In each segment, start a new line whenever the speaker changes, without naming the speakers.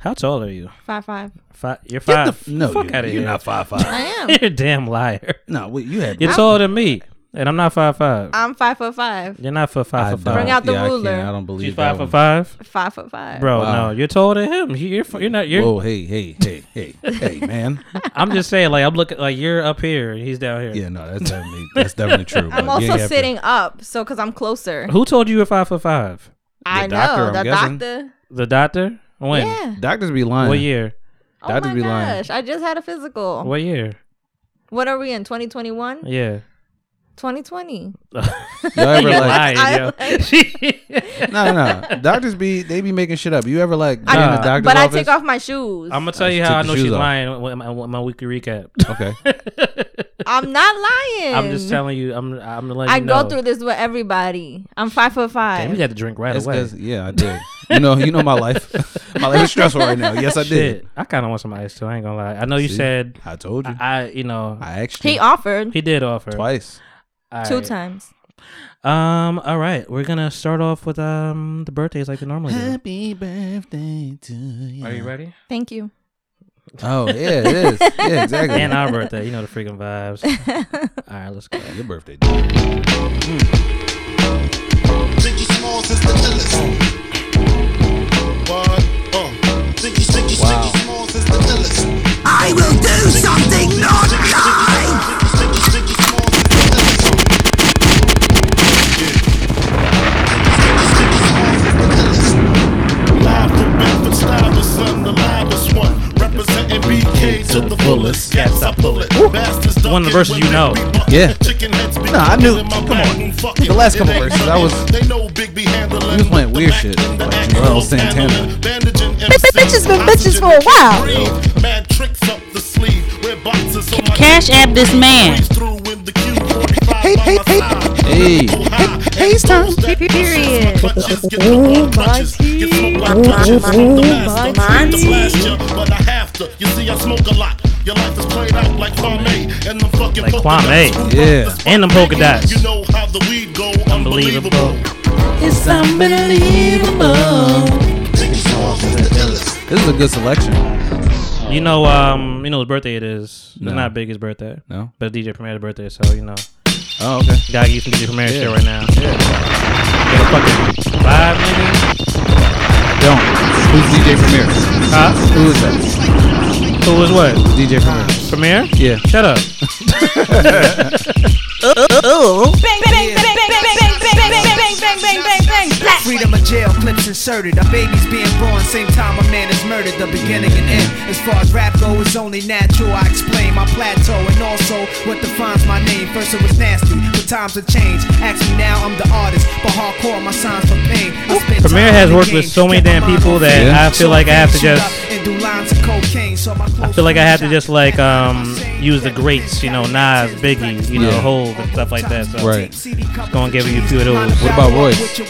How tall are you?
Five five.
Five. You're
Get
five.
the f- no,
fuck
you,
out
you're
of here.
not five five.
I am.
You're a damn liar.
no, wait, you had.
You're taller than me, and I'm not five five.
I'm five foot five.
You're not for five for
I don't-
five.
Bring out the
yeah, I can't.
ruler.
I, don't believe
She's
that
five for
one.
five,
Five foot five.
bro.
Wow.
No, you're taller than him. He- You're you're not. You're.
Whoa, hey, hey, hey, hey, hey, man.
I'm just saying, like I'm looking, like you're up here, and he's down here.
Yeah, no, that's definitely that's definitely true.
I'm
but
also
you have to-
sitting up, so because I'm closer.
Who told you you're five for five?
I
doctor,
know
I'm
the
guessing.
doctor.
The doctor? When?
Yeah.
Doctors be lying.
What year?
Oh
Doctors
my
be lying.
gosh! I just had a physical. What,
What year?
are we in? 2021?
Yeah.
2020.
Y'all ever
You're
like?
I-
lying, yo.
No, no, no. Doctors be they be making shit up. You ever like
I-
get in the doctor's
but
office?
I take off my shoes.
I'm gonna tell
she
you how
took
I
the
know
shoes
she's
off.
lying with my, with my weekly recap.
Okay.
I'm not lying.
I'm just telling you. I'm I'm letting
I
you know.
go through this with everybody. I'm five foot
Damn, you
five.
got to drink right
It's
away.
'cause- yeah, I did. You know, you know my life. my life is stressful right now. Yes, I
Shit,
did.
I kind of want some ice too. I ain't gonna lie. I know you
See?
said
I told you. I,
I, you know,
asked you
He offered
he did offer
twice.
All
two
right.
times.
Um. All right, we're gonna start off with um the birthdays like we normally do.
Happy birthday to you.
Are you ready?
Thank you.
Oh yeah, it is. Yeah, exactly.
And our birthday, you know the freaking vibes. All right, let's go.
Your birthday.
Biggie Smalls is the illest. What? Uh. Biggie, Biggie,
Wow.
Biggie Smalls is the illest.
I will do something not kind.
Biggie, Biggie, Biggie Smalls is the illest. Yeah. Biggie, Biggie, Biggie Smalls is the illest. Live to Bedford Stuyvesant, the loudest one. Representing BK to the fullest. Yes, I pull it. Bastards duck
One of the
it
verses
when
you
they
know.
be bucking.
Yeah.
Chicken heads be
No, I
cooking
knew-
in my
come
back
on.
room, fucking.
The last
It
couple
ain't
verses, I
nothing.
was-
They know Big B handling.
was playing weird shit, like Joel Santana.
bitches been bitches for a while.
Mad tricks up the sleeve. Wear boxes on my
Cash app this man.
Hey, hey, hey,
Hey.
hey, time.
Period.
Like
Kwame.
Yeah.
And them polka dots.
You know how the weed go unbelievable.
Unbelievable.
It's unbelievable. This is a good selection.
You know, um, you know whose birthday it is.
No.
It's not Biggie's birthday,
No.
but DJ Premier's birthday. So you know,
Oh, okay.
gotta get some DJ Premier
Yeah.
shit right now. Get a fucking vibe, nigga.
Don't. Who's DJ Premier?
Huh?
Who is that?
Who was what?
DJ Premier.
Premier?
Yeah.
Shut up.
Bang bang bang bang bang bang bang bang bang bang bang bang bang. Black
Freedom of jail, clips inserted. A baby's being born, same time a man is murdered. The beginning and end. As far as rap go, it's only natural. I explain my plateau and also what defines my name. First it was nasty, but times have changed. Ask me now, I'm the artist, but hardcore my signs for pain. I spend
Premier
time
has
in the
worked with
game,
so many
kept my
damn
mind
people
on
that
fame.
I feel like I have to
Shoot up
just-
and do lines of cocaine, so my
I feel like I have to just like um use the greats, you know, Nas, Biggie, you know,
Yeah.
Hold and stuff like that. So
Right.
Just
gonna give you a few of those.
What about Royce?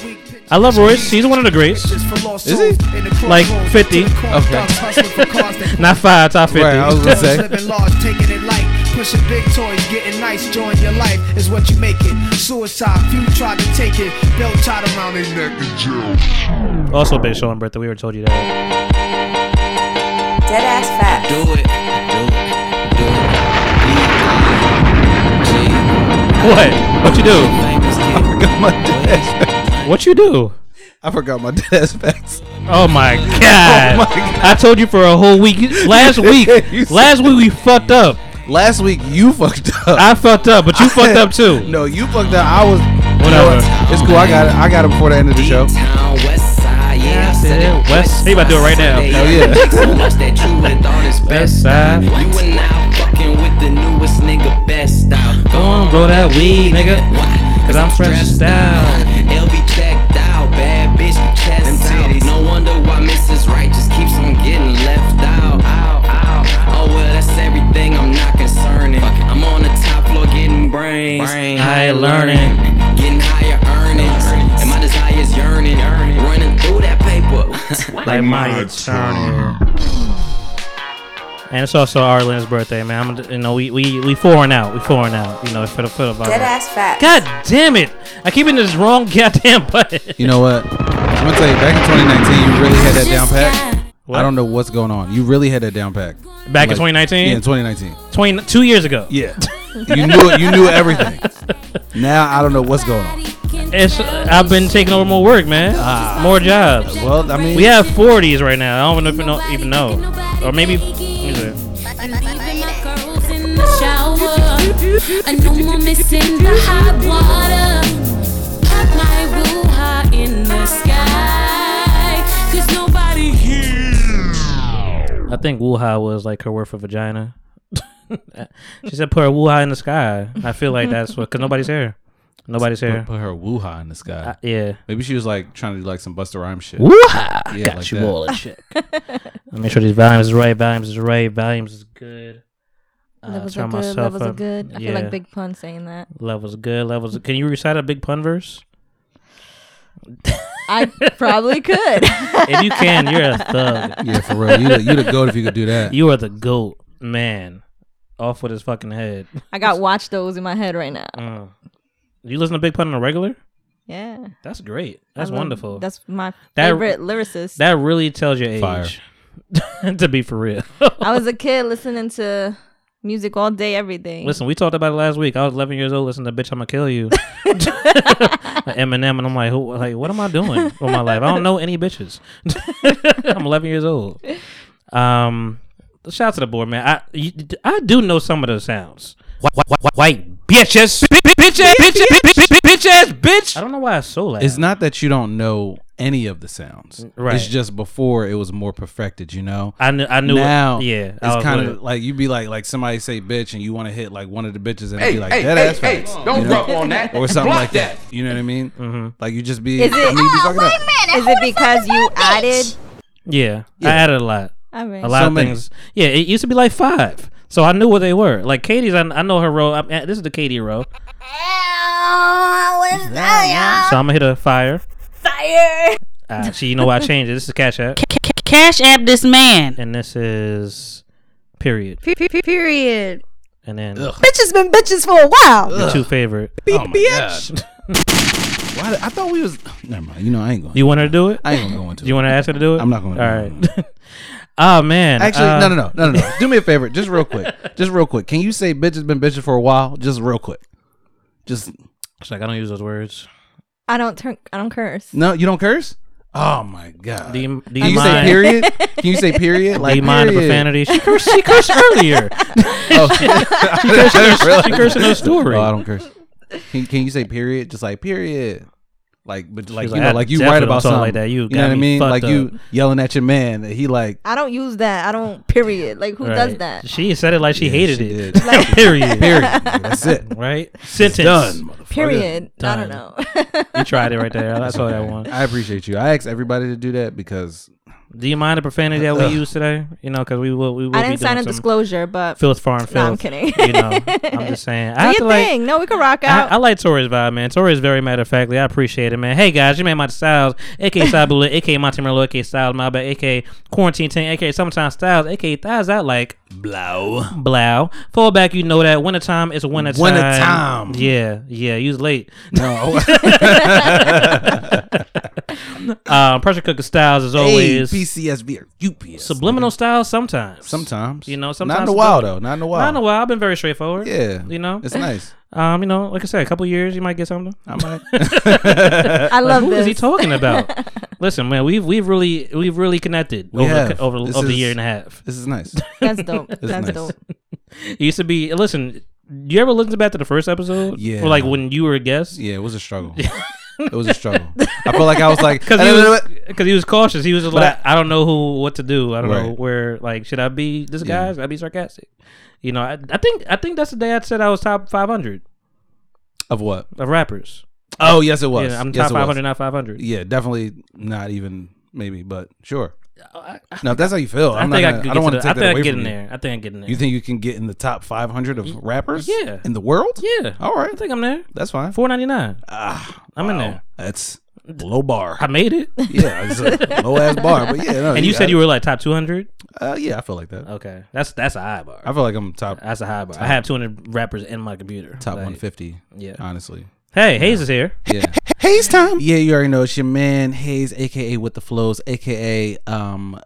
I love Royce. He's one of the greats.
Is he?
Like 50.
Okay.
Not five, top fifty.
Right, I was gonna say.
Living large, taking it light. Pushing big toys, getting nice. Join your life is what you make it. Suicide, few tried to take it. Belt tied around their neck.
also, Big Sean birthday. We already told you that.
Dead ass facts.
Do it, do it, do it.
What? What you do?
Famous kid.
I forgot my dad's.
What you do?
I forgot my dad's facts.
Oh my god!
Oh my God.
I told you for a whole week. You- Last week,
You
last week we fucked up.
Last week you fucked up.
I fucked up, but you fucked up too.
No, you fucked up. I was.
Whatever.
It's cool. I got it. I got it before the end of the show.
D-Town, West Side, yeah, I said it.
West- he about to do it right now.
Sunday,
Hell
I
yeah.
think so much that you would've thought is
Best
best.
side.
You and now fucking with the newest nigga best out.
Go on, roll that weed, nigga.
Why?
Cause I'm stressed out.
LB checked out, bad bitch chest out. No wonder why Mrs. Right just keeps on getting left out. Ow, ow. Oh well, that's everything. I'm not concerning. I'm on the top floor getting brains.
High learning.
Getting higher earnings. And my desires yearning. Running through that paper.
Like my attorney. And it's also Arlen's birthday, man. I'm, you know, we we we four and out. We four and out. You know, for the for the vibe.
Dead ass facts.
God damn it! I keep hitting this wrong goddamn button.
You know what? I'm gonna tell you. Back in 2019, you really had that down pat.
What?
I don't know what's going on. You really had that down pack.
Back in 2019?
Yeah, in 2019.
20, two years ago.
Yeah. you knew it. You knew everything. Now I don't know what's going on.
It's I've been taking over more work, man. Uh, more jobs.
Well, I mean,
We have 40s right now. I don't even know, even know. or maybe. let me see.
I know more missing the hot water. Pop my woo high in the sky. Cause nobody here.
I think Wuha was like her word for vagina. she said, "Put her Wuha in the sky." I feel like that's what because nobody's here. Nobody's here.
put her woo-ha in the sky.
Uh, yeah.
Maybe she was like trying to do like some Buster Rhymes shit.
Wuha
Yeah, like that.
and shit. Make sure these volumes is right. Volumes is right. Volumes is good. Uh,
levels
turn
are good.
myself
Levels are
up.
good. I feel
Yeah.
like Big Pun saying that.
Levels good. Levels. Can you recite a big pun verse?
I probably could.
If you can, you're a thug.
Yeah, for real. You'd, you'd have goat if you could do that.
You are the goat, man. Off with his fucking head.
I got watch those in my head right now.
Mm. You listen to Big Pun on a regular?
Yeah.
That's great. That's
I love-
wonderful.
That's my
That-
favorite lyricist.
That really tells your age.
Fire.
to be for real.
I was a kid listening to music all day, everything.
Listen, we talked about it last week. I was 11 years old listening to "Bitch, I'ma Kill You," Eminem, and I'm like, who, like, what am I doing with my life? I don't know any bitches. I'm 11 years old. Um, shout out to the board, man. I you- I do know some of those sounds. White, white, white, white bitches, bitches, bitches, bitches, bitches, bitch. I don't know why it's so loud.
It's not that you don't know any of the sounds.
Right.
It's just before it was more perfected, you know?
I knew. I knew. it-
now
yeah, I
it's
was
kind
with
of
it.
like you'd be like like somebody say bitch and you want to hit like one of the bitches and it'd
Hey,
be like
hey,
that
hey,
ass
hey,
face,
don't
you know?
rub on that. Oh,
or something
Block
like that. You know what I mean?
Mm-hmm.
Like you just be.
Is it-
I mean, you be fucking up.
Is it because you added?
Yeah, I added a lot.
All right.
a lot
So
of
many.
things. Yeah, it used to be like five, so I knew what they were. Like Katie's, I, I know her row. I'm, this is the Katie row, so I'm gonna hit a fire.
Fire.
Uh, so you know why I changed it. This is Cash App,
Cash app this man.
and this is period,
Period.
and then
Bitches been bitches for a while.
the two favorite.
Oh my God. Why did- I thought we was. Never mind. You know I ain't going.
You want her to do it?
I ain't going to.
do you want to ask her to do it?
I'm not gonna do
All
it.
right. oh man.
Actually,
uh,
no, no, no, no, no, no. Do me a favor, just real quick, just real quick. Can you say bitch has been bitching for a while, just real quick? Just
It's like I don't use those words.
I don't turn. I don't curse.
no, you don't curse. Oh my god.
Do you, do
Can
you
you say
mind?
period? Can you say period?
Do you mind the
period.
profanity? She cursed, she cursed earlier.
Oh, she cursed
She cursed in her story.
Oh, I don't curse. Can, can you say period? Just like period. Like, but like
She's
you
like,
know,
I
like you
definitely
write
don't
about
talk
something
like that. You
you
got
know what I
me
mean?
fucked
Like you
up.
yelling at your man that he like.
I don't use that. I don't. Period. Like who does
Right.
that?
She said it like she
Yeah,
hated
she
it.
did. Like-
period.
Period. That's it.
Right? Sentence.
Done. motherfucker.
Period. I
Done.
don't know.
You tried it right there. I saw that one.
I appreciate you. I asked everybody to do that because
Do you mind the profanity that we
Ugh.
use today? You know, because we will. We will
I
be
didn't sign a
doing some
disclosure, but
Filth, foreign filth.
Nah, I'm kidding.
You know, I'm just saying. I
do
have to
your
like.
thing. no, we can rock
I,
out.
I like Tori's vibe, man. Tori's very matter of factly. I appreciate it, man. Hey guys, you made my styles, aka Sabula, aka Monty Merlot, aka Styles, my bad, aka Quarantine Tank, aka Sometimes Styles, aka Thighs Out like
blow.
Blow. Fall back, you know that. Wintertime is wintertime.
Wintertime.
Yeah, yeah, you was late.
No.
Uh, pressure cooker styles as always.
PCSB or UPS.
Subliminal styles sometimes.
Sometimes.
You know,
Not in
sometimes
the wild though. Not in the wild.
Not in a while. I've been very straightforward.
Yeah.
You know?
It's nice.
Um, you know, like I said, a couple years you might get something.
I might.
I love
Who
this.
is he talking about? Listen, man, we've we've really we've really connected
We
over
have.
The, over,
This
over the
is-
year and a half.
this is nice.
That's dope. That's
nice.
dope.
It used to be listen, you ever listen back to the first episode?
Yeah.
Or like when you were a guest?
Yeah, it was a struggle. it was a struggle. I felt like I was like
Because he, was- 'cause he was cautious. He was just
But
like, I, don't know who, what to do. I don't know
Right.
where. Like, should I be this
Yeah.
guy? Should I be sarcastic? You know, I, I think I think that's the day I said I was top 500
of what?
of rappers.
Oh yes, it was.
Yeah, I'm top
Yes, it was.
500, not 500.
Yeah, definitely not even maybe, but sure. No, if that's how you feel.
Uh, I
I'm
think I could
not. Gonna,
get
I don't
to
want
the,
to
I
take
think I could
that away
get
from
in
you.
there. I think I could get in there.
You think you can get in the top 500 of rappers?
Yeah.
In the world?
Yeah.
All right.
I think I'm there.
That's fine.
499.
Ah,
I'm in there.
That's low bar.
I made it.
yeah, it's a low ass bar, but yeah. No,
And you said
I-
you were like top 200.
Uh, yeah, I feel like that.
Okay, that's that's a high bar.
I feel like I'm top
That's a high bar. I have 200 rappers in my computer.
top
Like,
150.
yeah.
honestly.
Hey, Hayes is here.
Yeah. Hayes time. Yeah, you already know it's your man Hayes, aka with the flows, aka um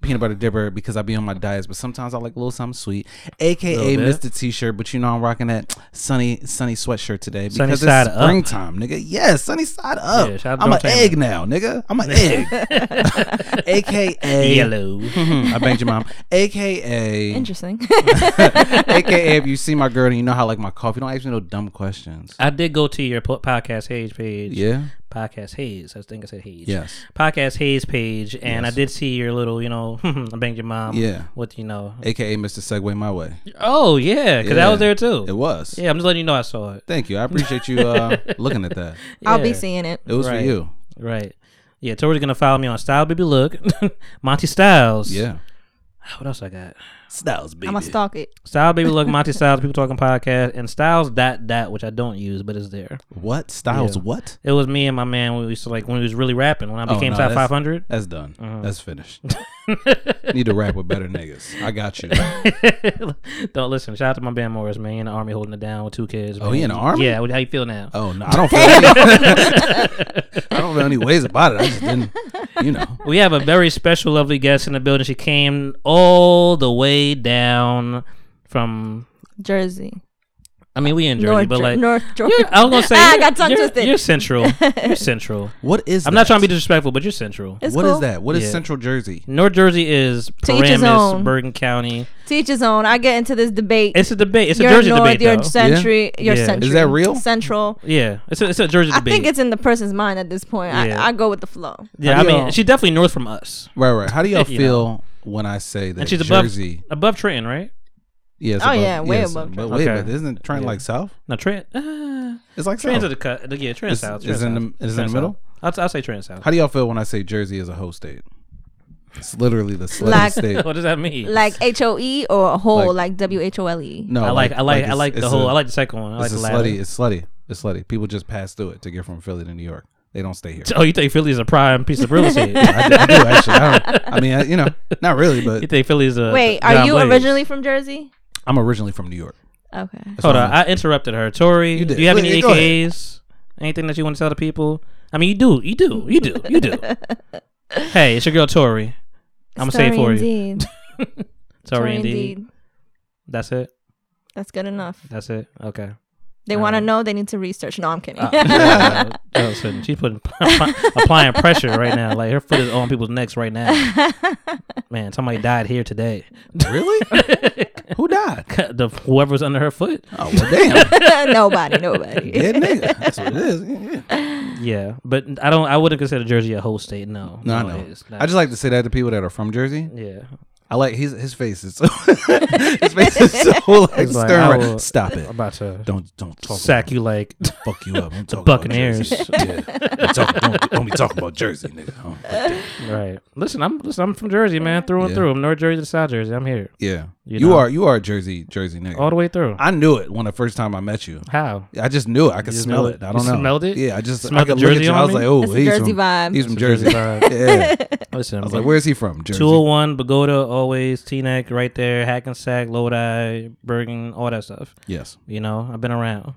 peanut butter dipper because I be on my diets, but sometimes I like a little something sweet. AKA
Little bit.
Mr. T shirt, but you know I'm rocking that sunny sunny sweatshirt today because
Sunny
it's
side up.
springtime, nigga. Yes, sunny side up.
Yeah, shout out to
I'm an
Don't Tame
egg
It.
now, nigga. I'm an egg. AKA
Yellow.
Mhm, I banged your mom. AKA
Interesting.
AKA if you see my girl and you know how I like my coffee, don't ask me no dumb questions.
I did go to your po- podcast Hayes page.
Yeah.
Podcast Hayes. I think I said Hayes.
Yes.
Podcast Hayes page, and I did see your little, you know, I banged your mom.
Yeah.
With you know.
AKA Mr. Segway My Way.
Oh yeah, because I was
Yeah.
there too.
It was.
Yeah, I'm just letting you know I saw it.
Thank you. I appreciate you uh, looking at that.
I'll be
Yeah.
seeing it.
It was
Right.
for you.
Right. Yeah, Tori's gonna follow me on Style Baby Look, Monty Styles. Oh,
Yeah.
What else I got?
Styles, baby.
I'm gonna stalk it.
Style Baby Look, Monty Styles, People Talking Podcast, and Styles dot dot, which I don't use, but it's there.
What? Styles,
Yeah.
what?
It was me and my man when we used to like when we was really rapping when I
Oh,
became
no,
top
that's-
five hundred.
That's done.
Uh-huh.
That's finished. Need to rap with better niggas. I got you.
Don't listen. Shout out to my band Morris, man. He In the army, holding it down with two kids.
Oh, he in the army?
Yeah. How you feel now?
Oh no, I don't feel. Any, I don't feel any ways about it. I just didn't, you know.
We have a very special, lovely guest in the building. She came all the way down from.
Jersey.
I mean, we in Jersey,
North,
but
Jer-
like
North Georgia.
You're- I was gonna say
Ah, I
you're-
got tongue
you're,
twisted.
You're central. You're central.
What is?
I'm not trying to be disrespectful, but you're central.
It's
What
cool.
is that? What is
Yeah. Mm.
Central Jersey?
North Jersey is
To each his
Paramus,
own.
Bergen County.
To each his own. I get into this debate.
It's a debate. It's
your
a Jersey
North,
debate,
your
though.
Century, your
Yeah. Is
Century.
that real?
Central.
yeah, it's a, it's a Jersey
I
debate.
think it's in the person's mind at this point.
Yeah.
I, I go with the flow.
yeah.
How
I
do
mean,
y'all-
she's definitely north from us,
Right, right. How do y'all
You
feel when I say that
and she's above
Jersey?
above Trenton, right?
Yeah, it's
Oh, yeah, way
yes,
above
But
Trenton.
wait,
Okay.
but isn't Trenton like south?
No, Trent. Uh,
It's like
Trent's
south.
at the cut. Yeah, Trent
Oh. Is-
South.
is
Trent's
in the-
South.
is in the
Trent's
middle?
South. I'll, I'll say Trent South.
How do y'all feel when I say Jersey is a host state? It's literally the slave
Like-
state.
what does that mean?
Like H O E or a whole,
Like-
like W H O L E.
No,
I like I like I
it's-
like
it's
the whole
a-
I like the second one. I like
it's
the
a
latter.
slutty. It's slutty. It's slutty. People just pass through it to get from Philly to New York. They don't stay here.
Oh, you think Philly's a prime piece of real estate?
I, do, I do, actually. I, don't, I mean, I, you know, not really,
you
but
think Philly's a
Wait, are
John
you
Blaze?
originally from Jersey?
I'm originally from New York.
Okay.
That's
Hold
what
on,
I'm-
I interrupted her. Tori,
You did.
do you have
Go-
any
go ahead.
AKAs? Anything that you want to tell the people? I mean, you do, you do, you do, you do. hey, it's your girl Tori. I'm gonna say it
Sorry
for you.
indeed.
Tori,
Sorry
indeed. That's it.
That's good enough.
That's it. Okay.
They want to know. They need to research. No, I'm kidding.
Uh, oh, so she's putting applying pressure right now. Like her foot is on people's necks right now. Man, somebody died here today.
really? Who died?
the whoever's under her foot.
Oh well, damn.
nobody, nobody.
Dead nigga. That's what it is. Yeah, yeah.
Yeah, but I don't. I wouldn't consider Jersey a whole state. No,
No, I know.
it's not.
I just like to say that to people that are from Jersey.
yeah.
I like his his face is so his face is so like
It's like,
stern.
I
right-
will-
Stop it!
I'm about to
Don't don't talk.
sack you like
about- Fuck you up. I'm talking
Buccaneers.
About Jersey. yeah. I'm talking- don't, don't be talking about Jersey, nigga. Oh, but damn.
Right. Listen, I'm listen, I'm from Jersey, man, through and
Yeah.
through. I'm North Jersey to South Jersey. I'm here
Yeah, you,
know.
are you are a Jersey Jersey nigga.
all the way through.
I knew it when the first time I met you.
How?
I just knew it. I could
You
smell
smelled
it.
it?
I don't
You
know.
smelled it?
Yeah, I just
Smelled
I could
the
look at
Jersey
you. I
on
was
me?
like, oh,
It's a
he's
Jersey
from,
vibe.
He's from
It's a Jersey
Jersey. yeah.
Listen,
I was like, where's he from? Jersey.
201 Pagoda, always Teaneck, right there, Hackensack, Lodi, Bergen, all that stuff.
Yes.
You know, I've been around,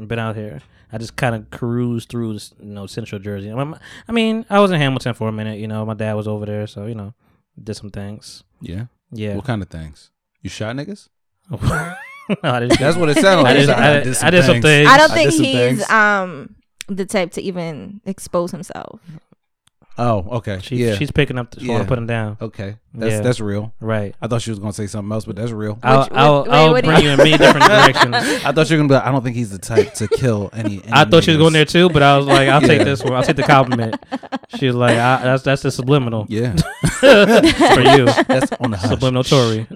I've been out here. I just kind of cruised through, this, you know, Central Jersey. I'm- I'm- I mean, I was in Hamilton for a minute. You know, my dad was over there, so you know, did some things.
Yeah.
Yeah.
What kind of things? You shot niggas?
I did-
That's what it sounded
I
like.
did-
He's like,
I did- I did some things.
I don't
I
think
did some
he's
things.
um the type to even expose himself.
Oh, okay.
She,
yeah.
She's picking up. The, she want
Yeah.
to put him down.
okay. That's
Yeah.
that's real.
Right.
I thought she was gonna say something else, but that's real.
I'll,
Which-
I'll,
wait,
I'll
what do
bring you
you-
in many different directions.
I thought you were gonna be like, I don't think he's the type to kill any. any
I thought she was
niggas.
going there too, but I was like, I'll take
Yeah.
this one. I'll take the compliment. She was like, I, that's that's the subliminal
Yeah.
for you,
That's on the hush.
subliminal Tori.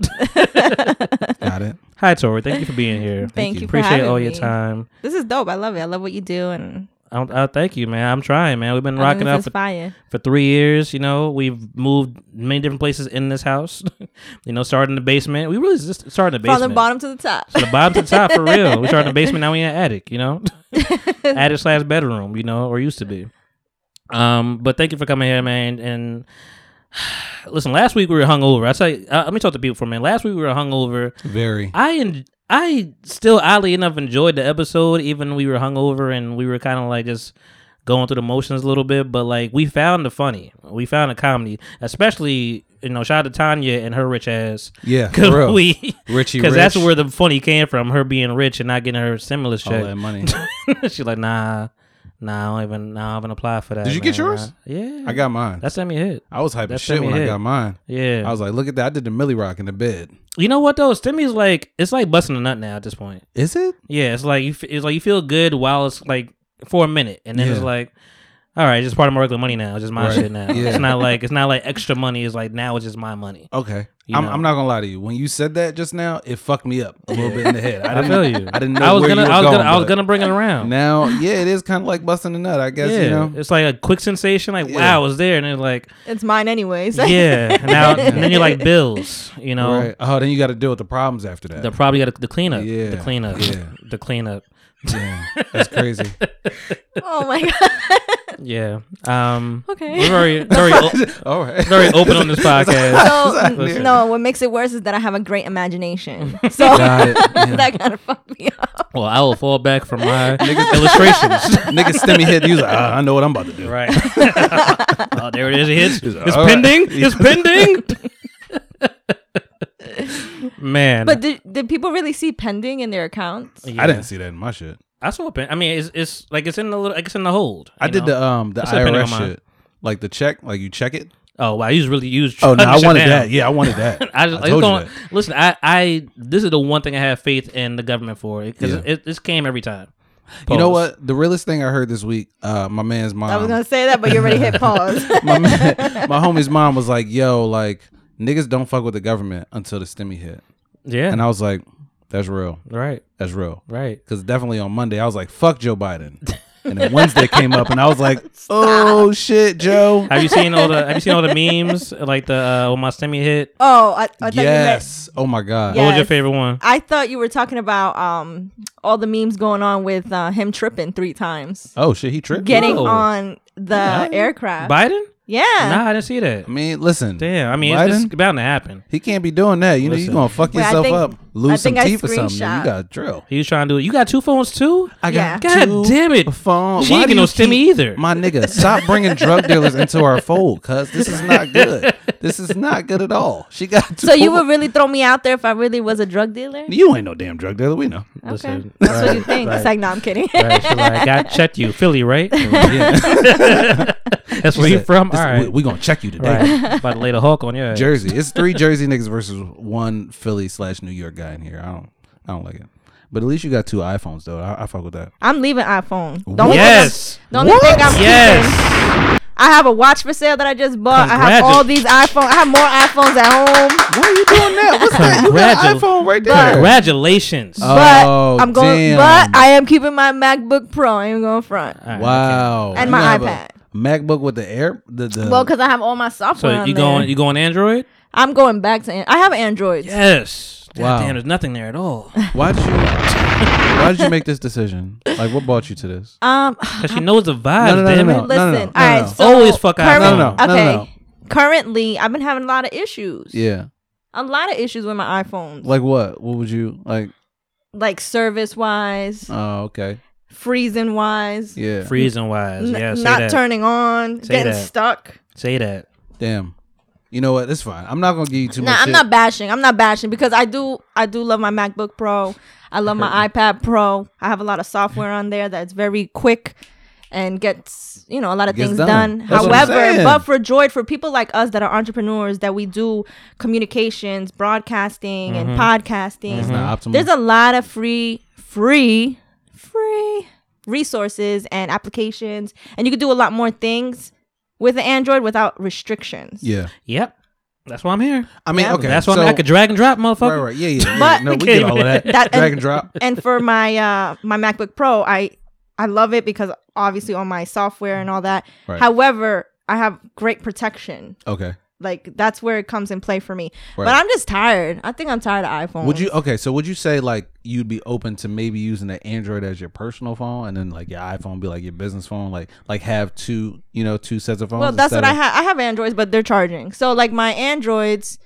Got it.
Hi Tori, thank you for being here.
Thank
you.
you. for
Appreciate
having
all your
me.
time.
This is dope. I love it. I love what you do, and
I, I thank you, man. I'm trying, man. We've been
I
rocking
think this
out
is
for,
fire.
for three years. You know, we've moved many different places in this house. you know, starting the basement. We really just started the basement
From the bottom to the top.
From the bottom to the top for real. We started in the basement, now we in the attic, you know? attic slash bedroom, you know, or used to be. Um, but thank you for coming here, man. And listen, last week we were hungover. I say, uh, let me talk to people for a minute. Last week we were hungover.
Very.
I en- I still oddly enough enjoyed the episode, even we were hungover and we were kind of like just going through the motions a little bit. But like we found the funny, we found the comedy, especially you know, shout out to Tanya and her rich ass.
Yeah, for
because
real.
we
Richie
because that's
Rich.
where the funny came from. Her being rich and not getting her stimulus
All that
check.
money.
She's like, nah, nah, I don't even, nah, I haven't applied for that.
Did you get
man.
yours?
Yeah,
I got mine.
That sent me a hit.
I was hyping
that
shit
sent me
when I
hit.
got mine.
Yeah,
I was like, look at that. I did the Millie Rock in the bed.
you know what though? Stimmy's like, it's like busting a nut now at this point.
Is it?
Yeah, it's like you, f- it's like you feel good while it's like for a minute, and then it's
Yeah.
like, all right, it's just part of my regular money now. It's just my
Right.
shit now.
Yeah.
It's not like it's not like extra money. It's like now it's just my money.
Okay.
You
I'm,
know.
I'm not gonna lie to you. When you said that just now, it fucked me up a little bit in the head. I
I
didn't
feel you.
I didn't know
I was
where
gonna.
you were
I was
going,
gonna. I was
but
gonna bring it around.
Now, yeah, it is kind of like busting a nut, I guess.
yeah,
You know.
it's like a quick sensation. Like
Yeah.
wow, I was there, and it's like
It's mine anyways.
yeah. and Now and then you're like bills. You know,
Right. Oh, then you got to deal with the problems after that.
the probably got the cleanup.
Yeah.
The cleanup.
Yeah.
The cleanup.
Yeah. That's crazy.
oh my god.
Yeah. Um.
Okay.
We're very very o-
All right.
very open on this podcast.
So
Listen.
n- no, what makes it worse is that I have a great imagination.
Mm.
So
Got it. Yeah.
that kind of fucked me up.
Well, I will fall back from my illustrations.
Nigga stemmy hit. You was like, ah, I know what I'm about to do.
Right. oh, there it is. It hits. It's,
all right.
pending. It's pending. Man.
But did, did people really see pending in their accounts?
Yeah.
I didn't see that in my shit.
I saw pen. I mean, it's, it's like it's in the little. Like it's in the hold.
I
you
did
know?
the um the
That's depending on
IRS
mine.
shit, like the check, like you check it.
Oh wow, you really used.
Oh no, I wanted that. Yeah, I wanted that.
I just
I
I
told you
going listen. I, I this is the one thing I have faith in the government for because
Yeah.
it, this came every time.
You know
Pause.
what? The realest thing I heard this week, uh, my man's mom.
I was gonna say that, but you already hit pause.
my, man, my homie's mom was like, "Yo, like niggas don't fuck with the government until the stimmy hit,"
Yeah.
and I was like, "That's real.
right.
That's real."
Right.
Because definitely on Monday, I was like, "Fuck Joe Biden," and then Wednesday came up, and I was like, "Oh shit, Joe."
Have you seen all the Have you seen all the memes like the uh, when my stimmy hit?
oh, I, I thought you meant
Yes. Oh my god.
What was your
Yes.
favorite one?
I thought you were talking about um all the memes going on with uh, him tripping three times,
Oh shit, he tripped.
getting
Whoa.
on the aircraft.
Biden?
yeah,
Nah, I didn't see that.
I mean, listen.
Damn. I mean, it's,
Biden?
it's about to happen.
He can't be doing that. You know, you're
Listen.
gonna fuck
Wait, I
yourself
think-
up,
I
lose some
think I
teeth or something.
screenshot.
You gotta drill.
He was trying to do it. You got two phones too?
I
Yeah.
got
God
two
damn it.
Phone.
She ain't
do
get no
you
stimmy
keep-
either.
My nigga, stop bringing drug dealers into our fold, cuz this is not good. This is not good at all. She got two
So you
phones.
would really throw me out there if I really was a drug dealer?
You ain't no damn drug dealer, we know.
Okay,
Listen,
that's what you think. It's like, no, I'm kidding.
Right, she like, I checked you, Philly, right?
Yeah.
That's where you from. All
This-
right,
we, we gonna check you today.
right. About to lay the Hulk on your ass.
Jersey. It's three Jersey niggas versus one Philly slash New York guy in here. I don't I don't like it. But at least you got two iPhones though. I, I fuck with that.
I'm leaving iPhone. The only thing I'm-
Yes,
The only thing I'm keeping.
yes.
I have a watch for sale that I just bought. I have
Congratu-
all these iPhones. I have more iPhones at home.
Why are you doing that? What's that? You got an
Congratu-
iPhone right there.
Congratulations.
But
Oh,
I'm going.
damn.
But I am keeping my MacBook Pro. I am going front.
All right,
Wow.
And
You
my
have a
iPad.
MacBook with the air the, the
Well, because I have all my software.
So
on
you
there.
going? You going Android?
I'm going back to. An- I have Androids.
Yes.
Wow.
Wow. Damn, there's nothing there at all.
why did you why did you make this decision? Like what brought you to this?
Um,
Cause she knows the vibes.
No, no, no,
damn
no,
it.
no.
listen.
no,
all right.
no.
So
Always fuck iPhone.
current-
No, no, no,
Okay.
no,
Currently, I've been having a lot of issues.
Yeah.
A lot of issues with my iPhones, like,
Like what? What would you like
service wise,
oh okay.
freezing wise,
Yeah.
Freezing wise.
n-
Yeah. Say
not
that.
turning on,
Say
getting
that.
stuck.
Say that.
Damn. You know what? That's fine. I'm not gonna give you too
Nah,
much.
I'm
shit.
not bashing. I'm not bashing because I do I do love my MacBook Pro. I love my iPad Pro. I have a lot of software on there that's very quick and gets you know a lot of
Gets
things
done.
done.
That's what I'm
However,
saying.
but for joy for people like us that are entrepreneurs that we do communications, broadcasting and
Mm-hmm.
podcasting.
not
Mm-hmm.
optimal.
There's a lot of free free free resources and applications and you can do a lot more things with the Android without restrictions.
Yeah.
Yep. That's why I'm here.
I mean, okay.
That's why I'm
so-
here. I could drag and drop, motherfucker.
Right, right. Yeah, yeah. yeah.
But-
no, we get all of that.
That-
Drag
and-
and drop.
and for my uh my MacBook Pro, I I love it because obviously all my software and all that.
Right.
However, I have great protection.
Okay.
Like that's where it comes in play for me. But
Right.
I'm just tired. I think I'm tired of iPhone.
Would you okay? So would you say like you'd be open to maybe using the Android as your personal phone, and then like your iPhone be like your business phone, like like have two you know two sets of phones.
Well, that's
instead
what I
of-
have. I have Androids, but they're charging. So like my Androids,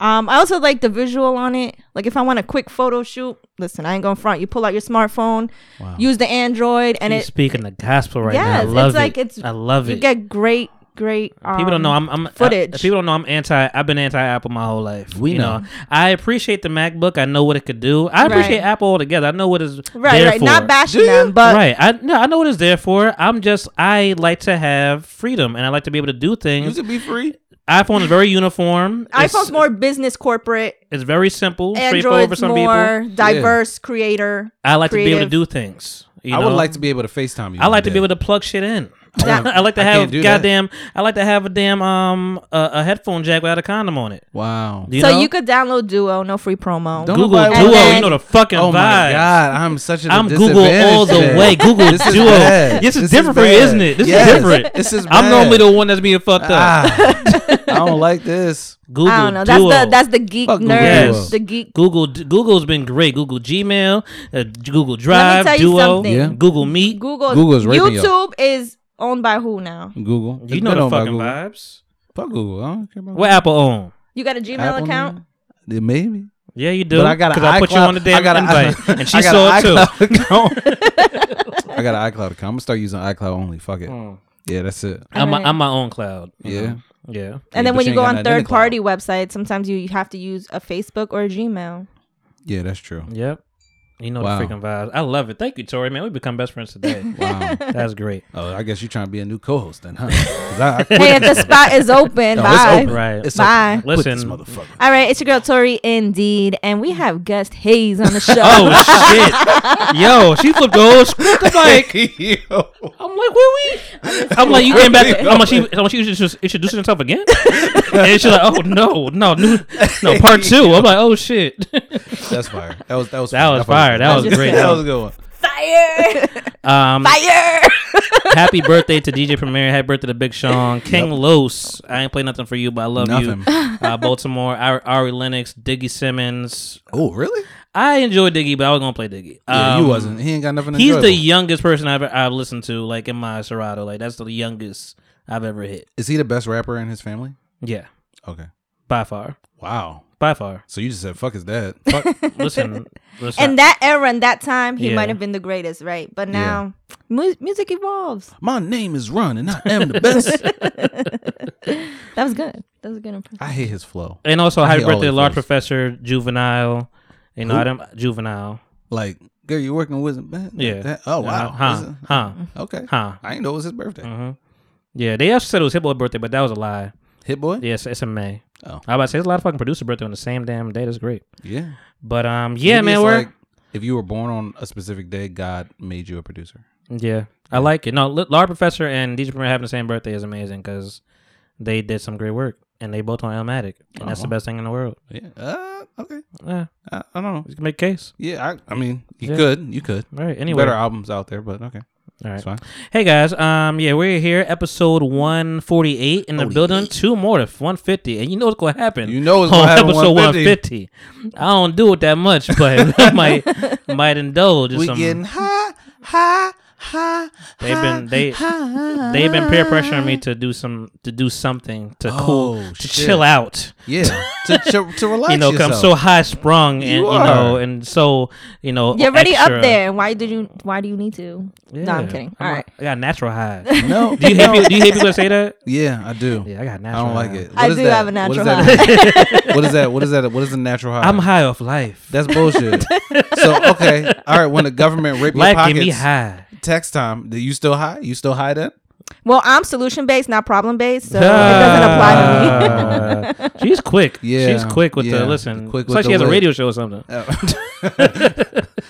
um, I also like the visual on it. Like if I want a quick photo shoot, listen, I ain't gonna front. You pull out your smartphone, use the Android, and
She's
it
speaking the gospel right now. I
Yes,
love
it's like
it.
it's-
I love
you
it.
get great great. Um,
People don't know I'm, I'm I-
footage.
people don't know I'm anti. I've been anti Apple my whole life.
We
you
know.
I appreciate the MacBook. I know what it could do. I appreciate
Right.
Apple altogether. I know what is
right,
there
right.
for.
Not bashing them, but
right. I no, I know what it's there for. I'm just I like to have freedom and I like to be able to do
You
things.
should be free.
iPhone is very uniform. It's-
iPhone's more business, corporate.
It's very simple, straightforward for
Android's
some
more
people. Uh,
diverse, creator.
I like to be able to
creative.
do things. You
I
know?
would like to be able to FaceTime you.
I like to be able to plug shit in.
That-
I like to
I
have
can't do that.
goddamn. I like to have a damn um a, a headphone jack without a condom on it.
Wow.
You
so
know?
you could download Duo, no free promo.
Don't
Google
nobody
Duo.
want that.
you know the fucking
Oh my
vibe.
god, I'm such a
I'm Google all the way. Google
This is
Duo.
bad.
This is
This is
different for you,
bad.
isn't it? This
Yes.
is different.
This is
I'm
bad.
normally the one that's being fucked up.
Ah, I don't like this.
Google
I don't know.
Duo.
That's the that's the geek
Fuck Google
nerd.
Duo.
The geek.
Google Google's been great. Google Gmail, uh, Google Drive,
tell you
Duo,
something.
Yeah.
Google Meet.
Google.
Google's raping y'all.
YouTube is owned by who now?
Google.
You know the fucking vibes.
Fuck Google. I don't care about
What Apple own?
You got a Gmail
Apple
account?
now? Yeah, maybe.
Yeah, you do.
But I got an
'Cause I put you
iCloud-
on the damn
I got an i-
invite, and she
I got
saw
an
it too.
iCloud account. I got an iCloud account. I'm gonna start using iCloud only. Fuck it.
Mm.
Yeah, that's it.
I'm, my,
Alright.
I'm my own cloud. you
Yeah.
know? yeah.
And
Yeah,
then
but
when you
you ain't
go
got
on
nothing in the
third party websites, sometimes you have to use a Facebook or a Gmail.
Yeah, that's true.
Yep. You know
Wow.
the freaking vibes. I love it. Thank you, Tori. Man, we become best friends today.
Wow.
That's great.
oh, I guess you're trying to be a new co-host then, huh? 'Cause I- I quit.
Hey, if the spot is open,
No, it's
bye.
open.
Right.
It's
Bye.
open. I quit this
Listen.
motherfucker.
All right, it's your girl Tori Indeed, and we have Gus Hayes on the show.
Oh shit! Yo, she flipped the whole script. I'm like,
Yo.
I'm like, where we? I'm like, you came back. I'm like, she, I'm like, she was just introducing herself again. And she's like, oh no, no, no, no, part two. I'm like, oh shit.
That's fire. That was that was
That was fire. That was great.
That was a good one.
Um, happy birthday to DJ Premier. Happy birthday to Big Sean. King Los. I ain't play nothing for you, but I love
Nothing.
you. Uh, Baltimore. Ari, Ari Lennox. Diggy Simmons.
Oh, really?
I enjoy Diggy, but I was gonna play Diggy.
Yeah,
Um,
you wasn't. He ain't got nothing.
He's the
enjoyable.
youngest person I've I've listened to, like in my Serato. Like that's the youngest I've ever hit.
Is he the best rapper in his family?
Yeah,
Okay.
by far,
Wow.
by far.
So you just said fuck his dad.
Fuck, listen, listen.
and that era and that time, he
Yeah.
might have been the greatest, right? But now, mu- music evolves.
My name is Run, and I am the best.
That was good. That was a good impression.
I hate his flow.
and also,
I
happy
hate all
birthday,
his
large
voice.
professor, juvenile. You know,
Who?
I don't juvenile.
Like, girl, you working with him? man?
Yeah.
That- oh wow.
Uh, huh?
Is it-
Huh?
Okay.
Huh?
I didn't know it was his birthday.
hmm Yeah, they also said it was Hit Boy birthday, but that was a lie.
Hit boy.
Yes, it's in May.
Oh.
I was about to say there's a lot of fucking producer birthday on the same damn day. That's great.
Yeah.
But um, yeah,
Maybe
man,
it's
we're
like, if you were born on a specific day, God made you a producer.
Yeah, I like it. No, L- Laura Professor and DJ Premier having the same birthday is amazing because they did some great work and they both on Elmatic, and that's the
Uh-huh.
best thing in the world.
Yeah. Uh, okay.
Yeah,
I, I don't know.
you can make a case.
Yeah. I, I mean, you
Yeah.
could. You could.
All right. Anyway,
Better albums out there, but okay.
all right.
That's fine.
Hey guys, um, yeah, we're here, episode one forty eight in the building. Two more to one fifty, and you know what's gonna happen.
You know what's gonna
on
happen
Episode
150.
150. I don't do it that much, but I might might indulge. in
We
some,
getting high, high, high.
They've been they they've been peer pressuring me to do some to do something to
Oh,
cool to
shit.
chill out.
Yeah, to, to, to relax
you know, 'cause
yourself.
I'm so high sprung and you,
You
know,
are.
and so you know,
You're already
extra.
up there. Why did you? Why do you need to? No, I'm kidding. All
a-
right.
I got natural high.
no,
do you hate people? Do you hate people that say that?
yeah, I do.
Yeah, I got
I
natural.
don't like
high.
it.
I
What is
do
that?
have a
What is
natural
that? what is that? What is that? What is a natural high?
I'm high off life.
That's bullshit. so okay, all right. When the government rape your
life get me
pockets,
high.
tax time. Do you still high? You still high then?
Well, I'm solution based, not problem based, so it
Ah.
doesn't apply to me.
to me. She's quick.
Yeah,
she's quick with
yeah,
the listen. Quick
quick
it's
with
like
the
she has a
lick.
radio show or something.
Oh.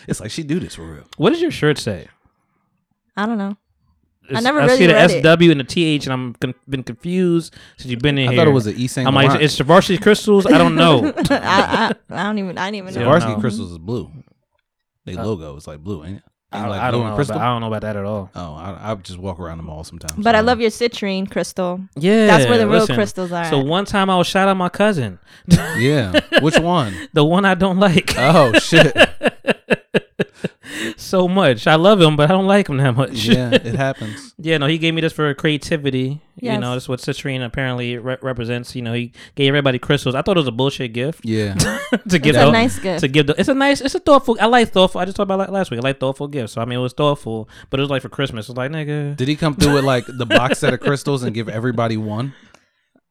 it's like she do this for real.
What does your shirt say?
I don't know.
It's-
never
I
really
see the
read it.
SW and the TH, and I'm con- been confused since you've been in
I
here.
thought it was an East Saint
I'm like,
Laurent.
it's the varsity crystals. I don't know.
I, I, I don't even. I didn't even
Yeah.
know.
Varsity
no.
Crystals is blue. They logo is like blue, ain't it? Ain't
I,
like
I
blue
don't
and
know. About,
crystal?
I don't know about that at all.
Oh, I, I just walk around the mall sometimes.
But I
so-
love your citrine crystal.
Yeah,
That's where the real crystals are
So
at.
one time I was shot at my cousin,
Yeah. Which one?
the one I don't like.
Oh shit.
so much. I love him, but I don't like him that much.
yeah, it happens.
Yeah, no, he gave me this for creativity. You
Yes.
know, that's what citrine apparently re- represents. You know, he gave everybody crystals. I thought it was a bullshit gift
Yeah,
to give.
a
the-
nice gift.
To give the, it's a nice, it's a thoughtful. I like thoughtful. I just talked about it last week. I like thoughtful gifts. So I mean, it was thoughtful, but it was like for Christmas. It was like nigga.
did he come through with like the box set of crystals and give everybody one?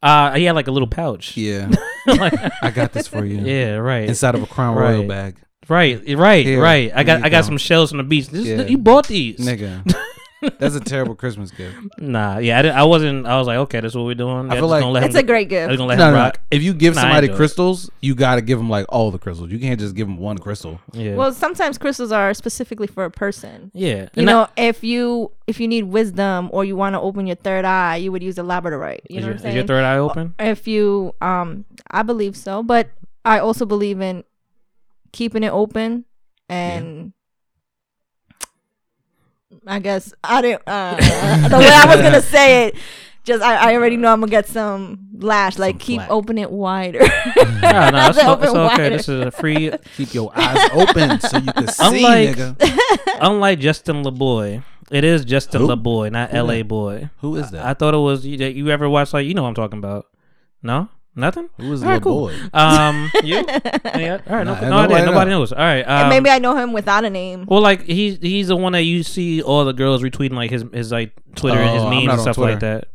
Uh, he had like a little pouch.
Yeah,
Like-
I got this for you.
yeah, right.
inside of a Crown Royal
Right.
bag,
Right, right,
Here,
right. I
here
got
you
I got
go.
some shells from the beach. This,
Yeah.
You bought these?
nigga. That's a terrible Christmas gift.
Nah, yeah, I, didn't- I wasn't. I was like, okay, that's what we're doing.
I
Yeah,
feel
just
like-
gonna let
It's
him-
a great
I
gift.
was gonna let
No,
him
no, no.
rock.
If you give
Nah, I
somebody
do it.
crystals, you got to give them like all the crystals. You can't just give them one crystal.
Yeah,
Well, sometimes crystals are specifically for a person.
yeah.
You
And I-
know, if you if you need wisdom or you want to open your third eye, you would use a labradorite. You
is, your,
know what I'm saying?
is your third eye open?
if you um I believe so, but I also believe in keeping it open and I guess I didn't uh, the way I was gonna say it. Just I, I already know I'm gonna get some lash. Like keep
flack.
open it wider.
no, no, it's,
They're
no- it's
open
okay.
wider.
This is a free.
Keep your eyes open so you can see,
Unlike-
nigga.
Unlike Justin LeBoy, it is Justin
Who?
LeBoy, not L.A. Boy.
Who is that?
I thought it was you, that you ever watched like you know what I'm talking about. No, nothing.
Who is
All right,
the
cool.
boy?
Um, you? Yeah, all right, no, no,
Nah,
idea.
nobody know.
Nobody knows. All right, um,
and maybe I know him without a name.
Well, like he's he's the one that you see all the girls retweeting like his his like Twitter and his
Oh, I'm
memes
not
and
on
stuff like
Twitter.
that.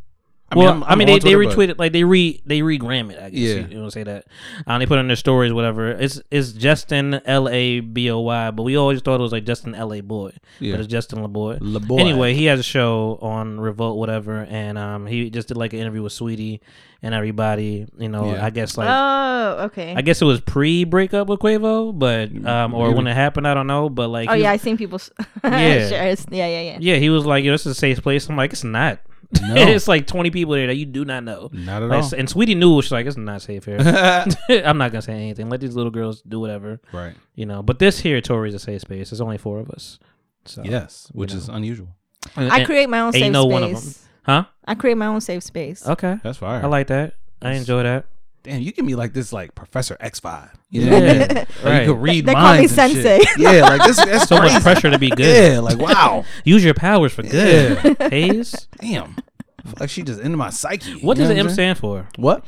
I mean,
well,
I'm-
I
I'm
mean,
on
they, they
Twitter, but-
retweet it like they re they regram it. I guess
Yeah.
you, you don't say that. Um, they put it in their stories, whatever. It's it's Justin L A B O Y, but we always thought it was like Justin L A Boy,
Yeah.
but it's Justin LaBoy.
LaBoy.
Anyway, he has a show on Revolt, whatever, and um, he just did like an interview with Sweetie and everybody. You know,
Yeah.
I guess like
oh, okay.
I guess it was pre breakup with Quavo, but um, or when it happened, I don't know. But like,
oh
he-
yeah, I seen people.
Yeah.
yeah. Share his, yeah, yeah, yeah.
yeah, he was like, "Yo, this is a safe place." I'm like, "It's not.
No.
it's like 20 people there that you do not know."
Not at
Like,
all.
And Sweetie knew she's like, "It's not safe here. I'm not gonna say anything. Let these little girls do whatever,
Right.
you know." But this here, Tori's a safe space. There's only four of us. So
Yes, which is unusual.
And-
I
and-
create my own
and you
safe
know
space.
one of huh?
I create my own safe space.
Okay,
That's fire.
I like that. I enjoy that.
Damn, you give me like this like Professor X vibe. You know what I mean?
Yeah.
Like, You
Right.
can read
They call me
minds and
sensei.
shit. Yeah, like this. That's
So much
crazy.
pressure to be good.
Yeah, like wow.
Use your powers for good. Hayes,
Damn. Like she just into my psyche.
what
You
does
know
the M
I'm saying?
stand for?
What?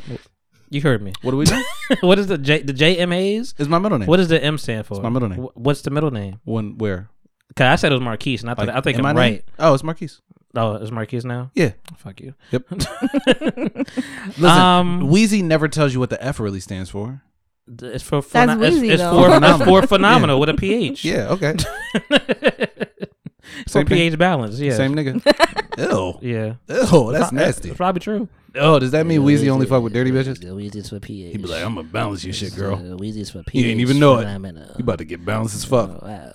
You heard me.
What do we do?
what is the J the JMAs?
Is my middle name?
What does the M stand for?
my middle name.
Wh- What's the middle name?
When? Where?
Cause I said it was Marquise, and I, thought,
Like,
I think
am
I'm
I
right.
named- Oh, it's Marquise.
Oh, it's Marquise now.
Yeah.
Fuck you.
Yep. Listen,
Um,
Wheezy never tells you what the F really stands for.
D- It's for
That's
pheno- it's,
wheezy,
it's
though.
for
Phenomenal.
it's for phenomenal with a ph.
Yeah. Okay.
it's for
Same thing.
ph balance. Yeah.
Same nigga. Ew.
Yeah.
Ew. That's
It's
nasty.
probably true.
Oh, does that mean Wheezy only fuck with dirty bitches?
Wheezy's for ph.
He be like, I'm gonna balance your shit, girl.
Wheezy's for ph.
You didn't even know it. You about to get balanced as
Oh,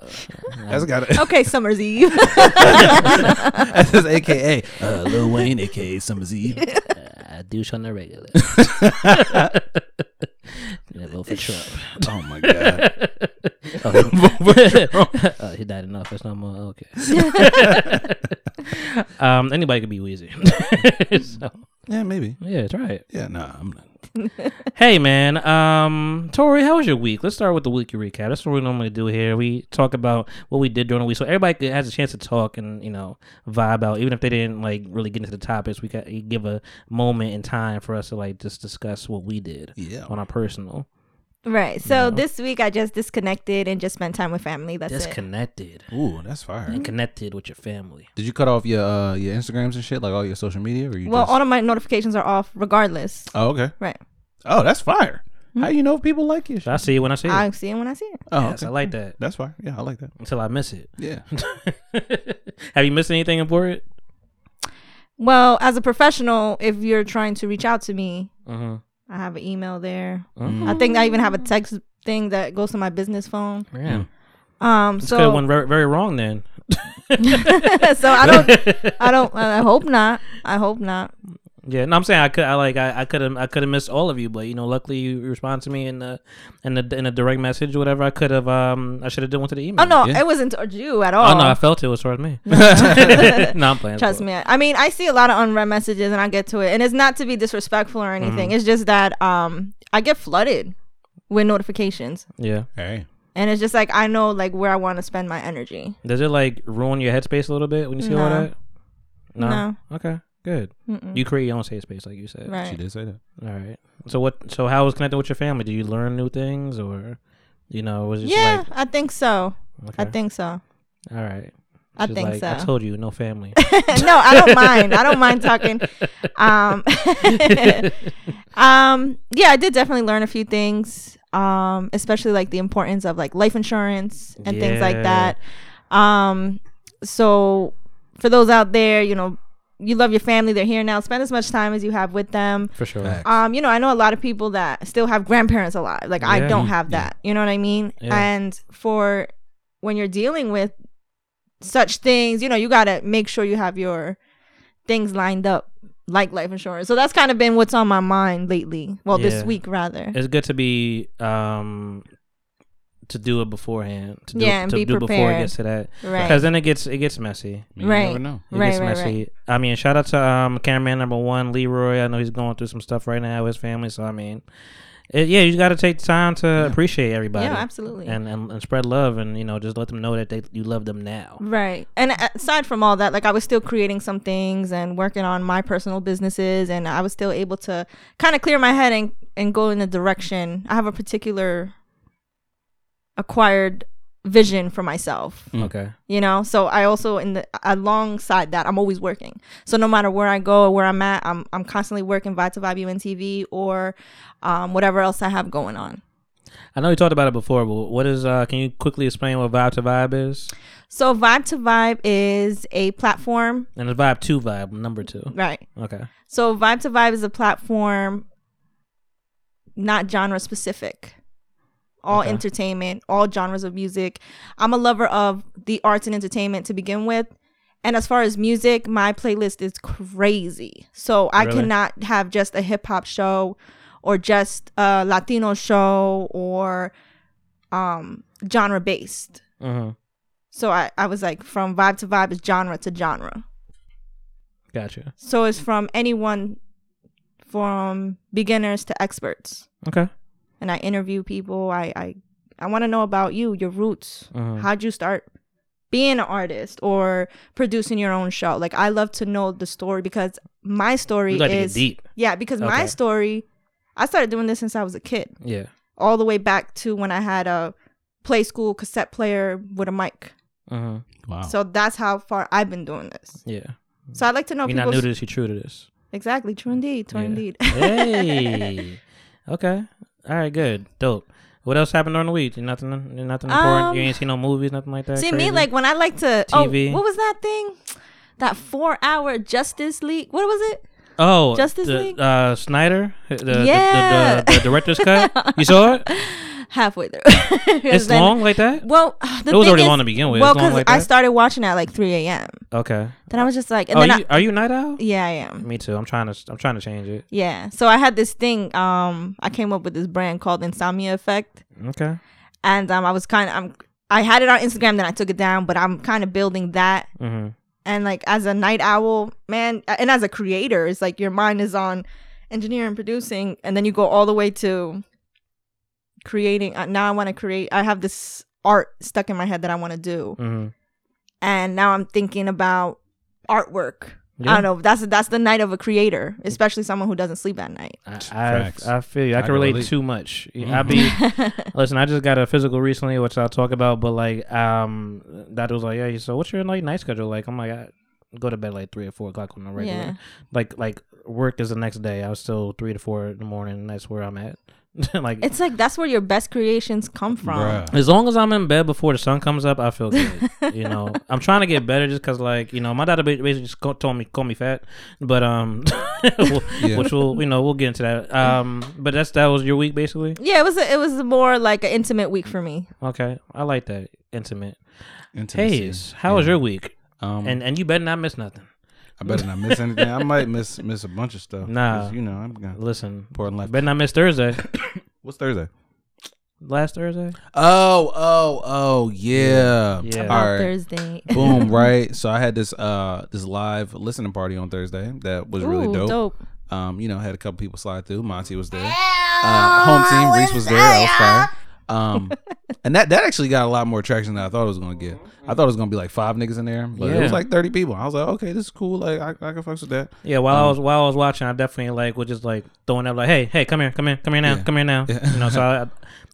fuck. That's got it.
Okay, Summer's Eve.
That's his AKA uh, Lil Wayne, AKA Summer's Eve.
I douche on the regular. vote for Trump.
Oh my god.
oh, he died in office no more. Okay. um, anybody could be Wheezy. so,
Yeah, maybe.
yeah, try it.
Yeah, nah. I'm not.
Hey, man. Um, Tori, how was your week? Let's start with the weekly recap. That's what we normally do here. We talk about what we did during the week, so everybody could- has a chance to talk and you know vibe out. Even if they didn't like really get into the topics, we got you give a moment in time for us to like just discuss what we did
Yeah.
on our personal.
right. So this week I just disconnected and just spent time with family. That's it.
Disconnected
Ooh, that's fire.
and connected with your family.
Did you cut off your uh, your Instagrams and shit, like all your social media, or you
Well,
just?
all of my notifications are off regardless.
oh, okay.
Right.
Oh, that's fire. How you know if people like your shit?
I see it when I see it.
I see it when I see it.
Oh,
yes, I like that
That's fire. Yeah, I like that.
until I miss it.
Yeah.
Have you missed anything important?
Well, as a professional, if you're trying to reach out to me,
Mhm.
I have an email there. I think I even have a text thing that goes to my business phone.
Man, Hmm.
Um,
could have
so
went very, very wrong then.
so I don't, I don't, I hope not. I hope not.
Yeah, no, I'm saying I could, I like, I could have, I could have missed all of you, but you know, luckily you responded to me in the, in the, in a direct message, or whatever. I could have, um, I should have done one to the email.
Oh no,
Yeah.
it wasn't towards you at all.
oh no, I felt it was towards me. no, I'm playing.
Trust me. I mean, I see a lot of unread messages and I get to it. And it's not to be disrespectful
Mm-hmm.
or anything. It's just that um I get flooded with notifications.
Yeah,
Hey,
and it's just like I know like where I want to spend my energy.
Does it like ruin your headspace a little bit when you see all
No.
that? No.
No.
Okay. Good. You create your own safe space, like you said.
Right.
She did say that.
All right. So what? So how was connected with your family? Did you learn new things, or you know, was it just
yeah, I think so.
like?
I think so.
All right.
I
She's
think
like,
so.
I told you, no family.
no, I don't mind. I don't mind talking. Um, um, yeah, I did definitely learn a few things, um, especially like the importance of like life insurance and things like
Yeah.
that. Um, so for those out there, you know, you love your family. They're here now. Spend as much time as you have with them.
For sure.
Facts.
Um, you know, I know a lot of people that still have grandparents alive. Like I
Yeah.
don't have that. You know what I mean?
Yeah.
And for when you're dealing with such things, you know, you gotta make sure you have your things lined up, like life insurance. So that's kind of been what's on my mind lately. Well, this
Yeah.
week rather.
It's good to be um to do it beforehand. To do,
Yeah, and
to
be
do it before it
prepared.
gets to that.
Right.
Because then it gets it gets messy.
I mean,
Right.
You never know.
It
Right,
gets
right, right.
messy. I mean, shout out to um cameraman number one, Leroy. I know he's going through some stuff right now with his family. So I mean, it, yeah, you got to take time to appreciate everybody.
Yeah, absolutely.
And, and and spread love, and you know, just let them know that they you love them now.
Right. And a- aside from all that, like I was still creating some things and working on my personal businesses and I was still able to kind of clear my head and and go in a direction. I have a particular acquired vision for myself,
Okay.
you know? So I also in the alongside that, I'm always working. So no matter where I go or where I'm at, I'm I'm constantly working Vibe to Vibe UNTV or um, whatever else I have going on.
I know you talked about it before, but what is? uh Can you quickly explain what Vibe to Vibe is?
So Vibe to Vibe is a platform,
And it's Vibe Two Vibe number two.
right?
Okay.
So Vibe to Vibe is a platform not genre specific. All
Okay.
entertainment, all genres of music. I'm a lover of the arts and entertainment to begin with. And as far as music, my playlist is crazy. So I
Really?
cannot have just a hip hop show or just a Latino show or um genre based.
Mm-hmm.
So I, I was like from vibe to vibe is genre to genre.
Gotcha.
So it's from anyone from beginners to experts.
Okay.
And I interview people. I I, I want to know about you, your roots.
Mhm.
How'd you start being an artist or producing your own show? Like I love to know the story because my story
You like to get
is
deep.
Yeah, because my
Okay.
story I started doing this since I was a kid.
Yeah.
All the way back to when I had a play school cassette player with a mic.
Mm-hmm.
Uh-huh.
Wow.
So that's how far I've been doing this.
Yeah.
So I like to know
You're
people.
not new to this. You're true to this.
Exactly. True indeed. True
Yeah.
indeed.
hey. Oh, Okay. All right. Good. Dope. What else happened during the week? Nothing. Nothing important.
Um,
you ain't seen no movies. Nothing like that.
See me
crazy?
like when I like to
TV.
Oh, what was that thing? That four hour Justice League. What was it?
oh
Justice
the,
League?
Uh, Snyder. The, the- the-
Yeah.
The, the, director's cut. You saw it?
Halfway through.
It's
Then-
long like that.
Well, the
It was
thing
already
is-
long to begin with.
Well,
It's long
because
like
I
that.
started watching at like three a.m.
Okay.
Then I was just like, and
Oh,
then
you, are you night owl?
I, yeah, I am.
Me too. I'm trying to. I'm trying to change it.
Yeah. So I had this thing. Um, I came up with this brand called Insomnia Effect,
Okay.
and um, I was kind of I'm I had it on Instagram, then I took it down, but I'm kind of building that
hmm
and like as a night owl man and as a creator it's like your mind is on engineering producing and then you go all the way to creating uh, now i want to create i have this art stuck in my head that i want to do
Mm-hmm.
hmm
and now i'm thinking about artwork
Yeah.
i don't know that's that's the night of a creator
Mm.
especially someone who doesn't sleep at night
I, I,
Facts.
I feel you. I, can relate, too much. I be listen. I just got a physical recently, which I'll talk about. But like, um, that was like, yeah. So what's your like night schedule like? I'm like, I go to bed like three or four o'clock on the regular.
Yeah.
Like, like work is the next day. I was still three to four in the morning. And that's where I'm at. like,
it's like that's where your best creations come from
Bruh.
as long as I'm in bed before the sun comes up, I feel good. you know, I'm trying to get better just because, like, you know, my daughter ba- basically just co- told me call me fat, but um, which will you know we'll get into that. Um, but that's that was your week basically.
yeah it was a, it was more like an intimate week for me
Okay, I like that intimate.
Intimacy.
Hayes, how was your week?
Um,
And and you better not miss nothing.
I better not miss anything. I might miss miss a bunch of stuff. 'cause,
Nah.
you know I'm gonna
Listen,
Important life.
better not miss Thursday.
What's Thursday?
Last Thursday.
Oh, oh, oh, yeah.
Yeah.
All right.
thursday
Boom, right? So I had this uh this live listening party on Thursday that was really
Ooh,
dope.
dope.
Um, you know, had a couple people slide through. Monty was there. Uh, home team, Reese was there. That was fire. Um, and that that actually got a lot more traction than I thought it was gonna get. I thought it was gonna be like five niggas in there, but it was
Yeah.
like thirty people. I was like, okay, this is cool. Like I, I can fuck with that.
Yeah, while I was while I was watching, I definitely like was just like throwing up like, hey, hey, come here, come here, come here now,
Yeah.
come here now.
Yeah.
You know, so I, I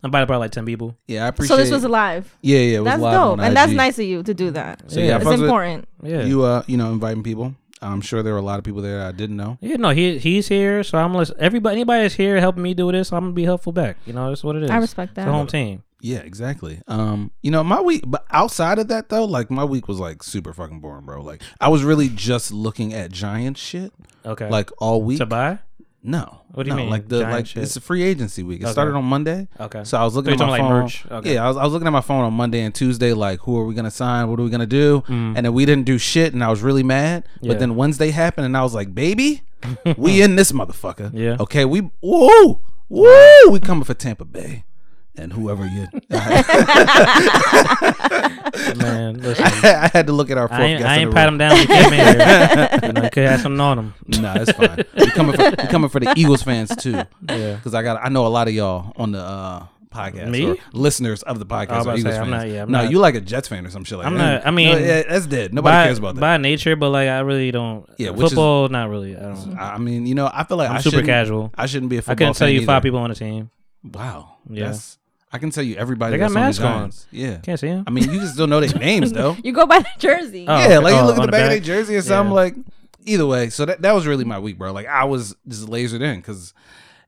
invited probably like ten people.
Yeah, I appreciate.
So this was live.
yeah, yeah, it was
That's
live
dope,
on
and that's
IG.
nice of you to do that.
So yeah, I
it's
fucks with it.
important.
Yeah,
You uh, you know, inviting people. I'm sure there were a lot of people there that I didn't know.
yeah. No, he he's here, so I'm listen. Everybody, anybody that's here helping me do this, I'm gonna be helpful back. You know, that's what it is.
I respect
It's
that.
The home team.
Yeah, exactly. Um, you know, my week, but outside of that though, like my week was like super fucking boring, bro. Like I was really just looking at Giant shit
Okay.
like all week.
to buy.
No,
What do you
no,
mean,
Like the
Giant
like
shit?
it's a free agency week. It
Okay.
started on Monday.
Okay.
So I was looking
So you're
at my
talking
phone.
like merch. Okay.
Yeah, I was, I was looking at my phone on Monday and Tuesday. Like, who are we gonna sign? What are we gonna do? And then we didn't do shit, and I was really mad.
Mm. Yeah.
But then Wednesday happened, and I was like, baby, we in this motherfucker.
Yeah.
Okay. We woo woo. We coming for Tampa Bay. And whoever you, I,
Man, listen.
I had to look at our fourth
I ain't,
guest.
I
in
ain't
a
pat
row.
him down. when He came in here. You know, he could have something on him.
Nah, it's fine. We coming for we coming for the Eagles fans too.
Yeah.
because I got I know a lot of y'all on the uh, podcast,
Me?
or listeners of the
I
podcast.
was
Are
about to
Eagles
say, I'm
fans.
not- yeah, I'm
no,
not-
you like a Jets fan or some shit like
I'm
that.
not- I
No,
mean,
yeah, that's dead. Nobody
by,
cares about that.
By nature, but like I really don't.
Yeah,
Yeah,
which is-
football, not really. I don't.
I I mean, you know, I feel like
I'm
I
super
shouldn't-
casual.
I shouldn't be a football.
I couldn't tell
fan
you
either.
five people on the team.
Wow.
Yeah.
Yes. I can tell you everybody.
They got
that's on the
masks
Giants. Yeah.
Can't see him.
I mean, you just don't know their names though.
You go by the jersey.
Oh,
yeah, like
oh,
you look at
on
the
the
back of their
back?
jersey or something.
Yeah.
Like either way, so that that was really my week, bro. Like I was just lasered in because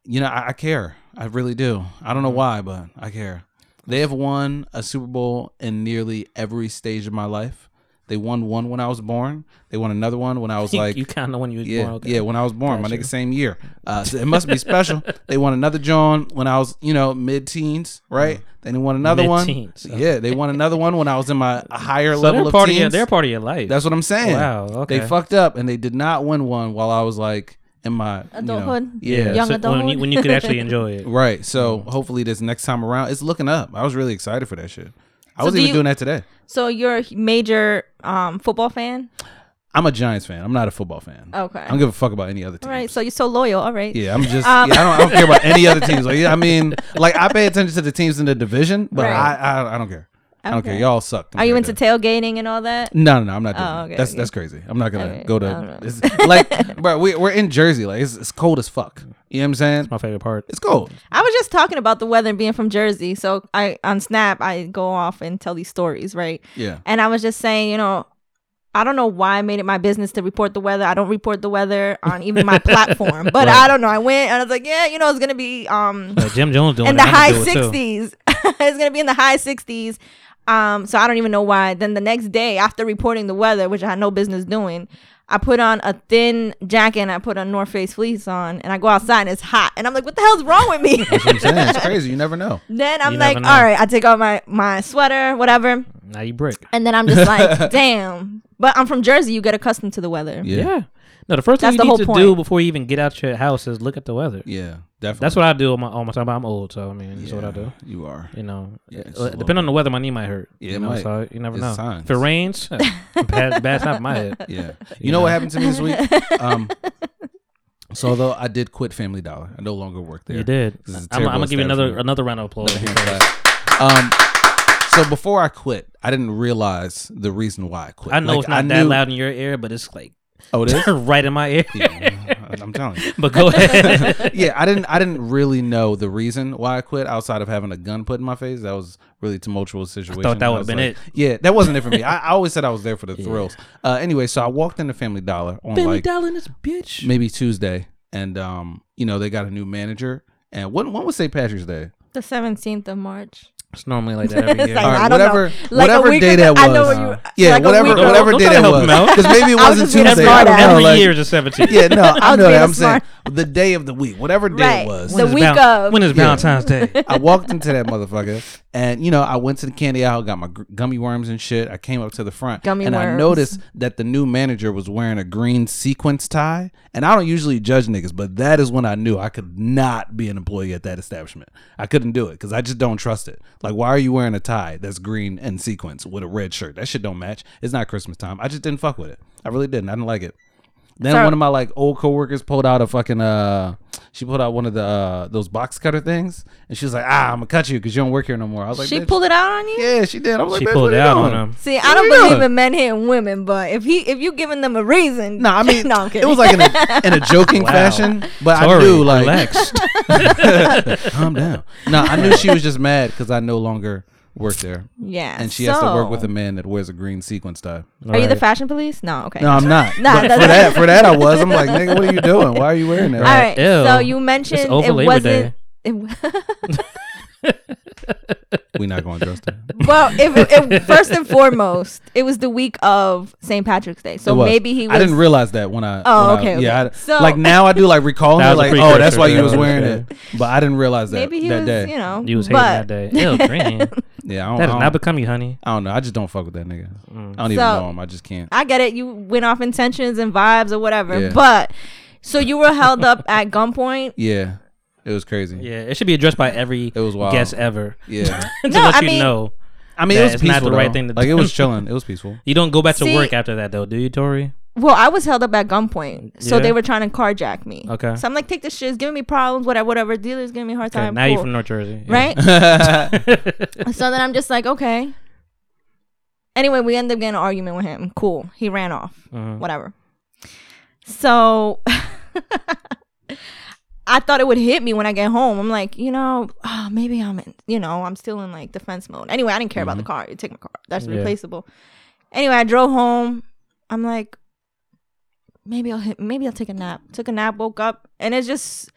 you know I, I care, I really do. I
Mm-hmm.
don't know why, but I care. They have won a Super Bowl in nearly every stage of my life. They won one when I was born. They won another one when I was like
you kind of when you was
yeah,
born. Okay.
yeah. When I was born, my nigga, same year. Uh, so it must be special. They won another John when I was, you know, mid teens, right? Then they won another
Mm. Mid-teens,
one. Yeah, they won another one when I was in my higher
so
level
they're
of
part of
teens.
your, they're part of your life.
That's what I'm saying.
Wow, okay.
They fucked up and they did not win one while I was like in my you know-
Adulthood.
yeah.
Young
so when
adulthood.
you, when you could actually enjoy it.
Right. So hopefully this next time around, it's looking up. I was really excited for that shit. I
So
was
do
even
you-
doing that today.
So you're a major um, football fan.
I'm a Giants fan. I'm not a football fan.
Okay.
I don't give a fuck about any other team.
All right. So you're so loyal. All right.
Yeah, I'm just.
Um,
yeah, I, don't, I don't care about any other teams. Like, yeah, I mean, like I pay attention to the teams in the division, but
Right.
I, I, I don't care. I don't
Okay.
care. Y'all suck.
Are you
compared
into
to-
tailgating and all that?
no, no, no, I'm not doing
Oh,
that.
okay,
That's
okay.
that's crazy. I'm not gonna
Okay,
go
I don't know.
to it's- like, bro. We, we're in Jersey. Like, it's, it's cold as fuck. You know what I'm saying?
My favorite part.
It's cold.
I was just talking about the weather and being from Jersey. So I on Snap I go off and tell these stories, right?
Yeah.
And I was just saying, you know, I don't know why I made it my business to report the weather. I don't report the weather on even my platform. But I don't know. I went and I was like, yeah, you know, it's gonna be um
Like Jim Jones doing
in
it,
the
I'm gonna
high
do it too.
60s. it's gonna be in the high 60s. Um, so I don't even know why. Then the next day, after reporting the weather, which I had no business doing, I put on a thin jacket and I put a North Face fleece on, and I go outside and it's hot, and I'm like, "What the hell's wrong with me?"
You know what I'm saying? It's crazy. You never know.
then I'm
You
like,
never
"All
know.
right," I take off my my sweater, whatever,
Now you brick.
and then I'm just like, "Damn!" But I'm from Jersey; you get accustomed to the weather.
Yeah. No, the first
That's
thing
the
you
whole
need to
point.
do before you even get out your house is look at the weather.
Yeah, definitely.
That's what I do on my, on my time. I'm old, so I mean, that's what I
Yeah,
do.
You are.
You know,
Yeah, it's
Uh,
a
depending
little-
on the weather, my knee might hurt.
Yeah,
you
it
know,
might.
So you never
It's
know.
signs.
If it rains, bad, bad's not my head.
Yeah. You know what happened to me this week? Um, so although I did quit Family Dollar, I no longer work there.
You did.
This is a
I'm, I'm
terrible
gonna give you another
establishment.
another round of applause.
Another hand clap. Um, so before I quit, I didn't realize the reason why I quit.
I know
Like,
it's not
I
that
knew-
loud in your ear, but it's like
Oh, it is.
right in my ear.
Yeah, I'm telling you.
but go ahead.
Yeah, I didn't. I didn't really know the reason why I quit outside of having a gun put in my face. That was really tumultuous situation.
that
I
would've
was
been
like-
it.
Yeah, that wasn't it for me. I, I always said I was there for the thrills. Uh, anyway, so I walked into Family Dollar on
Billy
like
Dallin, this bitch.
maybe Tuesday, and um, you know they got a new manager. And when when was St. Patrick's Day?
The 17th of March.
It's normally like that every
It's
year.
like,
All right,
I don't
whatever,
know. Like a
whatever
week
day that
ago-
was.
I know what you-
yeah,
like a
whatever,
week ago.
whatever
Don't
day
try to
that
help
was.
him out.
Because maybe it
I was
wasn't
just being
Tuesday. I
smart
don't
about
know.
every
like-
year is a 17.
Yeah, no, I,
was
know
being
that. I'm
smart.
saying the day of the week, whatever day
Right.
it was.
The
is
week of.
when is
Yeah.
Valentine's Day?
I walked into that motherfucker, and you know, I went to the candy aisle, got my gr- gummy worms and shit. I came up to the front,
Gummy
and I
worms.
noticed that the new manager was wearing a green sequence tie. And I don't usually judge niggas, but that is when I knew I could not be an employee at that establishment. I couldn't do it because I just don't trust it. Like, why are you wearing a tie that's green and sequins with a red shirt? That shit don't match. It's not Christmas time. I just didn't fuck with it. I really didn't. I didn't like it. Then
So-
one of my like old coworkers pulled out a fucking uh She pulled out one of the uh, those box cutter things, and she was like, "Ah, I'm gonna cut you because you don't work here no more." I was like,
she
"Bitch."
pulled it out on you.
Yeah, she did. I was like,
She
"Bitch,
pulled
what
it
you
out
doing?"
on him.
See, I don't
What are you
believe
doing?
in men hitting women, but if he if you giving them a reason,
No, I mean,
no, I'm kidding.
it was like in a, in a joking
Wow.
fashion, but I
Tori,
knew like
relax.
calm down. No, I knew she was just mad because I no longer work there,
yeah,
and she has to work
so-
with a man that wears a green sequence tie.
Are you the fashion police? No, okay.
No, I'm not.
Nah,
but
that's-
for that, for that, I was. I'm like, nigga, what are you doing? Why are you wearing
All
that?
right.
Ew.
So you
It's
mentioned
over
it
Labor
wasn't.
Day.
It, w-
We're not going to trust her.
well, if, if, first and foremost, it was the week of St. Patrick's Day, so
It was.
maybe he was.
I didn't realize that when I.
Oh,
when I-
okay,
Yeah.
okay.
I-
So-
like now, I do like recall.
That was a
like, oh,
precursor
that's why
to
you was
that,
wearing
okay.
it. But I didn't realize that
maybe he
that
was,
day.
you know,
You was hating
but
that day. Ew, green.
yeah, I
That does
don't, I,
not Mm.
don't,
become you, honey.
I don't know. I just don't fuck with that nigga. I don't even
So-
know him. I just can't.
I get it. You went off intentions and vibes or whatever,
Yeah.
but so you were held up at gunpoint.
Yeah, it was crazy. Yeah,
Yeah, it should be addressed by every
It was wild.
guest ever
yeah.
to
No,
let
I
you
mean-
know.
I mean,
That
it was
is
peaceful.
not the right
though.
thing to
like it
do.
was chilling. It was peaceful.
You don't go back to
See-
work after that, though, do you, Tori?
Well, I was held up at gunpoint, so
Yeah.
they were trying to carjack me.
Okay.
So I'm like, take this shit. It's giving me problems. Whatever, whatever. Dealer's giving me a hard
Okay,
time.
now you're
cool.
from North Jersey, Yeah.
right?
yeah,
so then I'm just like, okay. Anyway, we end up getting in an argument with him. Cool. He ran off.
Mhm.
Whatever. So I thought it would hit me when I get home. I'm like, you know, ah, maybe I'm in, you know, I'm still in like defense mode. Anyway, I didn't care about the car. You take my car. That's
Yeah.
replaceable. Anyway, I drove home. I'm like, maybe I'll hit, maybe I'll take a nap. Took a nap, woke up, and it's just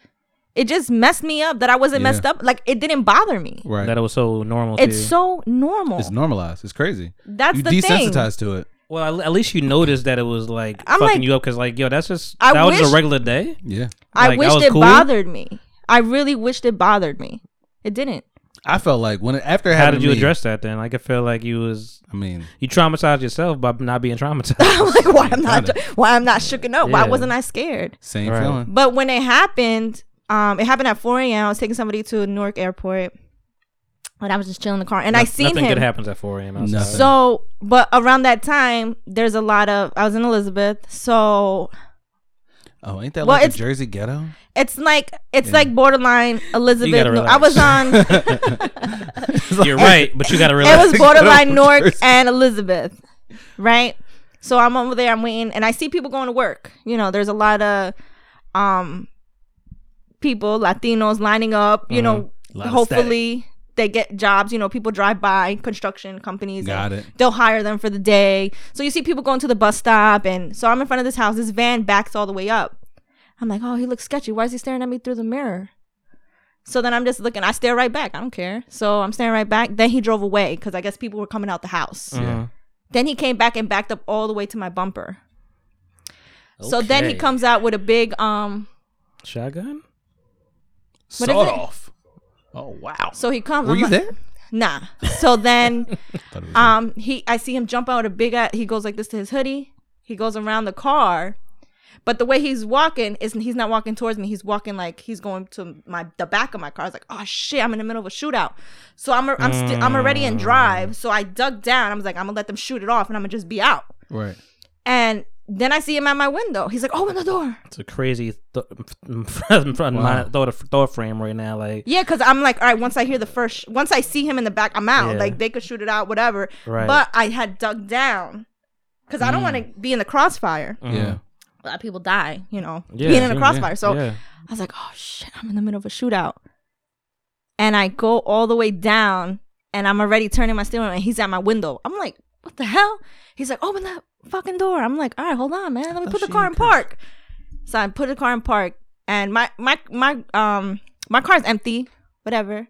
it just messed me up that I wasn't
Yeah.
messed up. Like it didn't bother me.
right.
That it was so normal. to
It's
you.
so normal.
it's normalized. It's crazy.
That's
you
the thing.
desensitized to it.
well. at- At least you noticed that it was like
I'm
fucking
like-
you up because, like, yo, that's just
I
that was
wish-
a regular day.
Yeah.
I
Like, I
wished
was
it
cool.
bothered me. I really wished it bothered me. It didn't.
I felt like when it, after it
How
happened
did
to
you
me-
address that then? Like, I feel like you was
I mean,
you traumatized yourself by not being traumatized.
I'm like, why I'm not,
kinda.
why I'm not shooken up? Why
Yeah.
wasn't I scared?
same
Right.
feeling.
But when it happened, um, it happened at 4 a.m. I was taking somebody to Newark Airport, and I was just chilling in the car, and I
Noth-
seen
nothing
him.
good happens at 4 a.m. outside.
Nothing.
So, but around that time, there's a lot of. I was in Elizabeth, so
Oh, ain't that
Well,
like
it's-
a Jersey ghetto?
it's like it's
Yeah.
like borderline Elizabeth.
gotta
No- I was on. it
You're right, but you gotta relax.
was borderline Newark and Elizabeth, right? So I'm over there. I'm waiting, and I see people going to work. You know, there's a lot of um people, Latinos, lining up. You know,
Mm-hmm. Lot of
hopefully they get jobs. You know, people drive by construction companies.
Got
and
it.
They'll hire them for the day. So you see people going to the bus stop, and so I'm in front of this house. This van backs all the way up. I'm like, oh, he looks sketchy. Why is he staring at me through the mirror? So then I'm just looking. I stare right back. I don't care. So I'm staring right back. Then he drove away because I guess people were coming out the house.
Mhm.
Then he came back and backed up all the way to my bumper. So then he
Okay.
comes out with a big um.
Shotgun?
What is
Sawed
it?
off. Oh wow.
So he comes.
Were
I'm
you
like-
there?
Nah. So then,
Thought it was
um, he I see him jump out a big. a- He goes like this to his hoodie. He goes around the car, but the way he's walking is he's not walking towards me. He's walking like he's going to my the back of my car. I was like, oh shit, I'm in the middle of a shootout. So I'm a, I'm sti- I'm already in drive. So I dug down. I was like, I'm gonna let them shoot it off, and I'm gonna just be out.
right.
And then I see him at my window. He's like, open the door.
It's a crazy th- line- thought, thought frame right now. Like,
Yeah, because I'm like, all right, once I hear the first, once I see him in the back, I'm out.
Yeah.
Like, they could shoot it out, whatever.
Right. Mm.
But I had dug down because I don't want to be in the crossfire.
mhm.
Yeah.
A lot of people die, you know,
Yeah,
being in a
yeah,
crossfire. So
yeah.
I was like, oh shit, I'm in the middle of a shootout. And I go all the way down and I'm already turning my steering wheel and he's at my window. I'm like, what the hell? He's like, open that fucking door. I'm like, all right, hold on, man. Let me put the car in park. So I put the car in park and my my my um my car's empty. Whatever.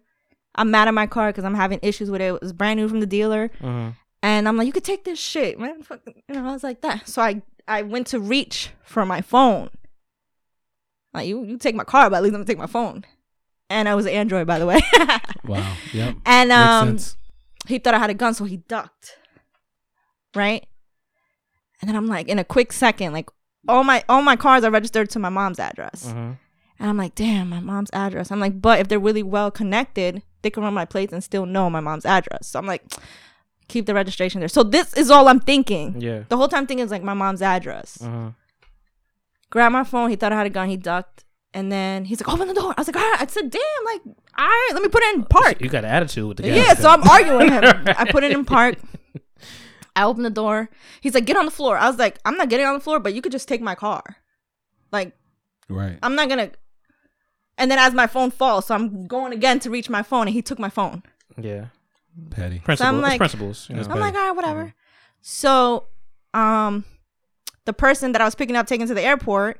I'm mad at my car because I'm having issues with it. It was brand new from the dealer.
Mhm.
And I'm like, you could take this shit, man. Fuck, you know, I was like that. So I I went to reach for my phone. Like you, you take my car, but at least I'm gonna take my phone. And I was an Android, by the way.
Wow. Yep.
and um,
Makes sense.
he thought I had a gun, so he ducked. Right. And then I'm like, in a quick second, like all my all my cars are registered to my mom's address.
Mhm.
And I'm like, damn, my mom's address. I'm like, but if they're really well connected, they can run my plates and still know my mom's address. So I'm like, keep the registration there. So this is all I'm thinking.
Yeah.
The whole time thinking is like my mom's address.
Mhm.
Grabbed my phone. He thought I had a gun. He ducked. And then he's like, open the door. I was like, all right. I said, damn, like, all right, let me put it in park.
You got attitude with the guy.
Yeah, so I'm arguing with him. I put it in park. I open the door. He's like, get on the floor. I was like, I'm not getting on the floor, but you could just take my car. Like,
Right.
I'm not gonna. And then as my phone falls, so I'm going again to reach my phone, and he took my phone.
yeah.
Petty.
Principles. it's
like-
principles. You know,
That's
it's
I'm
Right.
like, all right, whatever. So, um, the person that I was picking up, taking to the airport,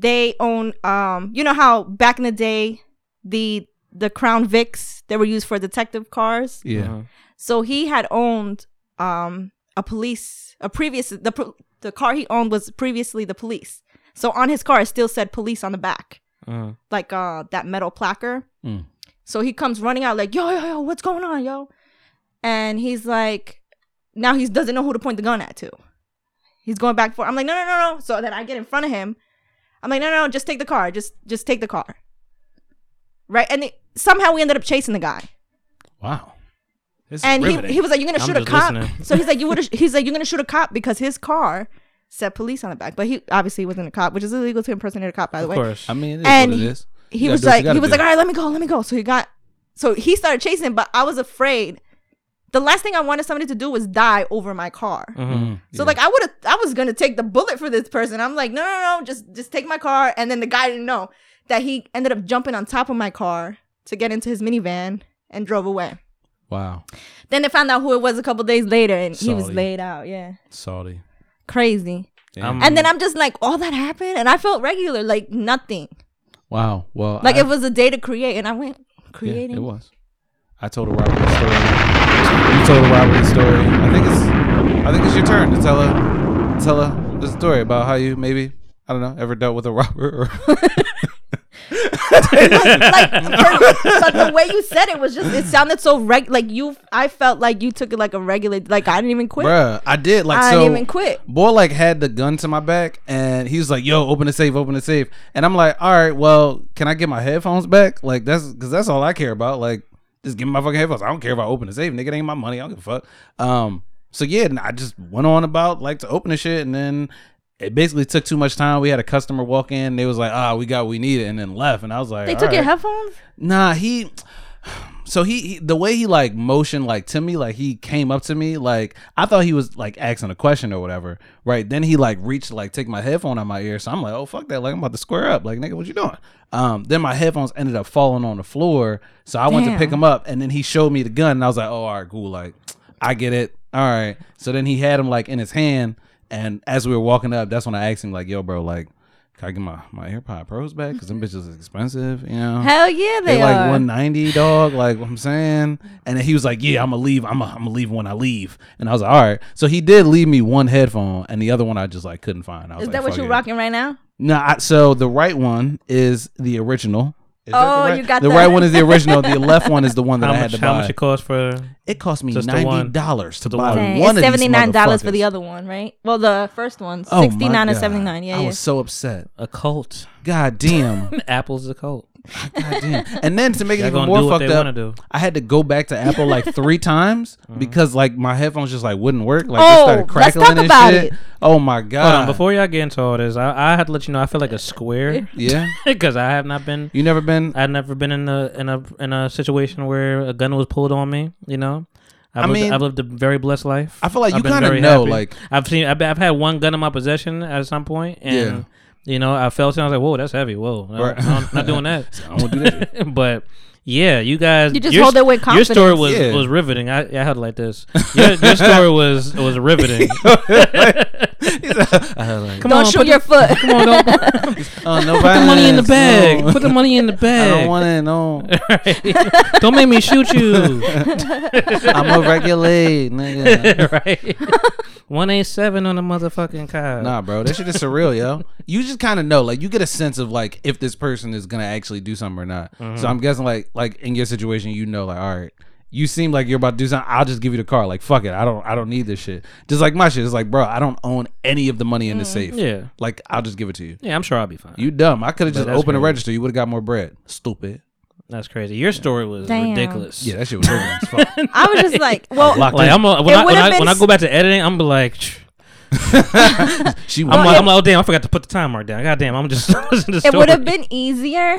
they own, um, you know how back in the day, the the Crown Vics they were used for detective cars.
Yeah.
So he had owned, um, a police, a previous the pol- the car he owned was previously the police. So on his car, it still said police on the back,
Mhm.
like uh that metal placard.
Mm.
So he comes running out like, yo, yo, yo, what's going on, yo? And he's like, now he doesn't know who to point the gun at to. He's going back and forth. I'm like, no, no, no, no. So then I get in front of him. I'm like, no, no, no, just take the car. Just just take the car. Right? And it, somehow we ended up chasing the guy.
Wow. This is
and he,
riveting.
he was like, You're gonna
I'm
shoot a
just
cop.
listening.
So he's like, You would he's like, You're gonna shoot a cop because his car said police on the back. But he obviously wasn't a cop, which is illegal to impersonate a cop, by the
Of
way
course.
I mean, it is
and
what it
he-
is. You
he
gotta
was
do what you
like he
gotta
was
do.
like all right let me go let me go so he got so he started chasing him, but i was afraid the last thing i wanted somebody to do was die over my car
Mm,
so
yeah.
like i would have i was gonna take the bullet for this person i'm like no no no just just take my car and then the guy didn't know that he ended up jumping on top of my car to get into his minivan and drove away
wow,
then they found out who it was a couple days later and he was
Sorry.
laid out yeah
salty.
crazy
Damn.
and then i'm just like all that happened and i felt regular like nothing
wow. Well,
like
I-
it was a day to create and i went
yeah,
creating
it was. I told a robbery story. You told a robbery story. I think it's. I think it's your turn to tell a tell a the story about how you maybe I don't know ever dealt with a robber. Or,
like for- but the way you said it was just it sounded so reg like you I felt like you took it like a regular like I didn't even quit.
bruh, I did like
I
so.
didn't even quit.
Boy, like had the gun to my back, and he was like, "Yo, open the safe, open the safe," and I'm like, "All right, well, can I get my headphones back? Like that's because that's all I care about. Like, just give me my fucking headphones. I don't care if I open the safe, nigga. It ain't my money. I don't give a fuck." Um, so yeah, and I just went on about like to open the shit, and then it basically took too much time. We had a customer walk in, they was like, "Ah, we got what we needed," and then left, and I was like,
They
"All
took your
right."
headphones?
Nah, he. So he, he, the way he like motioned like to me, like he came up to me, like I thought he was like asking a question or whatever, right? Then he like reached to, like take my headphone out my ear, so I'm like, oh fuck that, like I'm about to square up, like nigga, what you doing? Um, then my headphones ended up falling on the floor, so I went to pick
Damn.
him up, and then he showed me the gun, and I was like, oh all right, cool, like I get it, all right. So then he had him like in his hand, and as we were walking up, that's when I asked him like, yo, bro, like. Can I get my, my AirPod Pros back? Because them bitches is expensive, you know?
Hell yeah they,
they like
are.
190 dog like what i'm saying and then he was like yeah i'm gonna leave i'm gonna I'm gonna leave when i leave and i was like all right so he did leave me one headphone and the other one i just like couldn't find I was
Is
like,
that what
fuck
you're
it.
rocking right now?
no I, so the right one is the original Is that the
Oh,
right-
you got
the
that.
right one is the original the left one is the one that
How
i had
much,
to
how
buy
much it cost for?
it cost me
Just the
90
one.
dollars to
The
buy
one.
Dang,
Uh, one
it's
of these
seventy nine dollars for the
motherfuckers.
other one, right? Well the first one,
Oh, my
sixty nine and
God.
seventy nine. Yeah,
i
yeah.
was so upset
A cult.
god damn
Apple's a cult.
God damn. And then to make it
Y'all
even
gonna
more
do what
fucked
they
up,
wanna do. Mm-hmm.
I had to go back to Apple like three times because like my headphones just like wouldn't work. Like
Oh,
they started
let's
crackling
talk
and
about
shit.
it.
Oh my god.
Hold on, before y'all get into all this, I, I had to let you know I feel like a square
Yeah.
because I have not been.
You never been
I've never been in a in a in a situation where a gun was pulled on me. You know, I've
I
lived,
mean-
I've lived a very blessed life.
I feel like
I've
you
been
kinda
very
know, like-
I've seen, I've, I've had one gun in my possession at some point, and you know, I felt it. I was like, "Whoa, that's heavy. Whoa, no,
Right.
no, not doing that."
I don't do that.
but yeah, you guys,
You just
your
hold
s-
it with
Your story
confidence.
was
Yeah.
was riveting. I, I had it like this. Your, your story was was riveting. Come
Don't
on,
shoot
put
your foot.
Come on, don't put
Oh, no
the money in the
violence.
bag.
No.
Put the money in the
I
bag.
don't want it. No,
Don't make me shoot you.
I'm a regulate, nigga.
right? 187 on the motherfucking car.
Nah, bro, that shit is surreal, yo. You just kind of know, like, you get a sense of like if this person is gonna actually do something or not.
Mm-hmm.
So I'm guessing, like, like in your situation, you know, like, all right, you seem like you're about to do something. I'll just give you the car. Like, fuck it, I don't, I don't need this shit. Just like my shit, it's like, bro, I don't own any of the money in the
Mm-hmm.
safe.
Yeah.
like I'll just give it to you.
Yeah, I'm sure I'll be fine.
You dumb. I could have just
that's
opened the
crazy.
register. You would have got more bread. Stupid.
That's crazy. Your story was
Damn.
ridiculous.
Yeah, that shit was ridiculous. Fuck.
I was just like, well,
Locked
Like
in.
I'm a, when, I,
It
when,
would've
I,
been
when I
s-
go back to editing, I'm be like, "Tch,
she
I'm,
won.
like, I'm like, oh damn, I forgot to put the time mark down. God damn, I'm just listening to the
it
story.
would have been easier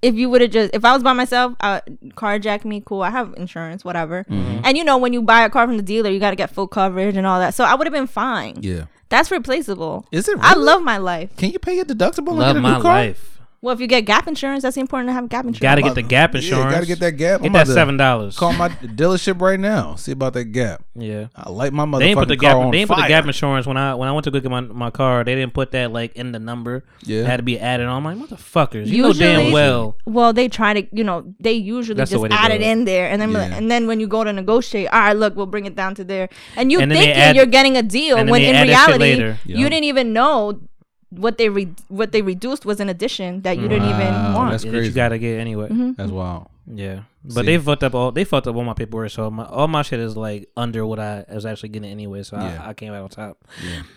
if you would have just if i was by myself uh carjack me cool i have insurance whatever
Mm-hmm.
and you know when you buy a car from the dealer you got to get full coverage and all that so i would have been fine
yeah.
that's replaceable
Is it
i
really?
love my life
Can you pay your deductible? and
love
get a new
my
car?
life.
well if you get gap insurance that's important to have gap insurance
Got to get the gap
Yeah,
insurance.
gotta get that gap.
Get
I'm
that
about to
seven dollars.
Call my dealership right now. See about that gap.
Yeah.
I light my motherfucking
They didn't put the
car
gap.
on
They didn't
fire.
put the gap insurance when I when I went to go get my, my car. They didn't put that like in the number.
Yeah.
it had to be added on. I'm like motherfuckers, you know damn
Usually-
well.
well they try to you know they usually
That's the
just
way they
add
do
it
it.
in there and then
Yeah.
and then when you go to negotiate all right look we'll bring it down to there and you
And then they
thinking
add-
you're getting a deal
and then
when
they
in
add that shit
reality
later.
you
Yeah.
didn't even know what they re- what they reduced was an addition that you didn't even
Wow,
want
That's
that
crazy.
you got to get anyway.
That's wild.
Yeah, but
See.
they fucked up all. They fucked up all my paperwork, so my, all my shit is like under what I was actually getting anyway. So
Yeah.
I, I came out on top.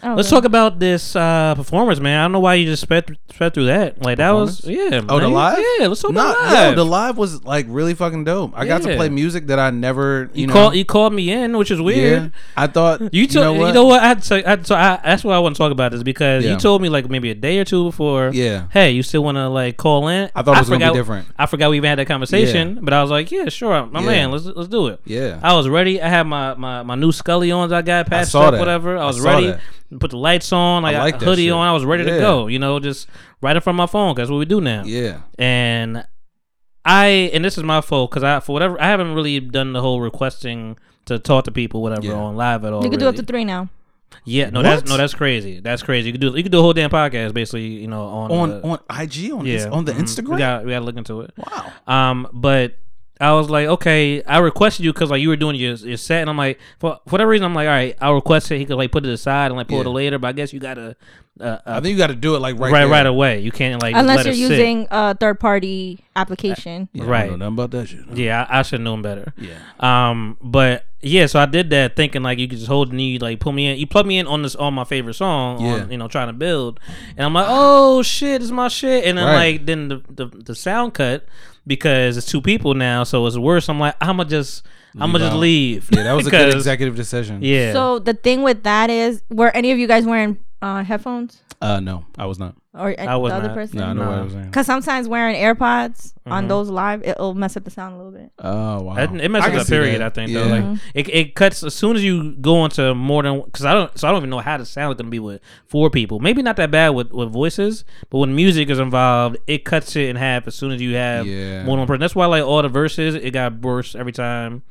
Oh,
Let's
yeah.
talk about this uh, performance, man. I don't know why you just sped sped through that. Like that was yeah.
Oh, the
man.
live?
Yeah, let's talk
Nah,
about
yo,
live.
the live was like really fucking dope. I got to
Yeah.
play music that I never, you,
you,
know.
called you called me in, which is weird.
Yeah, I thought
You,
you,
told,
know what?
I had to, I had to- so I, that's why I want to talk about this because
Yeah.
you told me like maybe a day or two before.
Yeah.
Hey, you still want to like call in?
I thought it was gonna be
forgot-
different.
I forgot we even had that conversation, but I was like, yeah, sure, my
Yeah.
man, let's let's do it.
Yeah.
I was ready. I had my my, my new Scully ons. I got patched
saw
up,
that.
whatever. I
I
was
saw
ready.
that.
Put the lights on. I, got
like
a
that
hoodie
shit.
on. I was ready
Yeah.
to go. You know, just right in front of my phone. 'cause That's what we do now
Yeah,
and I and this is my fault because I for whatever I haven't really done the whole requesting to talk to people whatever
Yeah.
on live at all.
you could do
really.
up to three now
Yeah, no, that's no, that's crazy. That's crazy. You could do you could do a whole damn podcast basically. You know on
on
the-
on IG on
yeah
this, on the
mhm.
Instagram.
We got we got to look into it.
wow.
Um, but I was like, okay, I requested you because like you were doing your your set, and I'm like, for, for whatever reason, I'm like, all right, I'll request it. He could like put it aside and like pull it
Yeah.
later, but I guess you gotta uh,
I
uh,
think you got to do it like right
right right,
there.
away. You can't like just let
unless you're
it sit.
using a third party application
Yeah, I
Right.
don't know nothing about that shit.
Yeah, I, I should have known better. Yeah. Um, but yeah, so I did that thinking like you could just hold me, like pull me in. You plug me in on this on my favorite song,
Yeah.
on, you know, trying to build. And I'm like, oh shit, it's my shit. And then
Right.
like then the, the the sound cut because it's two people now, so it's worse. I'm like, I'ma just I'ma
Leave
just
out.
leave.
Yeah, that was a good
'Cause-
executive decision.
Yeah.
so the thing with that is were any of you guys wearing uh headphones
Uh, no, I was not.
or uh,
I was
the other
not.
person
No, I know what I was saying.
Cause sometimes wearing AirPods
Mm-hmm.
on those live, it'll mess up the sound a little bit.
Oh wow,
That- It messes
can
up
see
period.
that.
I think
Yeah.
though, like it, it cuts as soon as you go into more than because I don't so I don't even know how the sound is gonna be with four people. Maybe not that bad with with voices, but when music is involved, it cuts it in half as soon as you have
Yeah.
more than one person. That's why like all the verses, it got worse every time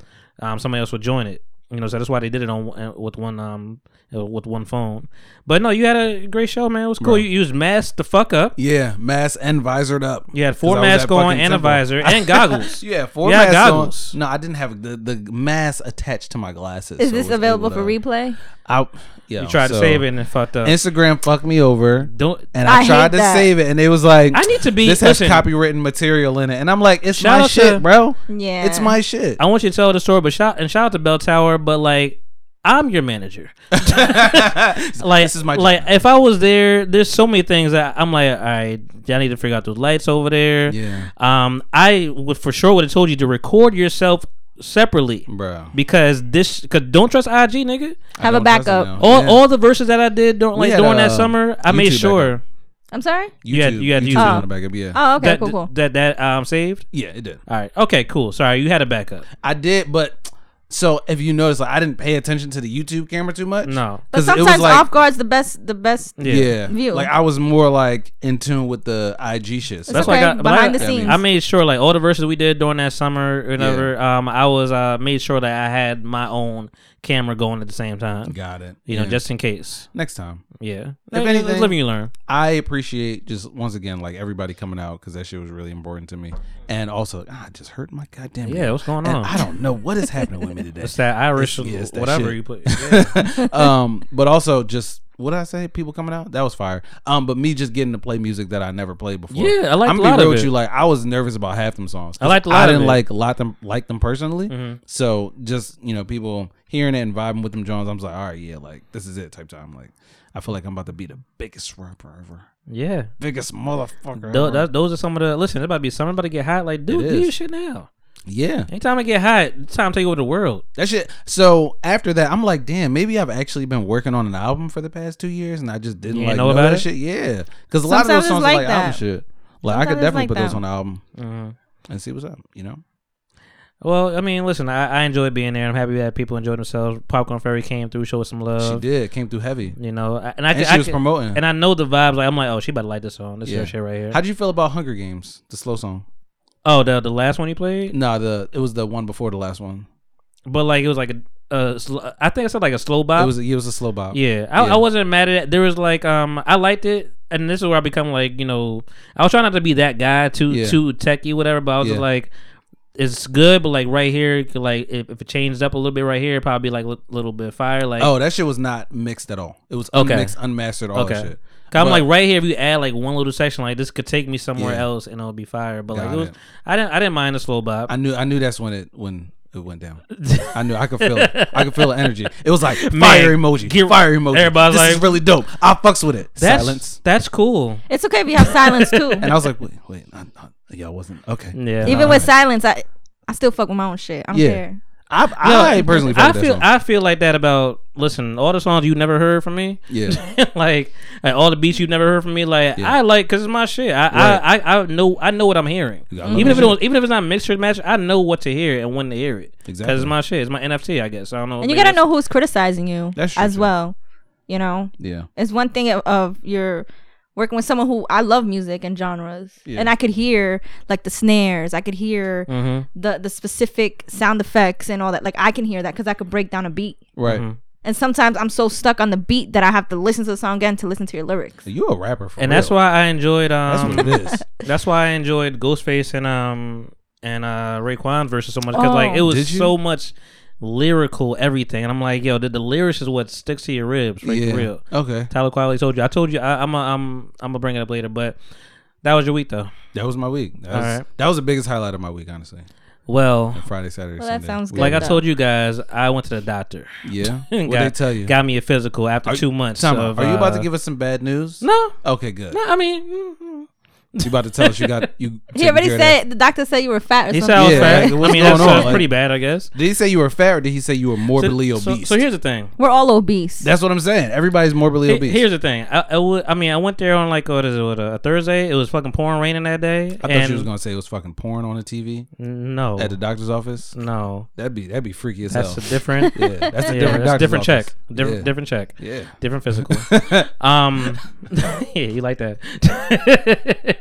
um, somebody else would join it. You know, so that's why they did it on uh, with one um uh, with one phone. But no, you had a great show, man. It was cool. You used mask the fuck up.
Yeah, mask and visored up.
You had
'Cause
four
I was
masks
at
on and
fucking
a
Temple.
visor and goggles.
Yeah, four
You had
masks
goggles.
on. No, I didn't have the the mask attached to my glasses.
Is
so
this
it was
available
able
for
to-
replay?
I, yo,
You tried to
so
save it and it fucked up.
Instagram fucked me over.
Don't
and I,
I hate
tried to
that.
save it, and it was like,
I need to be-
This has
listen.
copywritten material in it, and I'm like, it's
Shout
my
out
shit,
to-
bro.
Yeah.
it's my shit.
I want you to tell the story, but shout and shout out to Bell Tower, but like I'm your manager. like
This is my
like if I was there, there's so many things that I'm like, all right, I need to figure out those lights over there.
Yeah.
Um, I would for sure would have told you to record yourself separately,
bro.
because this because don't trust IG, nigga.
Have a
don't trust it
backup.
now.
All
Yeah.
all the verses that I did during
We
like
had
during
a,
that
um,
summer, I made
YouTube
sure
backup.
I'm sorry.
You had- you had
YouTube
YouTube.
on the backup, yeah,
Oh, okay,
that,
cool, cool.
that that um saved.
yeah, it did.
All right, okay, cool. Sorry, you had a backup.
I did, but so if you notice, like, I didn't pay attention to the YouTube camera too much.
No.
But
'Cause it was
sometimes
like-
off guard's the best. The best.
Yeah.
Yeah,
View.
like I was more like in tune with the IG shit. So
That's
That's
okay,
why I got
behind
my-
the
I mean-
scenes.
I made sure like all the verses we did during that summer, or whatever. Um, I was uh made sure that I had my own camera going at the same time.
got it.
You know,
Yeah.
just in case.
next time.
Yeah.
If
If
anything-
anything, living you learn.
I appreciate just once again like everybody coming out because that shit was really important to me, and also ah, I just hurt my goddamn
Yeah,
ear.
what's going
And
on?
I don't know what is happening with me today.
It's that Irish,
It's- yeah, it's that
whatever
shit.
you put. Yeah.
um, but also just what did I say? People coming out that was fire. Um, but me just getting to play music that I never played before.
Yeah, I liked
I'm
a
gonna
lot
be
of
real with
it.
you. Like I was nervous about half them songs.
I liked a lot
I
of
didn't
it. Mm-hmm.
like lot them like them personally. So just you know people hearing it and vibing with them Jones. I'm just like all right, yeah, like this is it type time. Like I feel like I'm about to be the biggest rapper ever,
yeah.
biggest motherfucker.
Tho-
ever.
that- those are some of the listen. It about to be summer, about to get hot. Like, dude, do
Uh-huh. is.
your shit now.
Yeah.
Anytime I get hot, it's time to take over the world.
That shit. So after that, I'm like, damn, maybe I've actually been working on an album for the past two years, and I just didn't
You
like
know
know
about
that
it?
shit. Yeah, because a lot of
Sometimes
those
it's
songs
like
are like album
that.
shit. Like I
Sometimes
could
it's
definitely
like
put those
that.
on the album
Mhm.
and see what's up. You know.
Well, I mean, listen, I, I enjoyed being there. I'm happy that people enjoyed themselves. Popcorn Fairy came through, showed us some love.
She did. Came through heavy.
You know, I- and I
And
could-
she
I
was
could-
promoting.
and I know the vibes. Like I'm like, oh, she about to like this song. This is
Yeah.
her shit right here.
How'd you feel about Hunger Games, the slow song?
oh, the the last one you played,
No, the it was the one before the last one.
but like it was like a, a sl- I think I said like a slow bop.
It was it was a slow bop.
Uh, yeah, I,
yeah.
I wasn't mad at it. There was like um, I liked it, and this is where I become like you know, I was trying not to be that guy too
Yeah.
too techie whatever, but I was just
Yeah.
like. It's good, but like right here, it could, like if, if it changed up a little bit right here, it'd probably be like a li- little bit fire. Like
Oh, that shit was not mixed at all. It was
Okay.
unmixed, unmastered, all that
Okay.
Oh, shit.
'Cause I'm
But-
like right here. If you add like one little section, like this could take me somewhere
Yeah.
else, and it'll be fire. But like
Got
it was,
it.
I didn't, I didn't mind the slow bop.
I knew I knew that's when it when it went down. I knew I could feel it. I could feel the energy. It was like fire emoji,
get-
fire emoji.
everybody's
this is
like-
really dope. I fucks with it.
that's,
Silence.
That's cool.
It's okay if you have silence too.
And I was like, wait, wait, I, I, yeah, I wasn't okay.
Yeah.
Even with silence, I I still fuck with my own shit. I don't
Yeah.
care.
I, I,
I
personally, fuck with that
feel
song.
I feel like that about listen all the songs you never heard from me.
yeah,
like, like, all the beats you never heard from me. Like
Yeah.
I like because it's my shit. I,
Right.
I, I I know I know what I'm hearing.
Yeah, I love
Even
that
if it
shit.
was, even if it's not mixed or match, I know what to hear and when to hear it.
Exactly.
it's my shit. It's my NFT. I guess I don't know.
And you
maybe
gotta
that's-
know who's criticizing you
That's true,
as
too.
well. You know,
yeah.
it's one thing of, of your working with someone who I love music and genres,
Yeah.
and I could hear like the snares, I could hear
Mhm.
the the specific sound effects and all that. Like I can hear that because I could break down a beat.
Right.
Mm-hmm.
And sometimes I'm so stuck on the beat that I have to listen to the song again to listen to your lyrics.
You a rapper for
And that's
real.
why I enjoyed.
That's
Um,
what it is.
That's why I enjoyed Ghostface and um and uh Raekwon versus so much because like
Oh.
it was
Did you?
so much lyrical everything, and I'm like, yo, the, the lyrics is what sticks to your ribs, like
yeah.
for real.
Okay.
Tyler Quiley told you. I told you. I, I'm. A, I'm. I'm gonna bring it up later, but that was your week though.
That was my week. That was,
Alright.
that was the biggest highlight of my week, honestly.
Well,
Friday, Saturday,
Well, that
Sunday.
sounds good.
like I
though.
told you guys, I went to the doctor.
Yeah.
Got-
What they tell you?
Got me a physical after
Are-
two months.
Time out.
of,
Are you about to
uh,
give us some bad news?
No.
Okay, good.
No. I mean. mm,
You about to tell us you got you?
He already
taking care of that-
said the doctor said you were fat or
He said
something.
I was
Yeah,
fat.
like, what's
I mean,
going
that's
on?
that's
Like-
pretty bad, I guess.
Did he say you were fat or did he say you were morbidly
So, so-
obese?
so here's the thing.
We're all obese.
That's what I'm saying. Everybody's morbidly
Here-
obese.
Here's the thing. I, I, w- I mean, I went there on like what is it, what, uh, a Thursday. It was fucking pouring raining that day.
I
and
thought you was gonna say it was fucking porn on the TV
no,
at the doctor's office.
no.
That'd be that'd be freaky as
That's
hell.
a different.
yeah, that's a
yeah,
different
that's
doctor's
different
office.
check. Different
Yeah.
different check.
Yeah.
Different physical. um, yeah, you like that.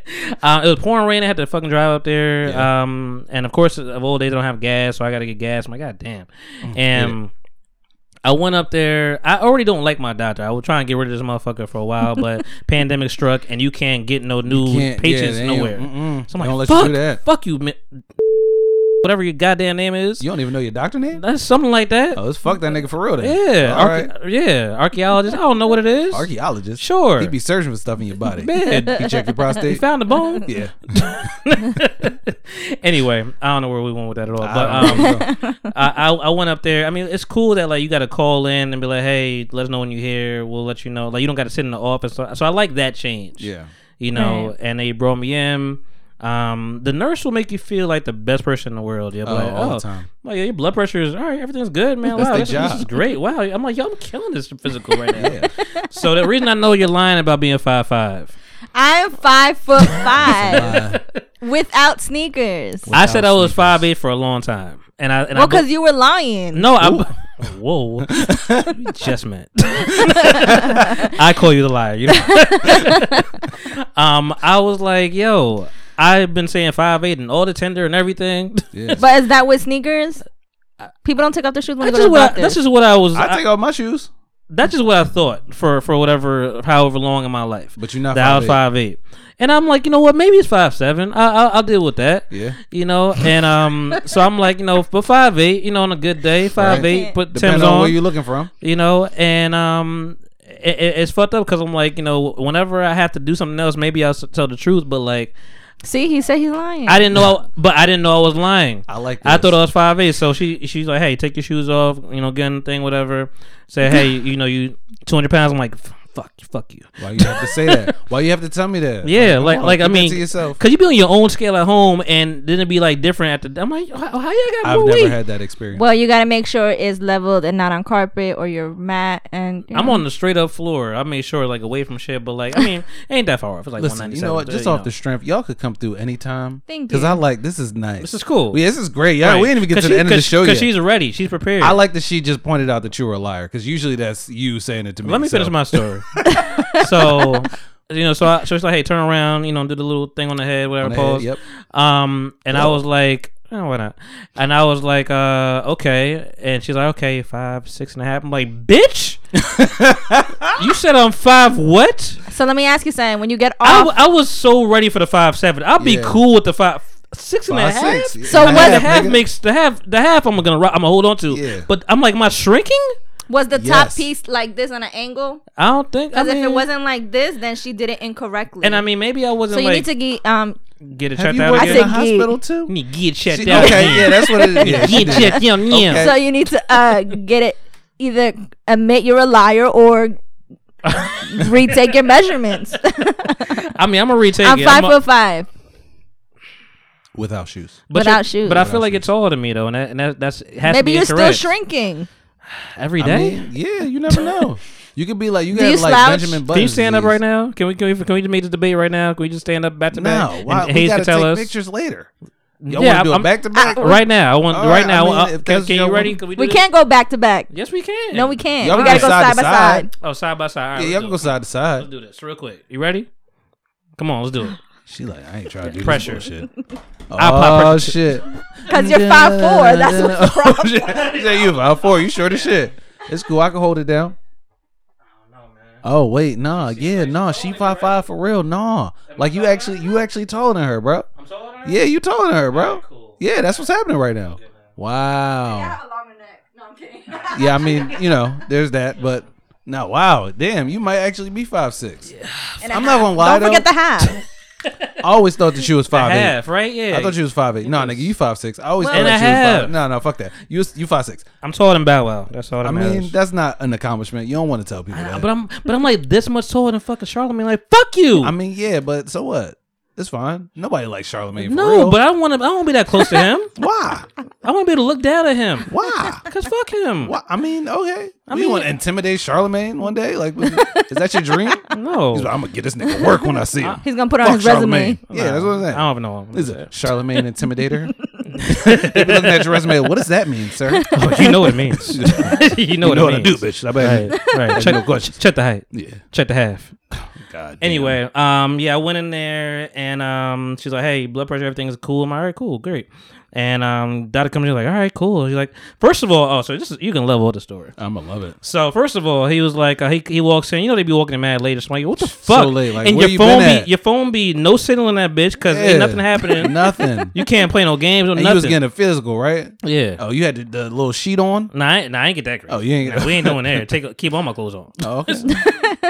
uh, it was pouring rain. I had to fucking drive up there.
Yeah.
Um, and of course, of old days, I don't have gas, so I got to get gas. I'm like, God damn.
Mm-hmm.
and I went up there. I already don't like my doctor. I was trying to get rid of this motherfucker for a while, but pandemic struck, and you can't get no new
Can't- yeah,
patients
they ain't-
nowhere.
mm-mm.
So I'm like,
don't let
fuck,
you do that.
fuck you, mi- whatever your goddamn name is.
You don't even know your doctor name.
That's something like that.
Oh, let's fuck that nigga for real. Then.
Yeah,
all
archae-
right.
yeah, archaeologist. I don't know what it is.
Archaeologist.
Sure.
He'd be searching for stuff in your body.
Man.
he check your
he
prostate.
found the bone.
yeah.
anyway, I don't know where we went with that at all.
I don't
But um,
know.
I, I I went up there. I mean, it's cool that like you got to call in and be like, hey, let us know when you're here. We'll let you know. Like you don't got to sit in the office. So, so I like that change.
yeah.
You know, and they brought me in. Um, the nurse will make you feel like the best person in the world. Yeah,
Oh,
like,
all the
oh,
time.
Like your blood pressure is all right. Everything's good, man.
That's
wow,
their
this, this
job.
is great. Wow, I'm like, yo, I'm killing this physical right now.
Yeah.
So the reason I know you're lying about being five five.
I'm five foot five
Uh,
without sneakers.
I said I was five eight for a long time, and I and
Well,
I
because you were lying.
no, I whoa, You just meant I call you the liar. You know? um, I was like, yo, I've been saying five eight and all the tender and everything.
yeah.
But is that with sneakers? People don't take off their shoes when
That's
they go
just
to
what
the
Uh, I,
doctor.
that's just what I was.
I
I-
take off my shoes.
that's just what I thought for for whatever however long in my life.
But you're not
that I was
5'8".
five eight, and I'm like, you know what? Maybe it's five seven. I, I I'll deal with that.
Yeah.
you know, and um, so I'm like, you know, but five eight, you know, on a good day, five eight, put Tim's
Depends on,
on,
where you're
you,
looking from.
know, and um, it, it- it's fucked up because I'm like, you know, whenever I have to do something else, maybe I'll s- tell the truth, but like,
See, he said he's lying.
I didn't know, I, but I didn't know I was lying.
I like. This.
I thought I was five eight, so she she's like, "Hey, take your shoes off, you know, get in the thing, whatever." Say, "Hey, you know, you two hundred pounds." I'm like, fuck, fuck you.
Why you have to say that? Why you have to tell me that?
Yeah,
come
like
on,
like I
keep that
mean,
to yourself.
because you be on your own scale at home, and then it be like different at the. I'm like, how, how y'all got
I've
more
never
weight?
had that experience.
Well, you gotta make sure it's leveled and not on carpet or your mat. And you
I'm
know.
on the straight up floor. I made sure like away from shit, but like I mean, it ain't that far off. It's like
Listen,
197.
you know what?
but,
Just
you
off
know.
the strength, y'all could come through anytime.
Thank
Because
you.
I like this is nice.
This is cool.
Yeah, this is great. Yeah,
Right.
we didn't even get
'Cause
to the
she-
end of the
'cause-
show yet.
Cause she's ready. She's prepared.
I like that she just pointed out that you were a liar because usually that's you saying it to me.
Let me
so-
finish my story. so, you know, so I, so she's like, hey, turn around, you know, do the little thing on the head, whatever,
On the head,
pose.
yep.
Um, and I was like, oh, why not? And I was like, uh, okay. And she's like, okay, five, six and a half. I'm like, bitch, you said I'm five what?
So let me ask you something. When you get
I,
off,
w- I was so ready for the five seven. I'll be
Yeah.
cool with the five six and a
Five,
half.
six. Yeah.
So
I mean,
what-
the half
nigga.
makes the half the half I'm gonna rock, I'm gonna hold on to.
Yeah.
But I'm like, am I shrinking?
was the top
Yes.
piece like this on an angle?
I don't think. I
Because if it
mean-
wasn't like this, then she did it incorrectly.
and I mean, maybe I wasn't
so you
like
need to get um.
get it
Have
checked
you
out.
worked
again.
in
said
a hospital too?
You need to get checked
She-
out.
okay, yeah, that's what it is. Yeah, she
Get
did.
checked out. Yeah.
So you need to uh get it either admit you're a liar or retake your measurements.
I mean, I'm gonna retake
I'm
it.
five
I'ma-
foot five.
Without shoes.
but
without
you-
shoes.
But I feel like it's all to me though, and, that, and that, that's it has to be
Maybe you're
incorrect.
still shrinking.
every
I
day.
mean, yeah, you never know. You could be like you
Do
got
you
like
slouch?
Benjamin Button.
can you stand up right now? Can we can we, can we just make this debate right now? Can we just stand up back to back?
No,
And
why, we
Hayes
gotta
can tell
take
us
pictures later.
Yeah,
Y'all want to do
I'm-
it back to back?
right now. I want
All
right
right,
now.
I mean,
uh,
if
can,
that's
can
your-
you ready? Can do
We
this?
can't go back to back.
Yes, we can.
No, we can't.
Y'all
we
can
gotta go
side
side
to
by
side.
side.
Oh, side by side. All right,
Yeah, y'all
let's
can
do
go
it.
side to
Let's
side.
do this real quick. You ready? Come on, let's do it.
She like, I ain't trying to do
Pressure.
this bullshit.
pop
Oh shit!
Because you're five four. That's what
the problem. you say you five four. You short as shit. It's cool. I can hold it down. Oh wait, nah, yeah, nah. She five five for real, nah. Like you actually, you actually taller than her, bro. Yeah, you taller than her, bro. Yeah, that's what's happening right now. Wow. Yeah, I mean, you know, there's that, but no, wow, damn, you might actually be five six. I'm not gonna lie
Don't
though.
forget the half.
I always thought that she was five eight.
Half, right? Yeah.
I thought you was five eight. No, nigga, you five six. I always
And
thought
a
that you was
half.
five. No, no, fuck that. You was- you five six.
I'm taller than Bow Wow. That's all that
I
matters.
mean, that's not an accomplishment. You don't want to tell people that.
but I'm but I'm like this much taller than fucking Charlamagne. Like fuck you.
I mean, yeah, but so what? It's fine. Nobody likes Charlemagne. For
no,
real.
but I want to. I want to be that close to him.
why?
I want to be able to look down at him.
Why?
Cause fuck him.
Why? I mean, okay. I mean,
mean-
you want to intimidate Charlemagne one day? Like, was- is that your dream?
No.
He's like, I'm gonna get this nigga work when I see him.
He's gonna put it on
Fuck
his resume.
Charlemagne. Yeah, that's what I'm saying.
I don't even know. What I'm
Is
gonna
it Charlemagne intimidator? they be looking at your resume. What does that mean, sir? Oh,
say. you know what it means. you know
you
what
know
it
what I do,
means.
bitch. I bet.
Right, right. check,
no question.
check the height.
Yeah.
Check the half.
God. damn.
Anyway, um, yeah, I went in there and um, she's like, "Hey, blood pressure, everything is cool." I'm like, "All right, cool, great." And um, Dada comes in like, "All right, cool." She's like, first of all, oh, so this is you can level up the story."
I'm gonna love it.
So first of all, he was like, uh, he he walks in. You know they be walking in mad late. It's like, what the
So
fuck?
late, like,
and
where
your
you
phone
been
be
at?
your phone be no signal in that bitch because
Yeah.
ain't nothing happening.
nothing.
You can't play no games or
and you was
nothing.
getting a physical, right?
yeah.
Oh, you had the, the little sheet on.
Nah, I, nah, I ain't get that crazy.
Oh, you ain't get-
Nah, we ain't doing that. Take keep all my clothes on.
Oh, okay.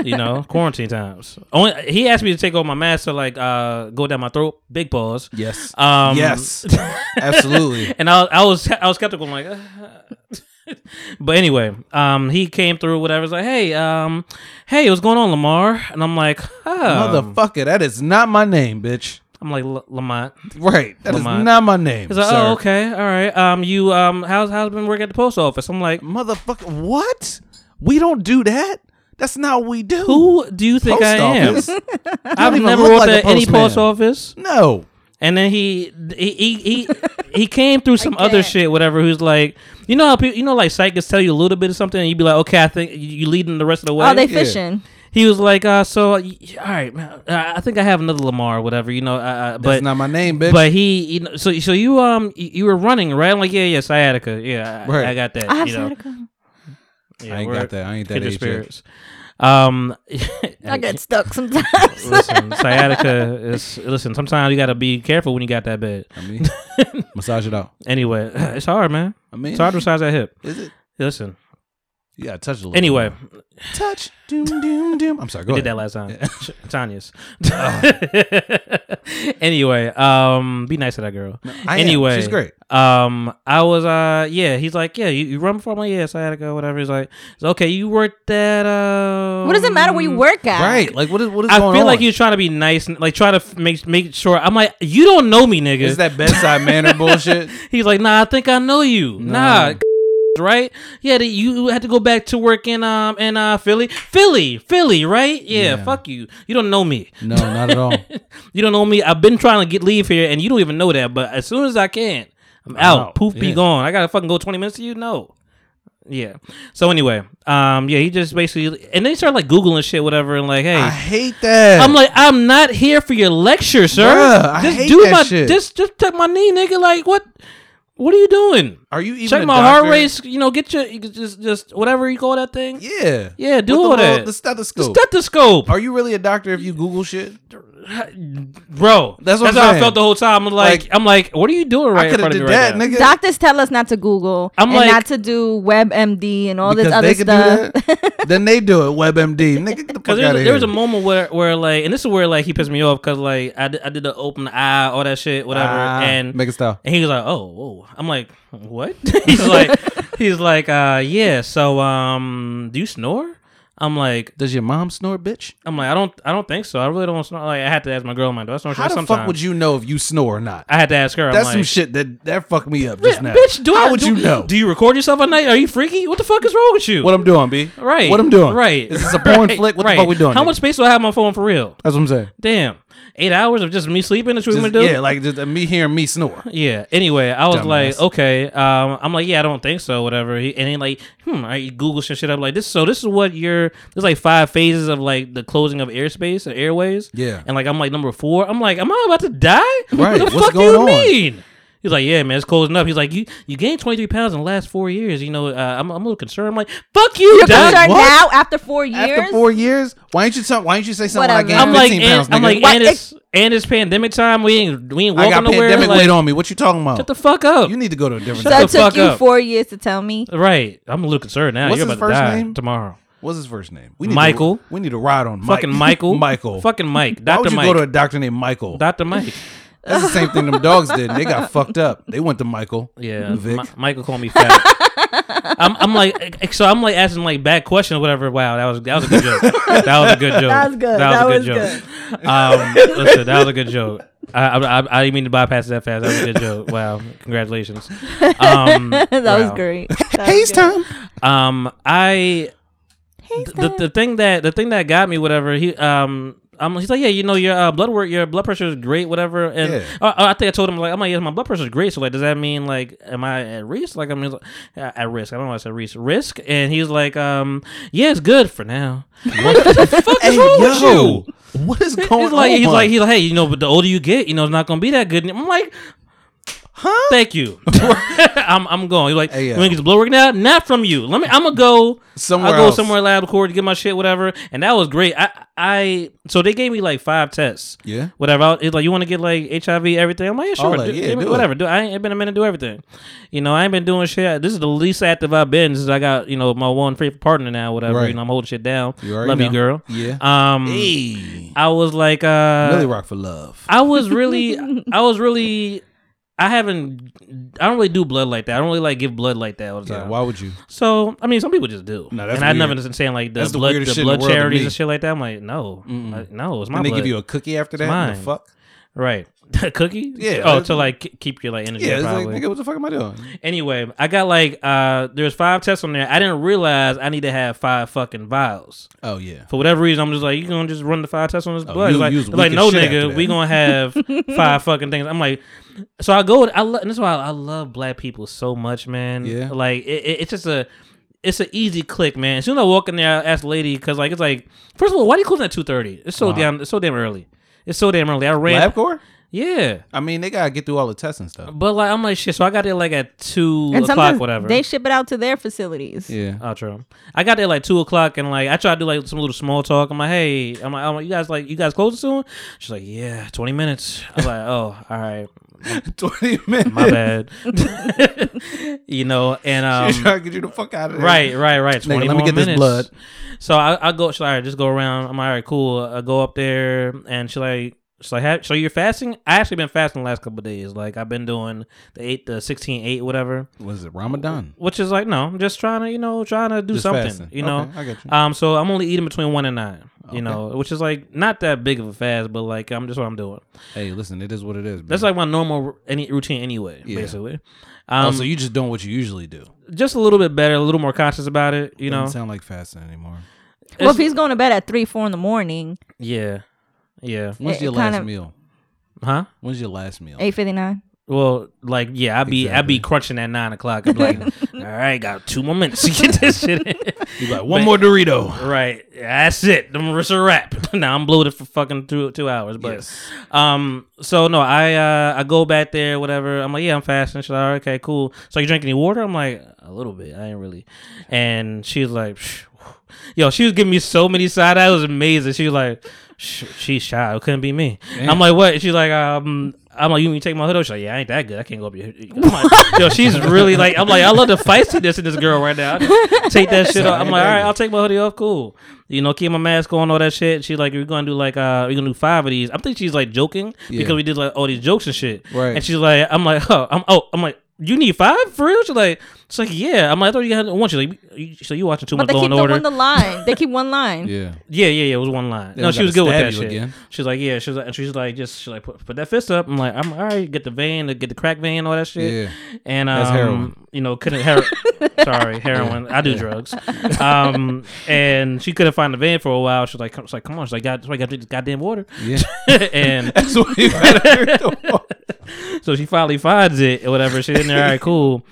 You know, quarantine times. Only he asked me to take off my mask to like uh go down my throat. Big pause.
yes.
Um,
yes. Absolutely.
And I, I was I was skeptical. I'm like, uh, but anyway, um, he came through. Whatever. He's like, hey, um, hey, what's going on, Lamar? And I'm like, huh.
Motherfucker, that is not my name, bitch.
I'm like "La- Lamont.
Right. That is
Lamont.
not my name.
He's like,
sir.
oh, okay, all right. Um, you um, how's how's been working at the post office? I'm like,
Motherfucker, what? We don't do that. That's not what we do.
who do you think I
Post office?
am?
You don't
I've
even
never
look
worked
like
at
a
any
postman.
post office.
No.
And then he he he he, he came through some other shit, whatever. Who's like, you know how people, you know, like psychics tell you a little bit of something, and you be like, okay, I think you leading the rest of the way.
Oh, they fishing.
he was like, uh, so y- all right, man, I I think I have another Lamar, or whatever, you know. Uh, uh, but
That's not my name, bitch.
But he, you know, so so you um y- you were running right? I'm like, yeah, yeah, sciatica, yeah, I,
Right.
I got that.
I have
you know,
sciatica.
Yeah,
I ain't
we're
got that. I ain't that
kindred
age. yet.
spirits. Um,
I get stuck sometimes.
listen, sciatica is listen. Sometimes you gotta be careful when you got that bad.
I mean, massage it out.
Anyway, it's hard, man.
I mean,
It's hard to size that hip.
is it?
Listen,
You gotta touch a little.
Anyway,
touch. Doom doom doom. I'm sorry. Go
did that
ahead.
last time. Tanya's. anyway, um, be nice to that girl.
I am.
anyway,
She's great.
Um, I was uh, yeah. He's like, yeah, you, you run before my yes, I had to go. Whatever. He's like, it's okay, you worked that. Um,
What does it matter where you work at?
Right. Like what is what is
I
going
feel
on?
like he was trying to be nice, and like try to f- make make sure. I'm like, you don't know me, nigga.
Is that bedside manner bullshit?
He's like, nah, I think I know you. Nah, right? Yeah, that you had to go back to work in um in uh Philly, Philly, Philly, right? Yeah,
Yeah.
fuck you. You don't know me.
No, not at all.
You don't know me. I've been trying to get leave here, and you don't even know that. But as soon as I can, I'm out.
out.
Poof, be
Yeah.
gone. I gotta fucking go twenty minutes to you. No. Yeah. So anyway, um, yeah, he just basically, and they started like googling shit, whatever, and like, hey,
I hate that.
I'm like, I'm not here for your lecture, sir.
Bruh, I
just
hate
do
that
my
shit.
just just take my knee, nigga. Like what? What are you doing?
Are you even
Check
a
my heart
doctor?
rate. You know, get your you could just just whatever you call that thing.
Yeah.
Yeah, do
With
all
the little-
that.
The
The
stethoscope.
stethoscope,
Are you really a doctor if you Google shit?
bro.
That's what I'm
how I
saying.
felt the whole time. I'm like,
Like-
I'm like, what are you doing right
I
in
could have
front of
did
me
that,
right now?
nigga.
Doctors tell us not to Google
I'm
and
like-
not to do WebMD and all this
Because
other
they could
stuff.
do that. then they do it. WebMD. Nigga, get the
Because
fuck
there,
out of
was-
here.
there was a moment where, where like, and this is where like he pissed me off because like I did, I did the open eye, all that shit, whatever,
Ah,
and
make a style.
And he was like, "Oh, whoa." I'm like, "What?" he's like, "He's like, uh, yeah. So, um, do you snore?" I'm like,
Does your mom snore, bitch?
"I'm like, I don't, I don't think so. I really don't snore." Like, I had to ask my girl. I'm like, "Do I snore?" She's
How
like,
the
Sometimes.
fuck would you know if you snore or not?
I had to ask her. I'm
That's
like,
some shit that that fucked me up
"Bi-
just now.
Bitch, do
How
I,
would
do,
you know?
Do you record yourself at night? Are you freaky? What the fuck is wrong with you?
what I'm doing, B?
right.
What I'm doing?
Right.
Is this a porn
right,
flick? What
right.
the fuck we doing?
How
nigga?
much space do I have on my phone for real?
That's what I'm saying.
Damn, eight hours of just me sleeping. That's what we
Just-
gonna do?
yeah, like just uh, me hearing me snore.
Yeah. Anyway, I was like,
Dumbass.
okay. Um, I'm like, yeah, I don't think so. Whatever. He, and then like, hmm, I Google some shit up. Like this. So this is what your there's like five phases of like the closing of airspace and airways.
Yeah.
And like I'm like number four. I'm like, am I about to die?
Right,
What the
what's
fuck
going
do you
on?
mean? He's like, yeah, man, it's closing up. He's like, you you gained 23 pounds in the last four years. You know, uh, I'm, I'm a little concerned. I'm like, fuck you,
You're
Doc.
concerned
what?
now after four years?
After four years, why ain't you tell, Why ain't you say something like
Whatever.
that?
I'm like,
15
and,
pounds,
I'm
nigga.
like,
What?
and it's and it's pandemic time. We ain't we ain't
I
walking
got
nowhere.
pandemic
like,
weight on me. What you talking about?
Shut the fuck up.
you need to go to a different.
Shut
doctor.
the
that took
fuck
you
up.
four years to tell me.
Right. I'm a little concerned now.
What's
You're
his
about to
first
die
name?
tomorrow.
What's his first name? We need
Michael.
To, we need to ride on Mike.
Fucking Michael.
Michael.
Fucking Mike.
Why would
Dr.
you
Mike.
go to a doctor named Michael?
Dr. Mike.
That's the same thing them dogs did. They got fucked up. They went to Michael.
Yeah.
Vic.
Mi- Michael called me fat. I'm, I'm like, eh, so I'm like asking like bad questions or whatever. Wow, that was that was a good joke. That was a good joke.
That was good.
That was a
That
good
was
joke. Um, listen, that was a good joke. I, I, I, I didn't mean to bypass it that fast. That was a good joke. Wow, congratulations. Um, that
That was great.
Haze time.
Um, I the, the thing that the thing that got me whatever he um. I'm, he's like, yeah, you know, your uh, blood work, your blood pressure is great, whatever. And
Yeah.
uh, uh, I think I told him like, I'm like, yeah, my blood pressure is great. So like, does that mean like, am I at risk? Like, I mean, like, uh, at risk. I don't know. Why I said risk. Risk. And he's like, um, yeah, it's good for now. What the fuck is wrong with you?
what is going
He's like,
on?
he's like, he's like, hey, you know, but the older you get, you know, it's not gonna be that good. And I'm like, huh? Thank you. I'm I'm going. He's like,
Hey,
you
yo.
want to get the blood work now? Not from you. Let me. I'm gonna go
Somewhere
I'll go
else.
somewhere lab cord to get my shit, whatever. And that was great. I I so they gave me like five tests.
Yeah.
Whatever. I was- It's like you want to get like HIV, everything. I'm like, yeah,
All
sure,
that,
do-
yeah,
give me-
do it.
whatever. Do I ain't it been a minute to do everything. You know, I ain't been doing shit. This is the least active I've been since I got you know my one favorite partner now, whatever.
Right.
You know, I'm holding shit down.
You already
Love you,
know.
girl.
Yeah.
Um.
hey,
I was like, uh,
Millie Rock for love.
I was really, I was really, I haven't, I don't really do blood like that. I don't really like give blood like that all the
yeah,
time.
why would you?
So I mean, some people just do.
No, that's
and I
weird.
never understand like the
That's the
blood, the,
weirdest shit in the
blood
world to
charities
me.
and shit like that. I'm like, no, like, no, it's my
And they
blood.
give you a cookie after that. What
mine.
the fuck?
right. cookie?
Yeah,
Oh,
that's-
to like k- keep your like energy.
Yeah,
Yeah.
it's like,
Probably.
nigga, what the fuck am I doing?
anyway, I got like uh there's five tests on there. I didn't realize I need to have five fucking vials.
Oh yeah.
For whatever reason, I'm just like, you gonna just run the five tests on this
Oh,
blood?
you-
It's like,
you was
it's like,
weak as
no,
shit after
nigga,
that.
we gonna have five fucking things. I'm like, so I go. I love. This is why I love black people so much, man.
Yeah.
Like it, it- it's just a, it's an easy click, man. As soon as I walk in there, I ask the lady because like it's like, first of all, why do you close at two thirty? It's so damn, it's so damn early. It's so damn early. I ran.
LabCorp?
Yeah.
I mean, they gotta get through all the tests and stuff.
But like I'm like shit. So I got there like at two
And
o'clock,
sometimes
whatever.
they ship it out to their facilities.
Yeah.
Oh, true. I got there like two o'clock, and like I tried to do like some little small talk. I'm like, hey, I'm like, I'm like, you guys like you guys closing soon? She's like, yeah, twenty minutes. I'm like, oh, all right.
Twenty minutes.
My bad. you know, and um,
She's trying to get you the fuck out of there.
Right, right, right.
Nigga,
Twenty
let me
more
get this
minutes.
blood.
So I, I go. She's like, all right, just go around. I'm like, all right, cool. I go up there, and she like, she's like, have, so you're fasting? I actually been fasting the last couple of days. Like I've been doing the eight, the sixteen eight, whatever.
Was it Ramadan?
Which is like, no, I'm just trying to, you know, trying to do
Just
something.
fasting.
You know,
Okay, I get you.
Um, so I'm only eating between one and nine. You know, which is like not that big of a fast, but like I'm just what I'm doing.
Hey, listen, it is what it is.
That's like my normal r- any routine anyway,
Yeah.
basically.
Um,
Um,
so you just doing what you usually do.
just a little bit better, a little more conscious about it. You know,
Doesn't sound like fasting anymore.
Well, if he's going to bed at three, four in the morning,
yeah, yeah,
When's
It-
your
it kind
last
of-
meal?
huh?
When's your last meal?
eight fifty nine.
Well, like yeah, I'd be I'd be crunching at nine o'clock. I'm like, all right, got two more minutes to get this shit in.
You like one more Dorito.
Right, that's it. I'm it's a wrap. now I'm bloated for fucking two two hours. But um, so no, I uh I go back there, whatever. I'm like, yeah, I'm fasting. She's like, all right, okay, cool. So you drink any water? I'm like, a little bit. I ain't really. And she's like, "Phew." yo, she was giving me so many side eyes. It was amazing. She was like, "Sh- she's shy. It couldn't be me. I'm like, what? She's like, um. I'm like, you mean take my hood off? She's like, yeah, I ain't that good. I can't go up your hood. I'm like, yo, she's really like, I'm like, I love the feistiness in this girl right now. I just Take that shit off. I'm like, all right, I'll take my hoodie off. Cool. You know, keep my mask on, all that shit. She's like, we're gonna do like, uh, we're gonna do five of these. I think she's like joking
Yeah.
because we did like all these jokes and shit.
Right.
And she's like, I'm like, oh, I'm oh, I'm like. You need five for real? She's like, she's like, yeah. I'm like, I thought you had one. She's like, you- so you watching too
But
much
they
Law
keep
and
the
Order?
one the line. They keep one line.
Yeah.
Yeah, yeah, yeah. It was one line.
They
no,
don't
she was
gotta
good with
stab
that
you
shit.
again.
She's like, yeah. She's like, and she's like, just she's like, put, put that fist up. I'm like, I'm all right. Get the vein, to get the crack vein, all that shit.
Yeah.
And um,
That's heroin.
you know, couldn't her- sorry, heroin. I do drugs. Um, and she couldn't find the vein for a while. She's like, come, she's like, come on. She's like, God, that's why I got to drink this goddamn water.
Yeah.
and
That's what you gotta
so she finally finds it or whatever. She's in there, all right, cool.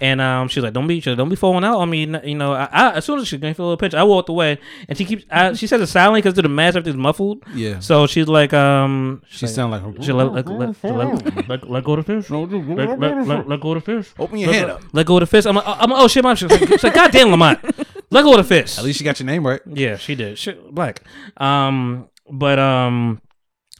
And um, she's like, don't be, she's like, don't be falling out. I mean, you know, I, I as soon as she can feel a pinch, I walked away, and she keeps, I, she says it silently because the mask everything's muffled.
Yeah.
So she's like, um,
She sound like her.
she let, let, let, let, let, let go of the fish. Let, let, let, let go of the fish.
Open your
let,
head
go-
up.
Let go of the fish. I'm like, oh, I'm like, oh shit, mom. She's like, she's like, goddamn, Lamont. Let go of the fish.
At least she got your name right.
Yeah, she did. She, black. Um, but um,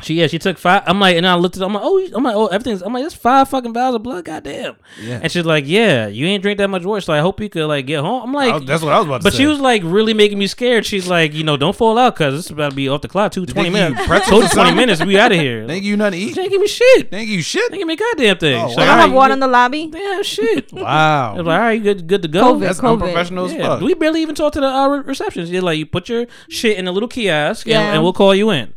she yeah, she took five. I'm like, and I looked at. I'm like, oh, you- I'm like, oh, everything's. I'm like, that's five fucking vials of blood. Goddamn.
Yeah.
And she's like, yeah, you ain't drink that much water. So I hope you could like get home. I'm like,
I was- that's what I was about to
But
say.
she was like really making me scared. She's like, you know, don't fall out because it's about to be off the clock. Two twenty
they give you
minutes.
pretzels
Told
or
you twenty
something?
minutes. We out of here.
Thank you, nothing to eat.
She ain't give me shit. They
Thank you,
ain't
shit.
give me goddamn thing.
Oh,
She's
wow.
like,
I
all
have
right,
water in the lobby.
you- yeah, shit. I was
Wow.
like, all right, you good, good to go.
COVID.
That's unprofessional as
Yeah,
fuck.
we barely even talked to the uh, re- receptions. Yeah, like you put your shit in a little kiosk, and,
Yeah.
and we'll call you in,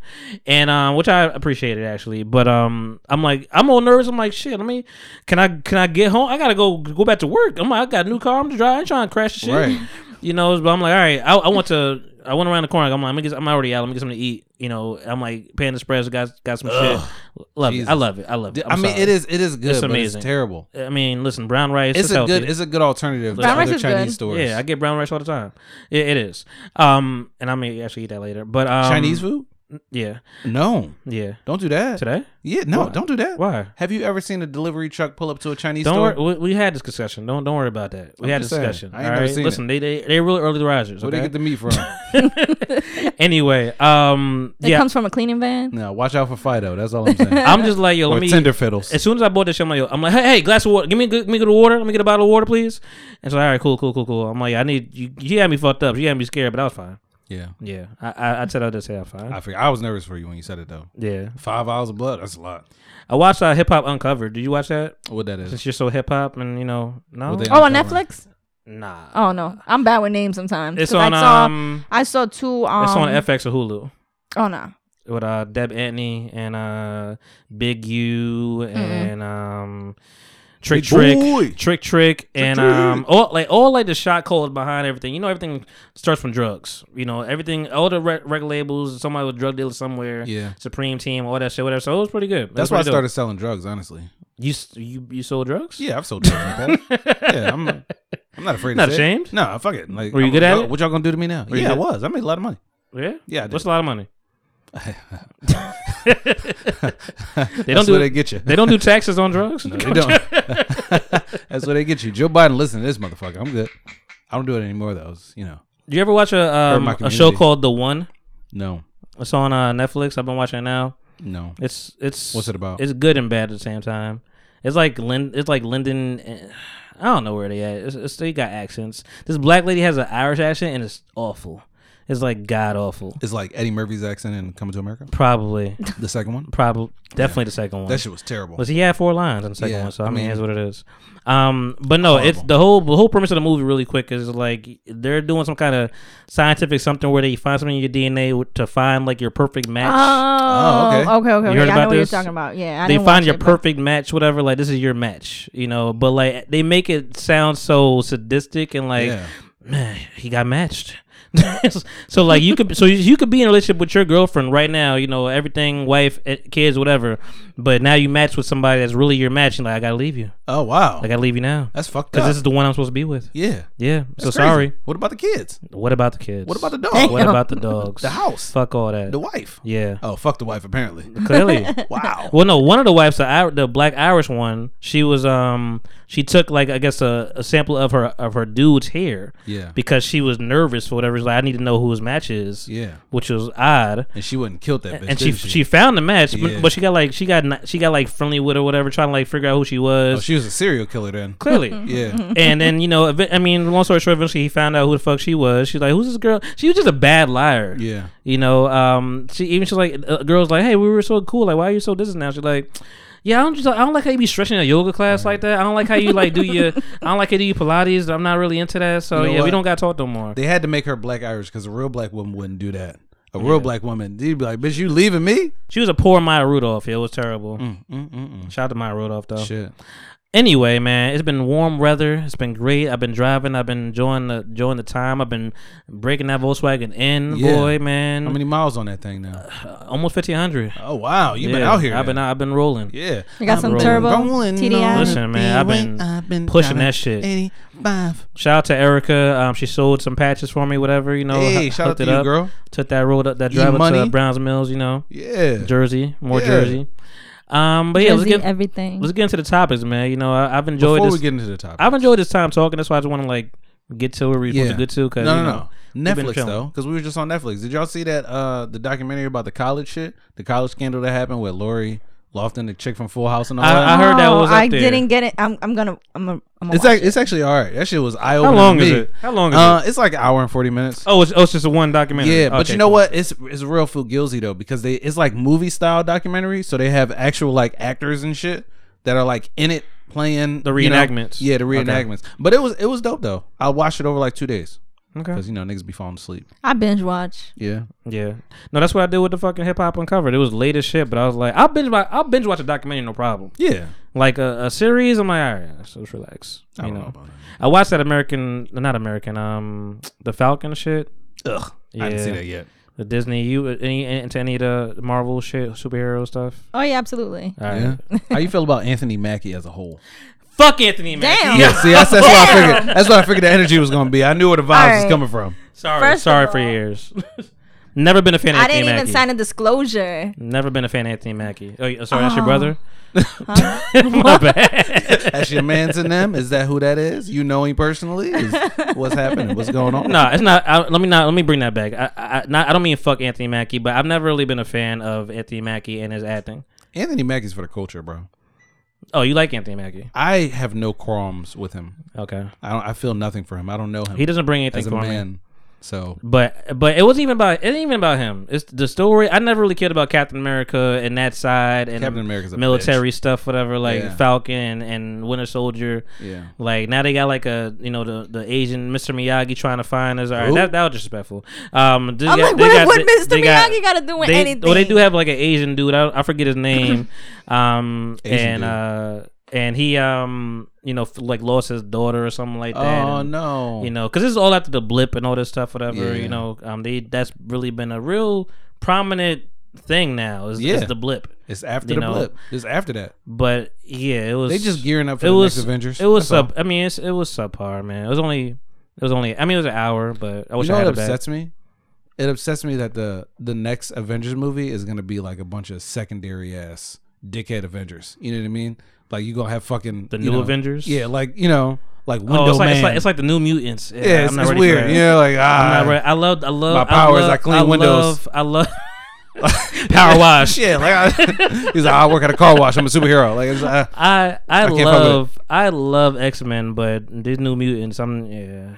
and um, which I appreciated actually. But um, I'm like, I'm all nervous. I'm like, shit. I mean, can I can I get home? I gotta go go back to work. I'm like, I got a new car. I'm driving. I ain't trying to crash the shit.
Right.
You know, but I'm like, all right, I, I want to. I went around the corner. I'm like, I'm, get, I'm already out. Let me get something to eat. You know, I'm like, Panda Express got got some shit. Love it. I
Jesus.
love it. I love it.
I mean, it is it is good,
It's
but
amazing.
it's terrible.
I mean, listen, brown rice.
It's,
It's,
a
healthy.
good it's a good alternative to
Brown
other
rice is
Chinese
good.
stores.
Yeah, I get brown rice all the time. It, it is. Um, and I may actually eat that later. But um,
Chinese food?
Yeah,
No.
yeah.
Don't do that.
Today?
Yeah, no,
Why?
don't do that.
Why?
Have you ever seen a delivery truck pull up to a Chinese
Don't
store?
worry. We, we had this discussion. Don't don't worry about that. We
I'm
had this
just saying.
discussion.
I ain't
all
never
right?
seen
Listen, they they they're really early risers.
Where they
okay?
get the meat from?
anyway, um,
It
yeah.
comes from a cleaning van.
no, watch out for Fido. That's all I'm saying.
I'm just like yo.
or
Let me.
tender fiddles.
As soon as I bought this, shit, I'm like, yo, I'm like, hey, hey, glass of water. Give me, give me the water. Let me get a bottle of water, please. And so, all right, cool, cool, cool, cool. I'm like, I need you. You had me fucked up. You had me scared, but I was fine.
yeah,
Yeah, I, I, I said I just say I'm fine.
I figured. I was nervous for you when you said it though.
yeah,
Five hours of blood. That's a lot.
I watched uh, Hip Hop Uncovered. Did you watch that?
What that
Since
is?
you're so hip hop and you know, no,
What they
Oh, on
uncover.
Netflix.
nah.
Oh no, I'm bad with names sometimes.
It's
'Cause
on
I saw,
um,
I saw two. Um,
it's on FX or Hulu
Oh no,
with uh Deb Antony and uh Big U and um Trick
Big boy.
Trick Trick Trick and um all like all like the shot calls behind everything. You know everything starts from drugs. You know everything all the re- record labels. Somebody with drug dealer somewhere.
Yeah.
Supreme Team, all that shit, whatever. So it was pretty good. It was
That's why I
pretty dope.
started selling drugs. Honestly,
You s- you you sold drugs?
yeah, I've sold drugs. in the past. yeah, I'm. I'm not afraid.
Not
to say
ashamed?
It. No, fuck it. Like,
Were you
I'm-
good at
yo,
it?
What y'all gonna do to me now?
you
yeah, I
good?
was. I made a lot of money.
Yeah.
Yeah, I did.
What's a lot of money?
They
don't
That's
do
where
it-
they get you.
They don't do taxes on drugs.
No, they don't. That's where they get you. Joe Biden, listen to this motherfucker. I'm good. I don't do it anymore. Though, It's, you know,
Do you ever watch a um,
my
a show
community.
called The One?
no.
It's on uh, Netflix. I've been watching it now.
No.
It's it's
What's it about?
It's good and bad at the same time. It's like Lin, it's like Lyndon. eh, I don't know where they at. It's, it's, they got accents. This black lady has an Irish accent and it's awful. It's like god awful.
It's like Eddie Murphy's accent in Coming to America.
Probably
the second one.
Probably definitely the second one.
That shit was terrible.
But he had four lines in the second
Yeah,
one, so
I
I mean,
mean-
that's what it is. Um, but no, it's the whole the whole premise of the movie. Really quick is like they're doing some kind of scientific something where they find something in your DNA w- to find like your perfect match.
Oh, Oh, okay. okay, okay,
You heard
okay. I
about
know what you're
this?
talking about. Yeah, I
they
didn't
find
watch
your
it, but-
perfect match, whatever. Like this is your match, you know. But like they make it sound so sadistic and like,
Yeah.
man, he got matched. so like you could so you could be in a relationship with your girlfriend right now, you know, everything, wife, eh, kids, whatever. But now you match with somebody that's really your match, and like I gotta leave you.
Oh wow,
I gotta leave you now.
That's fucked
Because
up.
this is the one I'm supposed to be with.
Yeah.
yeah.
That's
so
crazy.
sorry.
What about the kids?
What about the kids?
What about the dog?
What
Damn.
about the dogs?
The house?
Fuck all that.
The wife?
Yeah.
Oh, fuck the wife. Apparently.
Clearly.
wow.
Well, no, one of the wives, the, Ir- the black Irish one, she was um she took like I guess a, a sample of her of her dude's hair.
Yeah.
Because she was nervous for whatever. She's Like I need to know who his match is.
Yeah.
Which was odd.
And she wouldn't killed that bitch.
And she,
did
she found the match,
Yeah.
but, but she got like she got ni- she got like friendly with or whatever, trying to like figure out who she was.
Oh, she was a serial killer then.
Clearly,
yeah.
And then you know, ev- I mean, long story short, eventually he found out who the fuck she was. She's like, "Who's this girl?" She was just a bad liar.
Yeah.
You know, um, she even she's like, a girl's like, "Hey, we were so cool. Like, why are you so distant now?" She's like. Yeah, I don't just, I don't like how you be stretching a yoga class like that. I don't like how you like do your I don't like how you do your Pilates. I'm not really into that. So
You know
yeah,
what?
we don't got to talk no more.
They had to make her black Irish because a real black woman wouldn't do that. A real black woman, they'd be like, "Bitch, you leaving me?"
She was a poor Maya Rudolph. It was terrible.
Mm,
Shout out to Maya Rudolph though.
Shit.
Anyway, man, it's been warm weather. It's been great. I've been driving. I've been enjoying the enjoying the time. I've been breaking that Volkswagen in,
Yeah.
boy, man.
How many miles on that thing now?
Almost fifteen hundred.
Oh wow, you've been out here.
I've been out, I've been rolling.
Yeah.
You got
I've
some
been
turbo
rolling.
TDI.
Listen, man, I've been,
I've been
pushing
driving
that shit.
85.
Shout out to Erica. Um, she sold some patches for me, whatever. You know,
Hey,
h- Oh,
shout out
hooked
to
it
you,
up.
girl.
Took that road up that
E
drive up to uh,
Money.
Browns Mills. You know,
Yeah.
Jersey, more
Yeah.
Jersey. Um, but yeah, let's
Jersey,
get
everything.
Let's get into the topics, man. You know, I, I've enjoyed
Before
this.
we get into the topics.
I've enjoyed this time talking. That's why I just want to like get to where we supposed to get to. Cause,
no,
you
no,
know, we've
no.
been
Netflix
chilling.
though, because we were just on Netflix. Did y'all see that uh the documentary about the college shit, the college scandal that happened with Lori Lofton, the chick from Full House, and all
I-
that?
I heard that
Oh,
was up
I
there.
didn't get it. I'm, I'm gonna. I'm gonna. I'm gonna
It's
watch
act- it's actually all right. That shit was eye opening.
long is it? How long is
uh, It's like an hour and forty minutes.
Oh, it's, oh, it's just a one documentary.
Yeah, but
Okay,
you know
cool.
what? It's it's real Food Gilsey though because they it's like movie style documentary, so they have actual like actors and shit that are like in it playing
The
you know?
reenactments.
Yeah, the
Okay.
reenactments. But it was it was dope though. I watched it over like two days
Okay.
because you know niggas be falling asleep.
I binge watch.
Yeah,
Yeah. No, that's what I did with the fucking hip hop uncovered. It was late as shit, but I was like, I'll binge watch. I'll binge watch a documentary, no problem.
yeah.
Like a, a series, I'm like, all right, so just relax. You I
I don't
know.
know about that.
I watched that American, not American, um, the Falcon shit.
Ugh, I didn't see that yet.
The Disney, you uh, any into any of the Marvel shit, superhero stuff?
Oh yeah, absolutely.
All right.
Yeah. How you feel about Anthony Mackie as a whole?
Fuck Anthony Mackie.
Damn.
Yeah, see, that's, that's what I figured. That's what I figured the energy was going to be. I knew where the vibes was
right.
coming from.
Sorry,
First of
sorry for years. Never been a fan of
I
Anthony
didn't even
Mackie.
sign a disclosure.
Never been a fan of Anthony Mackie. Oh, yeah, sorry, that's your
Oh.
brother. My bad.
That's your man's in them. Is that who that is? You know him personally? Is, what's happening? What's going on?
No, it's not. I, let me not. Let me bring that back. I, I, I- not, I don't mean fuck Anthony Mackie, but I've never really been a fan of Anthony Mackie and his acting.
Anthony Mackie's for the culture, bro.
Oh, you like Anthony Mackie?
I have no qualms with him.
Okay.
I don't. I feel nothing for him. I don't know him.
He doesn't bring anything
as a
for me.
man. So
But but it wasn't even about it ain't even about him. It's the story. I never really cared about Captain America and that side and
Captain America's a
military stuff, whatever, like
Yeah.
Falcon and, and Winter Soldier.
Yeah.
Like now they got like a you know the the Asian Mr. Miyagi trying to find us. All right,
Who?
that, that was disrespectful. Um, they
I'm
got-
like,
they
what-
got-
what
they-
Mr.
they
Miyagi gotta do with
they, Well, they
anything?
do have like an Asian dude. I, I forget his name. um, and
Asian dude.
uh, and he um, you know, f- like lost his daughter or something like that.
oh
and-
no,
you know, because this is all after the blip and all this stuff, whatever.
Yeah.
You know, um, they that's really been a real prominent thing now. Is,
Yeah.
is the blip,
it's after
you
the
know.
blip. It's after that.
but yeah, it was.
They just gearing up for
it
the
was,
next Avengers.
It was
That's all.
sub. I mean, it's, it was subpar, man. It was only. It was only. I mean, it was an hour, but I wish
you know
I had
what
it back.
upsets me? It upsets me that the the next Avengers movie is gonna be like a bunch of secondary ass dickhead Avengers. You know what I mean? Like you gonna have fucking
The
you
new
know-
Avengers?
Yeah, like you know, like Window
Oh, it's like,
Man.
it's like it's like the new mutants. Yeah,
yeah, it's,
I'm not
it's
ready for
weird.
that.
Yeah, like
I'm
ah,
not ready. I love. I love.
My powers,
I, love,
I clean windows.
Love, I love. Power wash.
yeah, like I, he's like, I work at a car wash. I'm a superhero. Like it's, uh,
I I,
I can't fuck with
love I love X Men, but these new mutants. I'm yeah.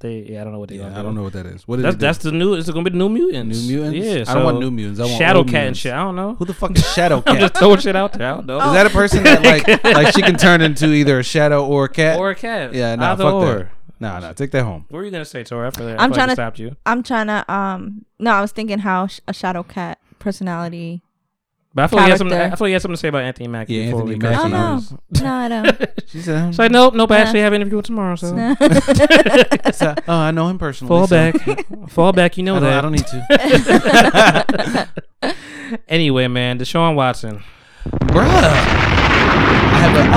They yeah, I don't know what they.
Yeah,
gonna
I
do.
don't know what that is. What did
that's
it do?
that's the new. It's gonna be the new mutants.
New Mutants?
Yeah,
I don't want New Mutants. I want
Shadow
old
Cat and
Mutants.
shit. I don't know
who the fuck is Shadow Cat?
I'm just throwing shit out there. I don't know.
Is that a person that like like she can turn into either a shadow or a cat?
Or a cat.
Yeah, nah,
Either
fuck that.
or.
Nah, nah, take that home.
What were you gonna say, Tori? I forgot.
I'm trying to
stop you.
I'm trying to. Um, no, I was thinking how sh- a shadow cat personality.
But I thought you had something.
character.
I thought you had something to say about Anthony Mackie.
Yeah,
before
Anthony
we
Mackie.
cut
Oh
you
no,
off.
no, I don't.
She said,
It's like nope, nope. I
Nah.
actually have an interview tomorrow. So
so, oh, I know him personally.
fall
so
back, fall back. You
I
know
don't,
that.
I don't need to,
Anyway, man, Deshaun Watson.
bruh. I have a, I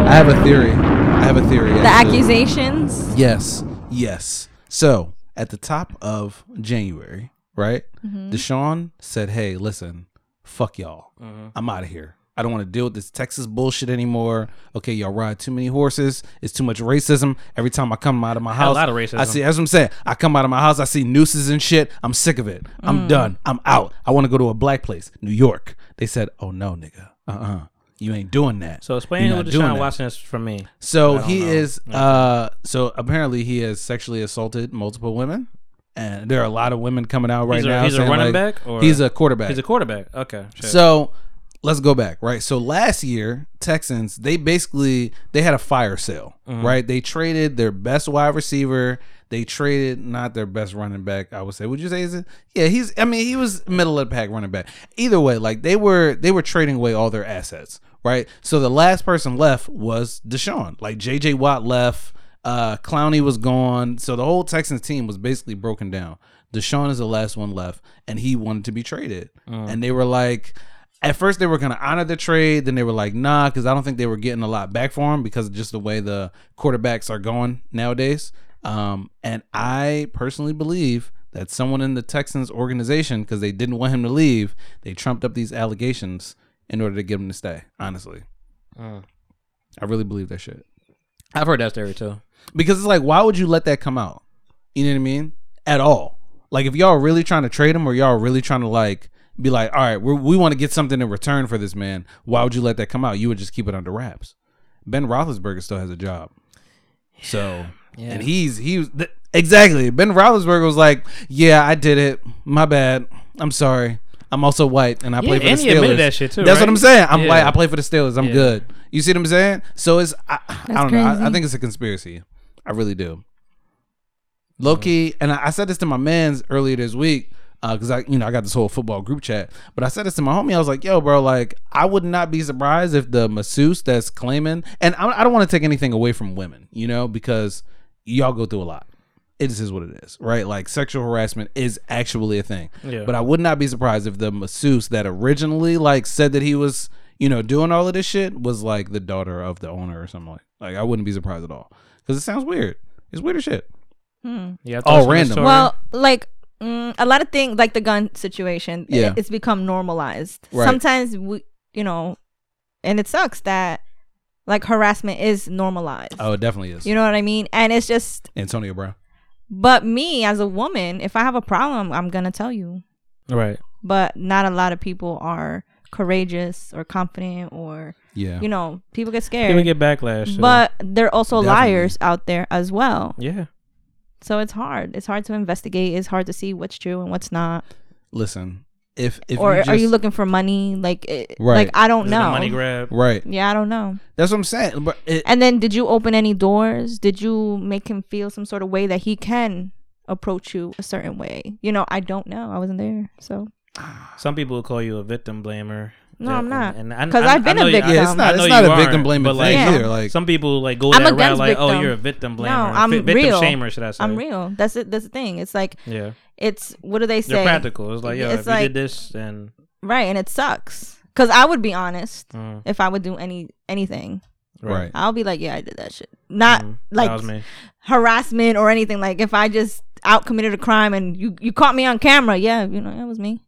Oh,
have a theory. I have a theory.
the accusations.
Yes, yes. So at the top of January, right? Deshaun said, "Hey, listen, fuck y'all.
Mm-hmm.
I'm out of here. I don't want to deal with this Texas bullshit anymore. Okay, y'all ride too many horses. It's too much racism. Every time I come out of my house,
lot of
I
racism.
see. That's what I'm saying. I come out of my house, I see nooses and shit. I'm sick of it. I'm done. I'm out. I want to go to a black place, New York. They said, "Oh no, nigga. Uh uh You ain't doing that.
So explain
You're
who
not doing
Deshaun
that."
Watson is for me.
So he is uh so apparently he has sexually assaulted multiple women. And there are a lot of women coming out right
He's a-
now.
he's a
saying,
running
like,
back or-
he's a quarterback.
He's a quarterback. Okay. shit.
so let's go back, right? So last year, Texans, they basically they had a fire sale, right? They traded their best wide receiver. They traded not their best running back, I would say. Would you say is it? Yeah, he's I mean, he was middle of the pack running back. Either way, like they were they were trading away all their assets, right? So the last person left was Deshaun. Like JJ Watt left, uh Clowney was gone. So the whole Texans team was basically broken down. Deshaun is the last one left and he wanted to be traded. And they were like at first they were gonna honor the trade, then they were like, nah, because I don't think they were getting a lot back for him because of just the way the quarterbacks are going nowadays. Um, and I personally believe that someone in the Texans organization, because they didn't want him to leave, they trumped up these allegations in order to get him to stay. Honestly, I really believe that shit
I've heard that theory too.
because it's like, why would you let that come out? You know what I mean? At all? Like, if y'all really trying to trade him, or y'all really trying to like be like, all right, we're, we want to get something in return for this man. Why would you let that come out? You would just keep it under wraps. Ben Roethlisberger still has a job, so and he's he was th- exactly Ben Roethlisberger was like, yeah, I did it. My bad. I'm sorry. I'm also white, and I play for
and
the Steelers.
he admitted that shit too,
That's what
right?
I'm saying. I'm
Yeah.
white. I play for the Steelers. I'm good. You see what I'm saying? So it's I, I don't know. I, I
crazy.
think it's a conspiracy. I really do. Low key, and I, I said this to my man's earlier this week because I, you know, I got this whole football group chat. But I said this to my homie. I was like, "Yo, bro, like, I would not be surprised if the masseuse that's claiming, and I, I don't want to take anything away from women, you know, because y'all go through a lot. It is what it is, right? Like, sexual harassment is actually a thing.
Yeah.
But I would not be surprised if the masseuse that originally like said that he was, you know, doing all of this shit was like the daughter of the owner or something like. Like, I wouldn't be surprised at all because it sounds weird. It's weird as shit.
Yeah. I
All
thought so,
Oh, random.
Tori.
Well, like mm, a lot of things, like the gun situation, i-
Yeah.
it's become normalized.
Right.
Sometimes we, you know, and it sucks that like harassment is normalized.
Oh, it definitely is.
You know what I mean? And it's just,
Antonio Brown.
but me as a woman, if I have a problem, I'm gonna tell you.
right.
But not a lot of people are courageous or confident or
Yeah.
you know people get scared
People get backlash. so-
but they're also
Definitely.
liars out there as well
yeah.
so it's hard it's hard to investigate it's hard to see what's true and what's not
Listen, if if
or
you just,
are you looking for money? Like, it,
Right.
like I don't
This is a
know.
money grab.
right?
Yeah, I don't know.
That's what I'm saying. But it,
And then, did you open any doors? Did you make him feel some sort of way that he can approach you a certain way? You know, I don't know. I wasn't there, so
Some people will call you a victim blamer.
No,
Yeah,
I'm not.
and- and I-
'Cause
I-
I've been
I know
a
you-
victim.
yeah, it's
um,
I
not
know
it's not
you
a
aren't,
victim blaming
but,
thing
like,
either. Like
Some people like go
I'm
that route,
against
like, oh,
victim.
you're a victim blamer.
no, I'm
Vi- victim
real.
shamer, should I say?
I'm real. That's it. That's the thing. It's like
Yeah,
it's what do they say?
they're practical. It's like, yeah,
It's
if you
like-
did this, then
Right, and it sucks. Cause I would be honest
Mm.
if I would do any anything.
right.
I'll be like, yeah, I did that shit. Not like
Mm-hmm. Mm, that was me.
harassment or anything. Like if I just out committed a crime and you you caught me on camera, yeah, you know that was me.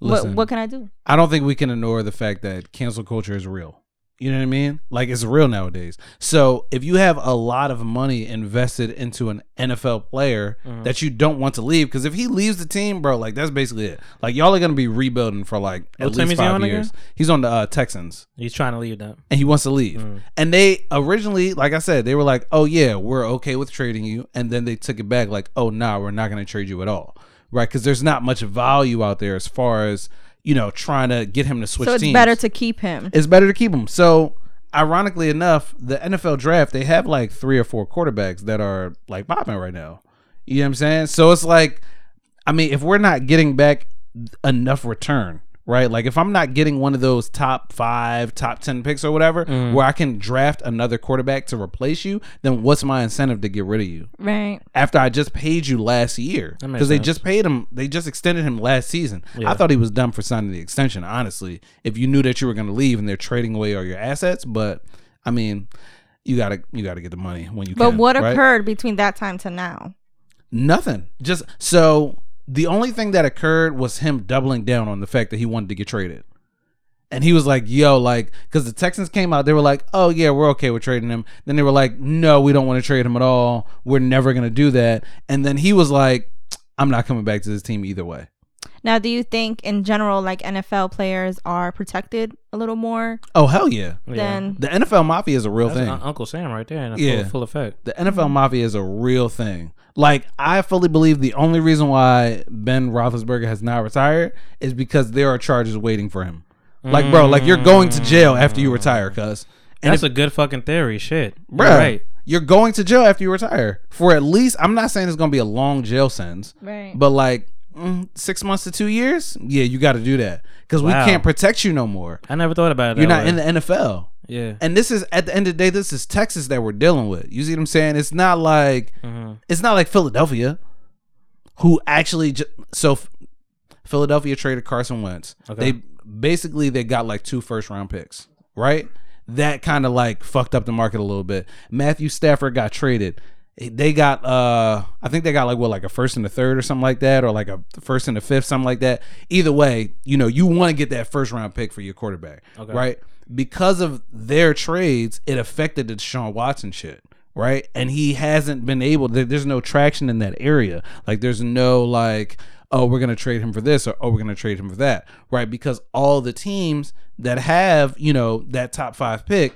Listen,
what what can I do?
I don't think we can ignore the fact that cancel culture is real. You know what I mean? Like it's real nowadays. So if you have a lot of money invested into an NFL player
Mhm.
that you don't want to leave, because if he leaves the team, bro, like that's basically it. Like y'all are gonna be rebuilding for like
What
at
team
least
is he
five
on
years.
again?
He's on the uh, Texans
He's trying to leave that.
and he wants to leave.
Mm.
And they originally, like I said, they were like, "Oh yeah, we're okay with trading you," and then they took it back, like, "Oh nah, we're not going to trade you at all, right? Because there's not much value out there as far as you know trying to get him to switch.
So it's
teams.
better to keep him.
It's better to keep him. So ironically enough, the NFL draft they have like three or four quarterbacks that are like popping right now. You know what I'm saying? So it's like, I mean, if we're not getting back enough return, right? Like if I'm not getting one of those top five, top ten picks or whatever, where I can draft another quarterback to replace you, then what's my incentive to get rid of you?
Right.
After I just paid you last year,
That makes
because they
sense.
just paid him, they just extended him last season.
Yeah.
I thought he was dumb for signing the extension. Honestly, if you knew that you were going to leave and they're trading away all your assets, but I mean, you gotta you gotta get the money when you.
But
can,
what
right?
occurred between that time to now?
Nothing. Just so the only thing that occurred was him doubling down on the fact that he wanted to get traded. And he was like, yo, like, because the Texans came out, they were like, oh, yeah, we're okay with trading him. Then they were like, no, we don't want to trade him at all. We're never going to do that. And then he was like, I'm not coming back to this team either way.
Now, do you think in general, like NFL players are protected a little more?
Oh, hell yeah.
Then-
the NFL mafia is a real
That's
thing.
Un- Uncle Sam right there in a
Yeah.
full, full effect.
The NFL mafia is a real thing. Like I fully believe the only reason why Ben Roethlisberger has not retired is because there are charges waiting for him. Like bro, like you're going to jail after you retire, cuz. And
That's
if-
a good fucking theory. Shit. You're
bruh,
Right.
You're going to jail after you retire for at least. I'm not saying it's gonna be a long jail sentence,
Right.
But like mm, six months to two years, yeah, you got to do that because
Wow.
we can't protect you no more.
I never thought about it.
You're
that
not
way.
in the NFL.
Yeah.
And this is at the end of the day, this is Texas that we're dealing with. You see what I'm saying? It's not like
Mhm.
it's not like Philadelphia, who actually ju- so F- Philadelphia traded Carson Wentz.
Okay.
They basically they got like two first round picks, right? That kind of like fucked up the market a little bit. Matthew Stafford got traded. They got uh I think they got like what like a first and a third or something like that or like a first and a fifth something like that. Either way, you know, you want to get that first round pick for your quarterback,
Okay.
right? Because of their trades, it affected the Deshaun Watson shit, right? And he hasn't been able. There, there's no traction in that area. Like there's no like, oh, we're gonna trade him for this or oh, we're gonna trade him for that, right? Because all the teams that have you know that top five pick,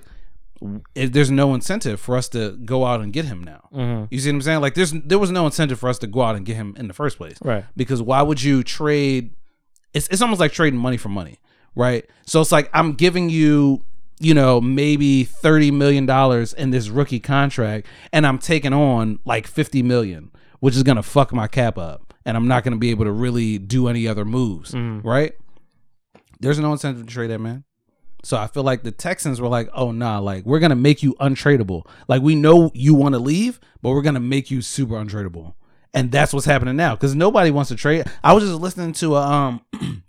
if there's no incentive for us to go out and get him now.
Mhm.
You see what I'm saying? Like there's there was no incentive for us to go out and get him in the first place.
Right.
Because why would you trade it's it's almost like trading money for money, right? So it's like I'm giving you, you know, maybe 30 million dollars in this rookie contract and I'm taking on like 50 million, which is going to fuck my cap up and I'm not going to be able to really do any other moves, right? There's no incentive to trade that man. So I feel like the Texans were like, "Oh nah, like we're gonna make you untradeable. Like we know you want to leave, but we're gonna make you super untradeable." And that's what's happening now because nobody wants to trade. I was just listening to a um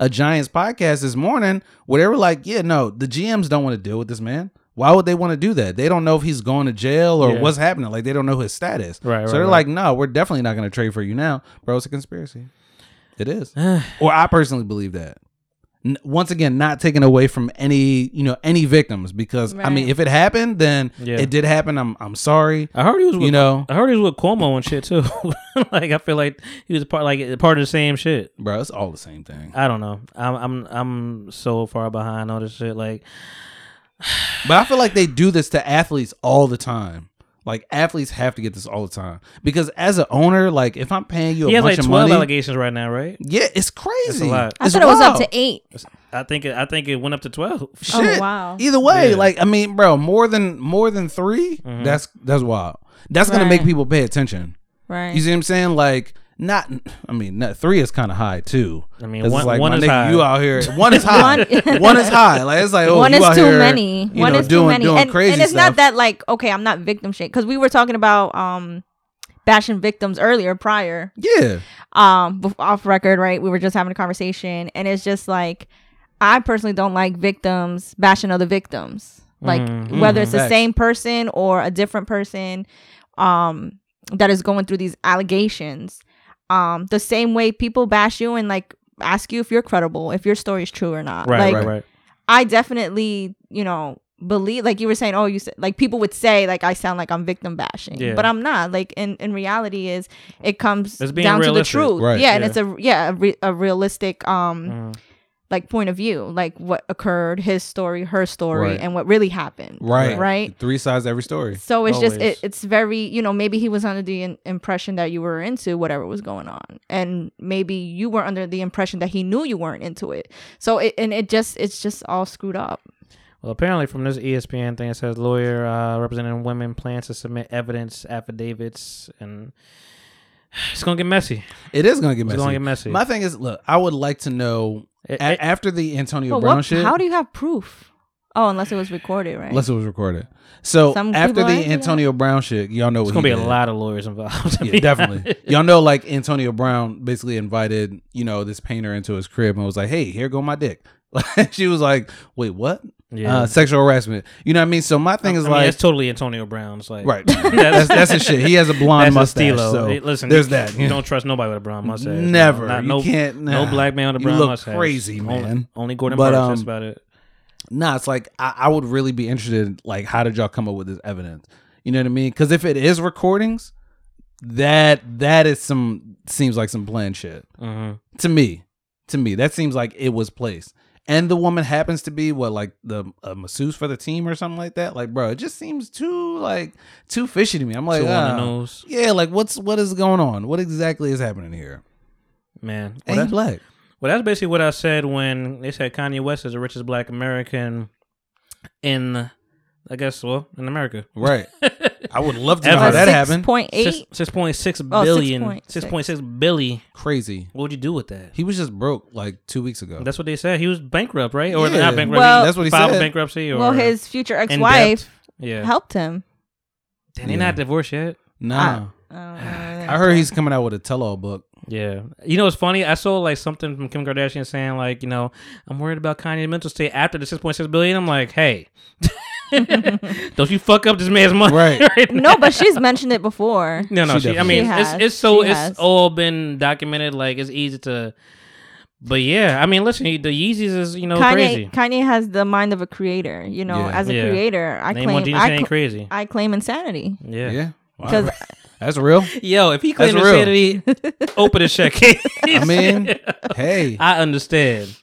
a Giants podcast this morning where they were like, "Yeah, no, the GMs don't want to deal with this man. Why would they want to do that? They don't know if he's going to jail or
Yeah.
what's happening. Like they don't know his status.
Right,
So
right,
they're
right.
like, "No, we're definitely not gonna trade for you now, bro. It's a conspiracy. It is. or I personally believe that." n- once again not taken away from any you know any victims because I mean
Right.
if it happened then
Yeah.
it did happen I'm I'm sorry
I heard he was. With,
you know
I heard he was with Cuomo and shit too. like I feel like he was part like part of the same shit.
bro it's all the same thing
I don't know. I'm I'm I'm so far behind all this shit. Like
but I feel like they do this to athletes all the time like athletes have to get this all the time because as an owner like if I'm paying you a
he has
bunch
like
of
twelve
money
allegations right now, right?
yeah it's crazy
lot.
I
It's
thought it was up
wild.
to eight.
I think it, I think it went up to
Oh,
twelve.
Shit.
wow.
Either way,
Yeah. Mm-hmm.
like I mean, bro, more than more than 3 that's that's wild. That's gonna make
Right.
people pay attention.
Right.
You see what I'm saying? Like not I mean, not, three is kinda high too.
I mean,
'Cause it's
one-
like
one
my
is
nigga,
high.
you out here one is high. one,
One-
is high. Like it's like oh,
one
you
is
out
too
here,
many.
you
One
know,
is
doing-
too many.
doing
and,
crazy
and it's
stuff.
not that like okay, I'm not victim shit because we were talking about um bashing victims earlier prior
Yeah.
um bef- off record right we were just having a conversation and it's just like i personally don't like victims bashing other victims like
Mhm.
whether it's the
Facts.
same person or a different person um that is going through these allegations um the same way people bash you and like ask you if you're credible if your story is true or not
Right,
like
right, right.
i definitely you know, believe like you were saying, oh, you said like people would say like I sound like I'm victim bashing,
Yeah.
but I'm not. Like in in reality, is it comes
It's being
down
realistic.
to the truth,
Right.
yeah, and
Yeah.
it's a yeah a, re- a realistic um
Mhm.
like point of view, like what occurred, his story, her story,
Right.
and what really happened,
Right.
right.
Three sides to every story.
So it's just it, it's very you know maybe he was under the in- impression that you were into whatever was going on, and maybe you were under the impression that he knew you weren't into it. So it and it just it's just all screwed up.
Well, apparently, from this E ESPN thing, it says lawyer uh, representing women plans to submit evidence, affidavits, and it's gonna get messy.
It is gonna get
It's
messy.
gonna get messy.
My thing is, look, I would like to know
It-
a-
it-
after the Antonio
But
Brown
what,
shit.
how do you have proof? Oh, unless it was recorded, right?
Unless it was recorded. So
Some
after
people
the
argue that.
Antonio Brown shit, y'all know
It's
what
gonna be
he
a
did.
lot of lawyers involved. to
Yeah,
be
definitely.
honest.
Y'all know, like Antonio Brown basically invited, you know, this painter into his crib and was like, "Hey, here go my dick." Like she was like, "Wait, what?
Yeah.
Uh, sexual harassment." You know what I mean? So my thing
I
is
mean,
like,
it's totally Antonio Brown's. Like,
Right. That's- that's his shit. He has a blonde
that's his
mustache, so
Hey, listen,
there's
you
that,
can't- you
yeah.
Don't trust nobody with a brown mustache. No,
Never.
not-
You
no,
can't- nah.
No black man with a
You
brown
look
mustache.
crazy,
Only-
man.
Only, Gordon
But,
Burns.
um,
that's about it.
Nah, it's like I, I would really be interested. Like, how did y'all come up with this evidence? You know what I mean? Because if it is recordings, that that is some seems like some planned shit
Mhm.
to me. To me, that seems like it was placed. And the woman happens to be what, like the a masseuse for the team or something like that. Like, bro, it just seems too like too fishy to me. I'm like,
Too on the
ah,
nose.
yeah, like what's what is going on? What exactly is happening here?
man.
And
that-
he's black.
Well, that's basically what I said when they said Kanye West is the richest black American in, I guess, well, in America.
Right. I would love to know
Ever.
how that happened.
Six- 6.6
Oh,
billion.
6.6.
6.6 billion.
Crazy.
What would you do with that?
He was just broke like two weeks ago.
That's what they said. He was bankrupt, right? Or
Yeah.
not bankrupt.
Well-
he
That's what he
filed
said.
bankruptcy or
well, his future
in debt.
ex-wife
Yeah.
helped him. Oh,
Damn, they not divorced yet.
Nah. I, heard he's coming out with a tell-all book.
Yeah. You know what's funny? I saw like something from Kim Kardashian saying like, you know, I'm worried about Kanye's mental state after the 6.6 billion. I'm like, hey, don't you fuck up this man's money,
right?
no, but she's mentioned it before.
No, no. She, I mean,
She
it's
has.
it's so
She
it's
has.
all been documented. Like it's easy to, but yeah. I mean, listen, the Yeezys is you know
Kanye
crazy.
Kanye has the mind of a creator. You know,
Yeah.
as a
Yeah.
creator, I
Name one
claim
thing
I,
saying
cl-
crazy.
I claim insanity.
Yeah.
Yeah. Wow.
'Cause-
That's real.
Yo, if he
That's
claims insanity, open a check.
I mean, hey.
I understand.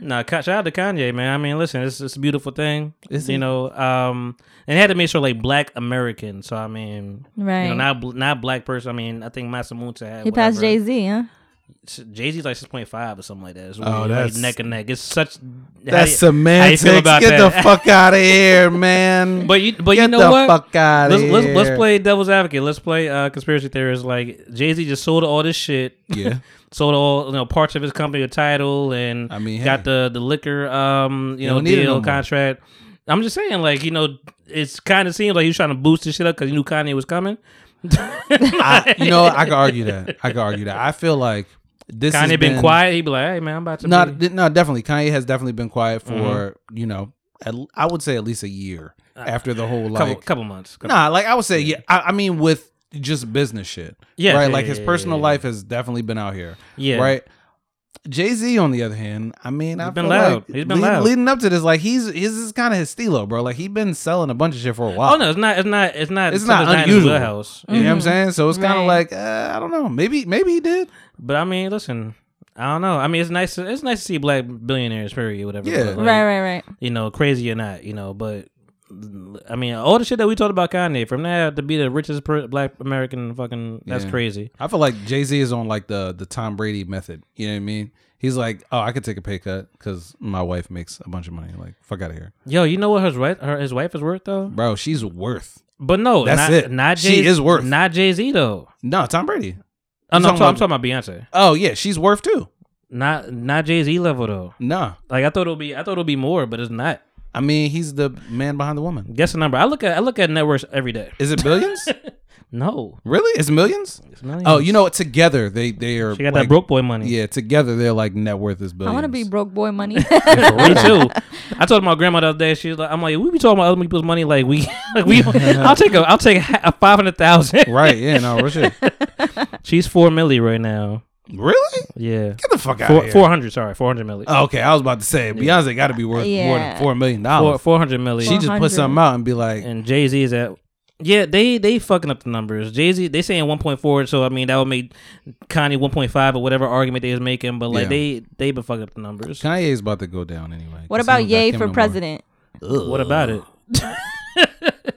nah, Ka- shout out to Kanye, man. I mean, listen, it's, it's a beautiful thing. you know, um, and it had to make sure like black American. So I mean, you know,
Right.
not bl- not black person. I mean, I think Masamuta had
He passed
whatever.
Jay Z, huh?
Jay Z's like six point five or something like that. It's
Oh,
weird.
that's-
like neck and neck. It's such
That's
how you- how you
semantics.
feel about
Get
that?
the fuck out of here, man.
But you, but
Get
you know
the
what?
fuck out of
let's,
here.
let's let's play devil's advocate. Let's play uh, conspiracy theorist. Like Jay Z just sold all this shit.
Yeah.
sold all you know parts of his company, a title, and I mean got the the liquor um you
He
know
don't need it no
deal
more.
contract. I'm just saying, like you know, it's kind of seems like he was trying to boost this shit up because he knew Kanye was coming.
I, you know, I could argue that. I could argue that. I feel like this has
Kanye been, quiet. He be like, hey man, I'm about to.
Not,
be-
no, definitely. Kanye has definitely been quiet for
Mm-hmm.
you know, at, I would say at least a year
Uh,
after the whole like
couple, couple months. Couple
Nah, like I would say, yeah. I, I mean, with just business shit,
Yeah,
right.
yeah,
like
yeah,
his
yeah,
personal
yeah,
life has definitely been out here,
Yeah.
Right. Jay Z, on the other hand, I mean, I've
been loud. He's been loud.
leading up to this. Like he's his is kind of his stilo, bro. Like he's been selling a bunch of shit for a while.
Oh no, Mm-hmm. it's not. It's not. It's not.
Uh, it's
something's
not
in his
unusual. Mm-hmm.
wheelhouse.
You know what I'm saying? So it's kind of
Right.
like uh, I don't know. Maybe maybe he did.
But I mean, listen, I don't know. I mean, it's nice. To, it's nice to see black billionaires, period, whatever.
Yeah.
but,
Right, right, right.
You know, crazy or not, you know, but I mean, all the shit that we talked about Kanye, from that to be the richest per- black American, fucking, that's
Yeah.
crazy.
I feel like Jay Z is on like the the Tom Brady method. You know what I mean? He's like, oh, I could take a pay cut because my wife makes a bunch of money. Like, fuck out of here,
Yo, you know what his wife, her, his wife is worth though?
bro. She's worth.
But no,
That's
not,
it.
Not Jay.
She is worth.
Not Jay Z though.
No, Tom Brady.
Oh, no,
You
I'm, talking, I'm talking about Beyonce.
Oh yeah, she's worth too.
Not not Jay Z level though.
Nah.
Like I thought it'll be, I thought it'll be more, but it's not.
I mean, he's the man behind the woman.
Guess the number. I look at I look at networks every day.
Is it billions?
No,
really? It's millions?
millions.
Oh, you know what? Together they they are.
She got that broke boy money.
Yeah, together they're like net worth is
I
billions.
want to be broke boy money.
Me too. I told my grandma the other day. She's like, "I'm like, we be talking about other people's money. Like we, like we. I'll take a, I'll take a, five hundred thousand.
right? Yeah, no, real shit.
She's four milli right now.
Really?
Yeah.
Get the fuck out
Four-
of here.
400, sorry, 400 million.
Oh, okay, I was about to say Beyonce got to be worth more than
Yeah.
four million
Four-
dollars.
400 million.
She just put
400.
something out and be like,
and Jay Z is at. Yeah, they they fucking up the numbers. Jay Z they saying one point four, so I mean that would make Kanye one point five or whatever argument they was making. But like
Yeah.
they they been fucking up the numbers.
Kanye's about to go down anyway.
What about yay for president?
What about it?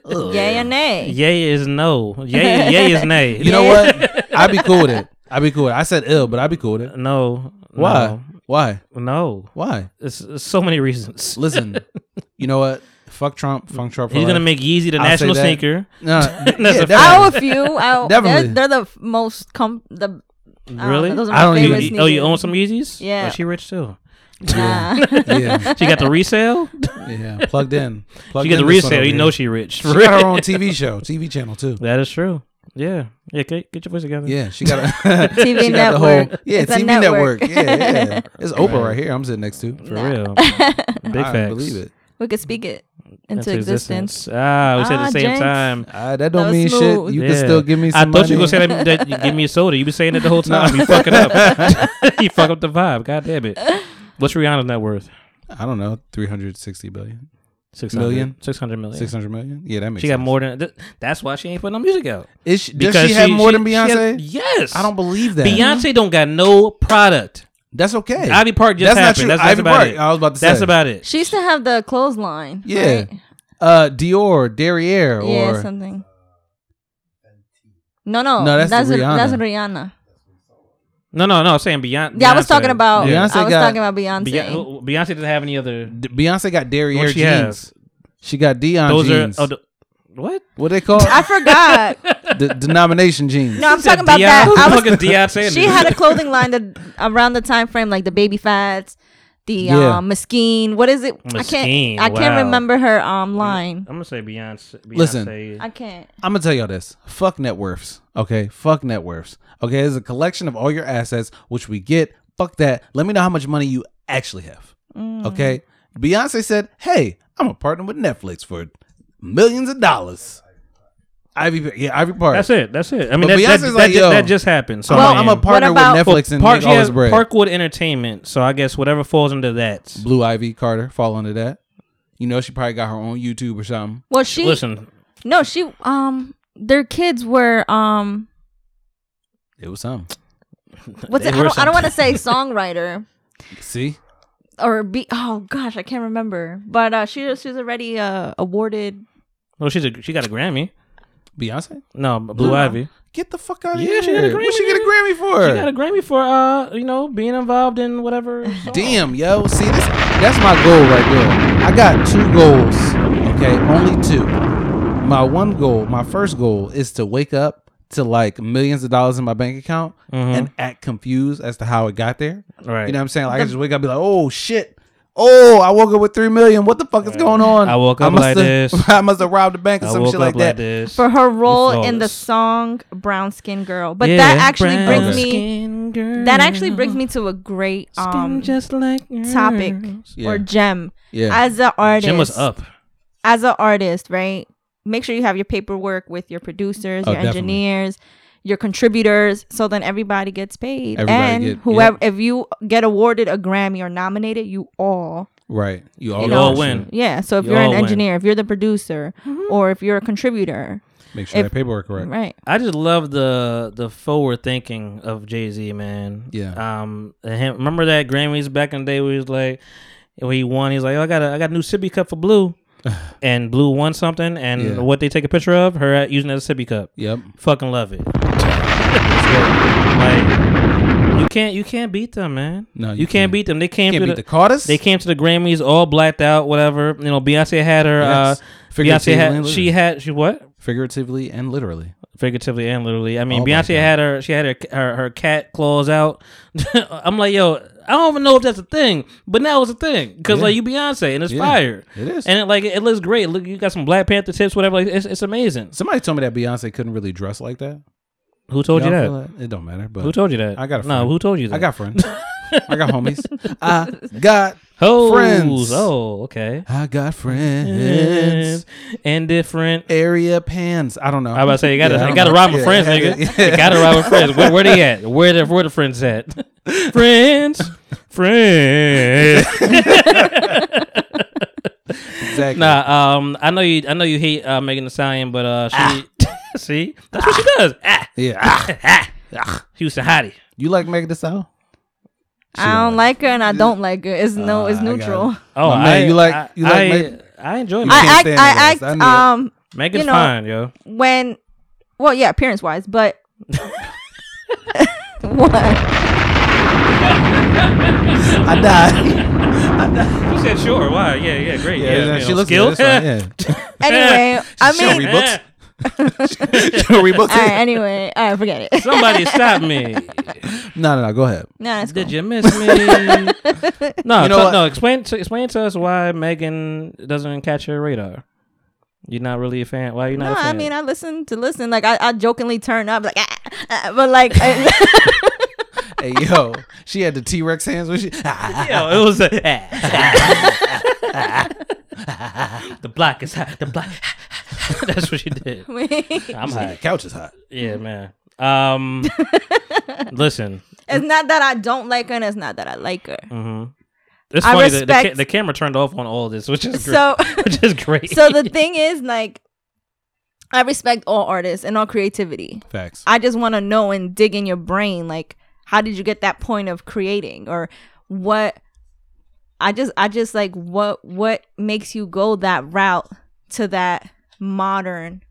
Yay or nay?
Yay is no. Yay yay is nay.
You know what? I'd be cool with it. I'd be cool with it. I said ill, but I'd be cool with it.
Uh, No.
Why?
no.
Why?
No.
Why?
It's, it's so many reasons.
Listen, you know what? Fuck Trump. Fuck Trump. for
He's gonna
life.
make Yeezy the
I'll say
national
that.
sneaker.
No,
That's a
yeah, definitely.
fact.
I'll a few. I'll, they're,
Definitely.
they're the f- most com the I don't
Really?
know, Oh, those are
I
my
don't
favorite
even. Oh, you
sneakers.
own some Yeezys?
Yeah.
Oh, she rich too.
Nah.
Yeah.
she got the resale.
Yeah, plugged in. Plugged
she got the
in this one
resale.
over
You
here.
know she rich.
She got her own TV show, TV channel too.
That is true. Yeah. Yeah. Get, get your voice together.
Yeah, she got a
TV
she got the whole-
network.
yeah,
It's a
TV
network.
network. Yeah, yeah. It's
Right.
Oprah right. here. I'm sitting next to
For real. Big
I
facts.
believe it.
we could speak it into
That's
existence.
Ah, we said at
Ah,
the same
Jenks.
time.
Ah, that
That
don't
was
mean
smooth.
shit. You
Yeah.
can still give me.
I
Some
thought you were
money.
gonna say that, that you give me a soda. You been saying it the whole time. You fucking up. you fuck up the vibe. God damn it. What's Rihanna's net worth?
I don't know. Three hundred sixty billion.
Six
Million?
Six hundred million.
Six hundred million. Yeah, that makes.
She got
sense.
more than. Th- that's why she ain't putting no music out.
Is she, does she have more than
she has-
Beyonce?
yes.
I don't believe that.
Beyonce don't got no product.
That's okay.
Ivy Park just
that's
happened. That's,
Not true.
that's
Ivy
about
Park.
it.
I was about to say.
That's about it.
She used to have the clothesline.
Yeah.
right?
Uh, Dior, Derriere, or
Yeah, something. No, no,
No, that's
that's
the
that's Rihanna.
Rihanna.
No, no, no. I'm saying Beyonce.
Yeah, I was talking about.
Yeah.
I was
Beyonce got-
talking about Beyonce.
Beyonce, Beyonce doesn't have any other.
D- Beyonce got Derriere
What she
jeans.
has?
She got Dion
Those
jeans.
are. Oh, the- what?
what they call
I forgot.
the denomination jeans.
No, I'm talking about that. I was,
Fucking Deion Sanders.
she had a clothing line that around the time frame like the baby fats, the
Yeah.
um mesquine. What is it?
Mesquine,
I can't. I
wow.
can't remember her um line.
I'm gonna say Beyonce. Beyonce
Listen.
I can't.
I'm gonna tell y'all this. Fuck net worths. Okay. Fuck net worths. Okay. It's a collection of all your assets, which we get. Fuck that. Let me know how much money you actually have.
Mm.
Okay. Beyonce said, "Hey, I'm a partner with Netflix for millions of dollars." Ivy, Pa- yeah, Ivy Park.
That's it. That's it. I mean, that,
But
that,
Beyonce's
that,
like,
ju-
yo,
that just happened. So
I'm,
I
a-
mean,
I'm a partner with
about-
Netflix and
Park,
make
she
all
has
this bread.
Parkwood Entertainment. So I guess whatever falls under that.
Blue Ivy Carter fall under that. You know, she probably got her own YouTube or something.
Well, she
Listen,
no, she um their kids were um
It was something.
what's
They
it? I
were
don't, I don't want to say songwriter
See,
or be. Oh gosh, I can't remember. But uh, she she's already uh awarded.
well, she's a, she got a Grammy.
Beyonce,
No, Blue Ivy.
get the fuck out of
Yeah,
here.
she got a Grammy,
What she get a
nigga.
Grammy for?
She got a Grammy for uh, you know, being involved in whatever. song.
Damn, yo. See, this, that's my goal right there. I got two goals, okay? Only two. My one goal, my first goal is to wake up to like millions of dollars in my bank account and act confused as to how it got there.
Mm-hmm. Right.
You know what I'm saying? Like, I just wake up and be like, oh, shit. Oh, I woke up with three million. What the fuck is going on?
I woke up
must
like
have-
this.
I must have robbed the bank or
I
some
woke
shit
up
like that.
this.
For her role in the
flawless.
song Brown Skin Girl. But
Yeah,
that actually brings
brown
me
skin girl,
that actually brings me to a great
skin
um
just like
topic
Yeah.
or gem
Yeah.
as an artist
Jim was up.
as an artist right make sure you have your paperwork with your producers
Oh,
your
definitely.
engineers your contributors so then everybody gets paid
Everybody
and
get-
whoever if you get awarded a grammy or nominated you all
Right. You all,
You
know
all
shit.
win.
yeah so if
You
you are
all
an
win.
engineer if you're the producer or if you're a contributor
Make sure
If-
that paperwork correct.
right
I just love the the forward thinking of Jay Z, man.
Yeah.
Um. and Him, remember that Grammys back in the day where he was like, when he won, he's like, oh, I got a, I got a new sippy cup for Blue, and Blue won something, and
Yeah.
what they take a picture of her at- using it as a sippy cup.
Yep.
Fucking love it. like you can't you can't beat them, man.
No,
you,
you
can't,
can't.
beat them. They came
Can't
to
beat the Carters.
they came to the Grammys all blacked out, whatever. You know, Beyonce had her.
Yes.
Uh,
Figuratively
Beyonce had
and
she had she what?
figuratively and literally.
figuratively and literally. I mean,
Oh my
Beyonce
God.
had her she had her her, her cat claws out. I'm like, yo, I don't even know if that's a thing, but now it's a thing because
Yeah.
like you Beyonce and it's
Yeah,
fire.
it is.
and it, like it looks great. Look, you got some Black Panther tips, whatever. Like, it's it's amazing.
Somebody told me that Beyonce couldn't really dress like that.
Who told you
Y'all
that?
feel that? It don't matter. But
Who Oh, told you that?
I got a
no.
friend.
Who told you that?
I got friends. I got homies. I got
Hoes.
Friends.
Oh, okay.
I got friends.
And different
area pans. I don't know.
I was about to say you gotta
Yeah, I
you
don't
gotta
know.
rob with
Yeah,
friends,
yeah,
nigga.
yeah.
You gotta rob with friends. Where, where they at? Where the where the friends at? friends, friends.
Exactly.
Nah, um, I know you. I know you hate uh, Megan Thee Stallion, but uh,
Ah.
she see that's what she does. Ah,
Yeah.
ah, ah. Houston hottie.
You like Megan Thee Stallion?
I don't like her and I don't like her. It's no,
Ah,
it's neutral.
Oh,
My man,
I,
you like-
I,
you like
I,
Meg-
I enjoy.
You
Megan.
can't
I act,
stand her
I
ass.
act,
I knew it.
um,
Megan's
you know,
fine, yo.
when, well, yeah, appearance wise, but what?
I died.
You said sure. Why? Yeah, yeah, great. Yeah,
Yeah, yeah,
you
she
know,
looks
skilled.
good. That's fine, yeah.
Anyway, I
She don't
mean,
read
all
books. She don't read books.
right, anyway, all right, forget it.
Somebody stop me.
No, no, no. Go ahead.
No, it's
Did you miss me? No,
You know
so-
what?
no. Explain to explain to us why Megan doesn't catch your radar. You're not really a fan. Why are you not
No,
a fan?
I mean, I listen to listen. Like, I, I jokingly turn up, like, ah, ah, but like, I,
Hey, yo, she had the T Rex hands when she.
Yo, it was a, the block is hot. The block. That's what she did. I'm hot.
Couch is hot.
Yeah, man. Um, listen.
it's not that I don't like her, and it's not that I like her.
Mm-hmm. It's
I
funny. that the, ca-
respect-
the camera turned off on all this, which is great.
So-
which is great.
So the thing is, like, I respect all artists and all creativity.
Facts.
I just want to know and dig in your brain, like, how did you get that point of creating, or what? I just, I just like what what makes you go that route to that modern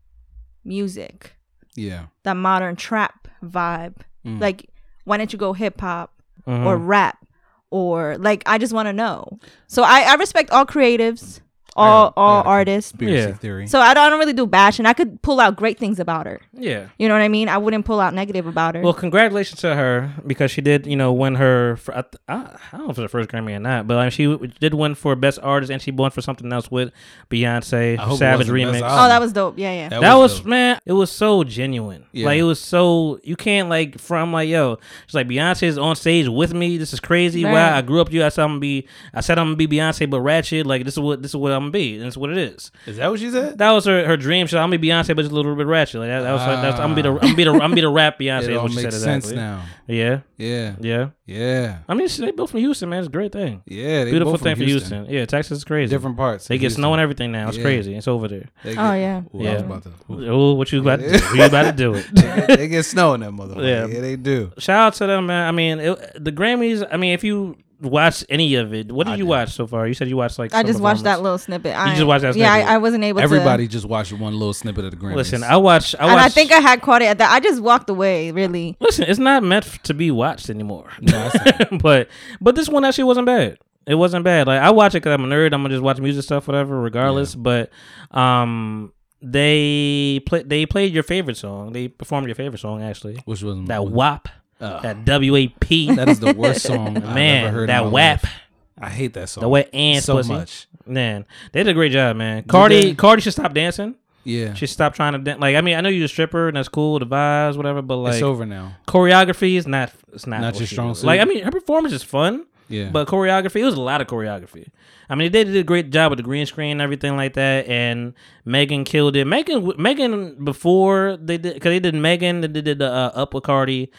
music.
Yeah.
that modern trap vibe.
Mm.
Like, why don't you go hip hop or rap or like? I just want to know. So I, I respect all creatives, all
I got a
all artists.
Conspiracy
Yeah.
theory.
So I don't, I don't really do bashing. I could pull out great things about her.
yeah.
You know what I mean? I wouldn't pull out negative about her.
Well, congratulations to her because she did, you know, win her. For, I, th- I, I don't know if it's her first Grammy or not, but like, she w- did win for Best Artist and she won for something else with Beyonce
I hope it
Savage
wasn't
remix.
Best
oh,
Album.
that was dope. Yeah, yeah.
um, that was,
dope.
man. It was so genuine.
Yeah.
Like it was so you can't like from like yo. She's like Beyonce is on stage with me. This is crazy.
Right.
Wow, I grew up with you. I said I'm gonna be. I said I'm gonna be Beyonce, but ratchet. Like this is what this is what I'm gonna be. And it's what it is.
Is that what she said?
That was her, her dream. She's like, I'm gonna be Beyonce, but just a little bit ratchet. Like that, that was like, that's, I'm gonna be the I'm gonna be the I'm gonna be the rap Beyonce.
It
is
all
what she said
makes sense
exactly.
now.
Yeah,
Yeah.
yeah.
Yeah.
I mean, shit, they built from Houston, man. It's a great thing.
Yeah. They
Beautiful
both
thing
from
for Houston. Yeah, Texas is crazy.
Different parts.
They
of
get
Houston.
snow and everything now. It's
Yeah.
crazy. It's over there.
They
Oh,
get-
yeah.
Ooh, I
Yeah.
was about to- ooh.
Oh, what you about to do? You about to do it?
they, get, they get snow in that motherfucker.
Yeah.
Yeah. they do.
Shout out to them, man. I mean, it, the Grammys. I mean, if you watch any of it, what did you watch so far? You said you watched like.
I
some
just watched that
performance.
little snippet. I,
just watched that
Yeah,
snippet.
I, I wasn't able
Everybody
to.
just watched one little snippet of the Grammys.
Listen, I watched. I watched.
And I think I had caught it at that. I just walked away, really.
Listen, it's not meant f- to be watched anymore. but but this one actually wasn't bad. It wasn't bad. Like I watch it because I'm a nerd. I'm gonna just watch music stuff, whatever, regardless. But um, they play they played your favorite song. They performed your favorite song actually.
Which was uh,
That WAP. that W A P.
That is the worst song I've ever
Man,
heard. in
that
my
WAP.
life. I hate that song.
The wet and
so
pussy.
much.
Man, they did a great job, man. Cardi
they?
Cardi should stop dancing.
Yeah,
She stopped trying to dance. Like I mean, I know you're a stripper and that's cool, the vibes, whatever. But like
it's over now.
choreography is not it's not,
Not
what
your
she
strong
does.
suit.
Like I mean, her performance is fun.
Yeah.
But choreography, it was a lot of choreography. I mean, they did a great job with the green screen and everything like that. And Megan killed it. Megan, Megan before they did, because they did Megan, they did the uh, Up with Cardi.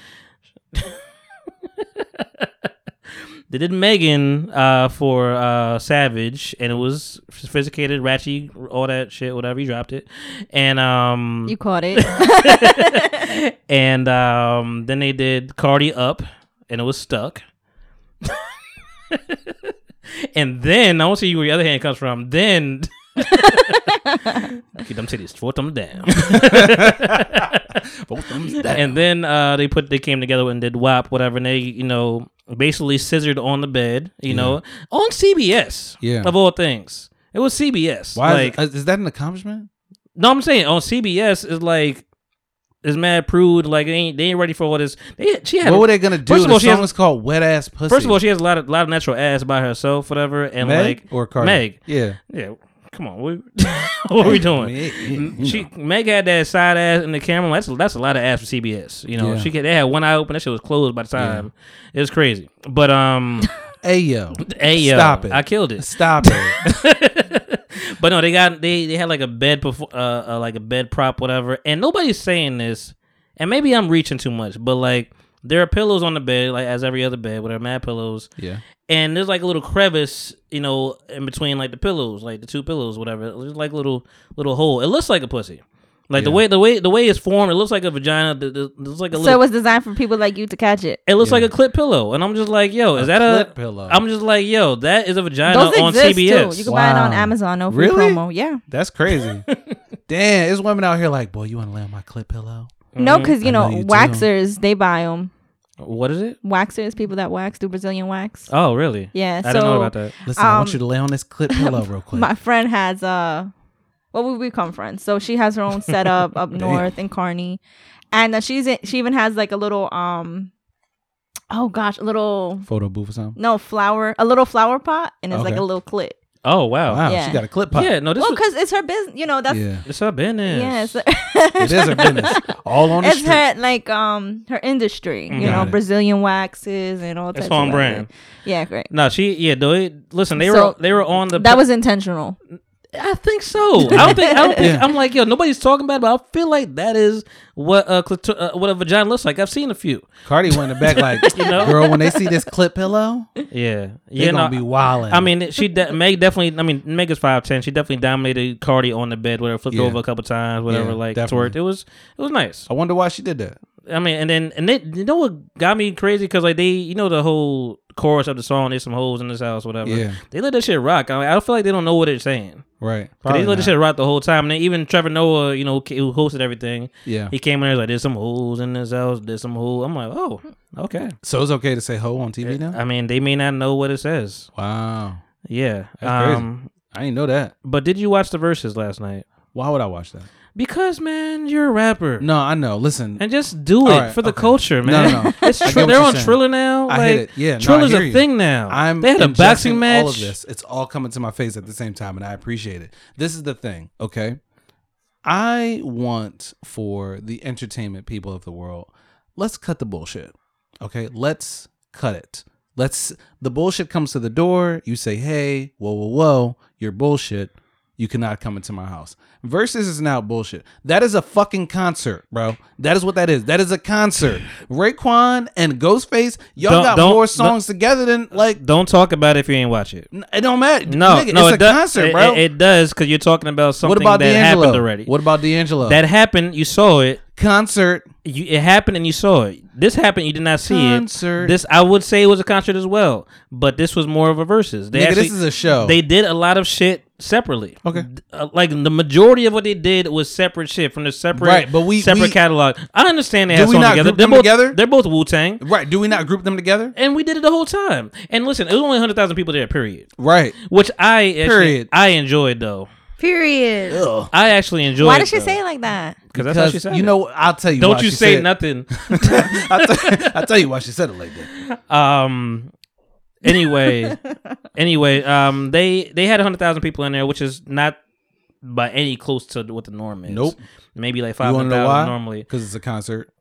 they did Megan uh, for uh, Savage, and it was sophisticated, ratchet, all that shit, whatever. You dropped it, and um,
You caught it.
and um, then they did Cardi Up, and it was stuck. and then I want to see where your other hand comes from. Then get them titties, four them down.
Both thumbs down.
and then uh, they put they came together and did WAP, whatever. And they you know basically scissored on the bed, you know, on CBS.
Yeah.
of all things, it was CBS.
Why
like,
is, uh, is that an accomplishment?
no, I'm saying on CBS is like is mad prude. Like they ain't they ain't ready for all this. They, she had
What were they gonna do?
First of all,
the
she
song
has-
is called "Wet Ass Pussy."
First of all, she has a lot of lot of natural ass by herself, whatever, and
Meg
like
or Cardi?
Meg,
Yeah,
yeah. Come on, what, what are we doing?
Meg, you
she Meg had that side ass in the camera. That's that's a lot of ass for CBS. You know,
Yeah.
she could, they had one eye open. That shit was closed by the time. It was crazy. But um,
Ayo.
Ayo.
Stop it.
I killed it.
Stop it.
But no, they got they they had like a bed perfor- uh, uh like a bed prop whatever, and nobody's saying this, and maybe I'm reaching too much, but like there are pillows on the bed like as every other bed, whatever mad pillows.
Yeah.
And there's like a little crevice, you know, in between like the pillows, like the two pillows, whatever. There's like a little little hole. It looks like a pussy. Like the
Yeah.
way the way the way it's formed, it looks like a vagina. The- the- There's like a
So
little
it was designed for people like you to catch it.
it looks like a clip pillow, and I'm just like, yo, is that a
clip pillow.
I'm just like, yo, that is a vagina
Those
on
exist
CBS.
too. You can buy it on
Wow.
Amazon. No free
Really?
promo. Yeah.
That's crazy. Damn, there's women out here like, boy, you want to lay on my clip pillow?
No, because
I
you
know
know,
you do.
waxers they buy them.
What is it?
Waxers, people that wax, do Brazilian wax.
Oh, really?
Yeah,
I don't know
so-
about that.
Listen, I want
Um,
you to lay on this clip pillow real quick.
My friend has uh, well, we become friends. So she has her own setup up north in Kearney, and uh, she's in, she even has like a little um, oh gosh, a little
Photo booth or something.
no flower, a little flower pot, and it's like
Okay.
a little clip.
Oh, wow.
Wow, she
yeah.
got a clip pop.
Yeah, no, this
Well,
was,
because it's her business, you know. That's
Yeah.
it's her business.
yeah, it's,
It is a business. All on the
it's
street.
her like um her industry, you
Got
know,
it.
Brazilian waxes and all.
It's
types
on
of
brand.
waxes. Yeah, great.
No, she yeah. though it- listen, they
So,
were they were on the.
That was intentional.
I think so. I don't think. I don't think
Yeah.
I'm like yo. Nobody's talking about it, but I feel like that is what a clitor- uh, what a vagina looks like. I've seen a few.
Cardi went in the back like,
You know?
girl, when they see this clip pillow,
Yeah,
they're
yeah.
going to
no,
be wildin'.
I mean, she de- Meg definitely. I mean, Meg is five ten. She definitely dominated Cardi on the bed, whatever, flipped
Yeah.
over a couple times, whatever,
Yeah,
like
definitely.
twerked. It was it was nice.
I wonder why she did that.
I mean, and then and they, you know what got me crazy because like they, you know, the whole chorus of the song, "There's some holes in this house," whatever.
Yeah.
They let that shit rock. I, mean, I don't feel like they don't know what they're saying.
Right.
'Cause They let
not.
that shit rock the whole time. And then even Trevor Noah, you know, who hosted everything,
Yeah.
he came in there like, "There's some holes in this house. There's some holes." I'm like, oh, okay.
So it's okay to say hoe on TV now?
I mean, they may not know what it says.
Wow.
Yeah.
That's crazy.
um,
I didn't know that.
but did you watch the verses last night?
Why would I watch that?
Because man, you're a rapper.
No, I know. Listen,
And just do
All
it
right,
for the
okay.
culture,
No,
man.
no, no.
It's
I get
tr-
what
they're
you're
on
saying.
Triller now.
I
like,
hit it. Yeah, no, I
Triller's
hear
a
you.
thing now.
I'm
they had a boxing
ingesting
match.
All of this, it's all coming to my face at the same time, and I appreciate it. This is the thing, okay? I want for the entertainment people of the world. Let's cut the bullshit, okay? Let's cut it. Let's. The bullshit comes to the door. You say, "Hey, whoa, whoa, whoa! You're bullshit. You cannot come into my house." Versus is now bullshit. That is a fucking concert, bro. That is what that is. That is a concert. Raekwon and Ghostface, y'all
Don't-
got
don't-
more
don't-
songs together than like
Don't talk about it if you ain't watch it.
N- It don't matter.
No,
Nigga,
no, it
it's a
does.
concert,
it,
bro.
It, it does because you're talking about something
what about
that
D'Angelo?
happened already.
What about D'Angelo?
that happened? You saw it.
concert.
You, it happened and you saw it. This happened. You did not see
Concert.
it. This I would say was a concert as well, but this was more of a versus. They
Nigga,
actually,
this is a show.
They did a lot of shit separately.
Okay.
D- uh, like the majority of what they did was separate shit from the separate
Right, but we-
separate
we-
catalog. I understand they
Do
had
we
songs
not
together.
group
They're
them
both
together?
They're both Wu Tang.
right. Do we not group them together?
And we did it the whole time. And listen, it was only 100,000 people there, period.
Right.
Which I actually,
Period.
I enjoyed though.
Period.
I actually enjoyed.
Why did she say it like that?
Because that's how she
Because
said.
you
it.
know, I'll tell you.
Don't
why
you
she
say
said-
nothing.
I'll, tell, I'll tell you why she said it like that.
Um. Anyway, anyway, um, they they had 100,000 people in there, which is not by any close to what the norm is.
Nope.
Maybe like
You want to
500,000
know why?
normally.
because it's a concert.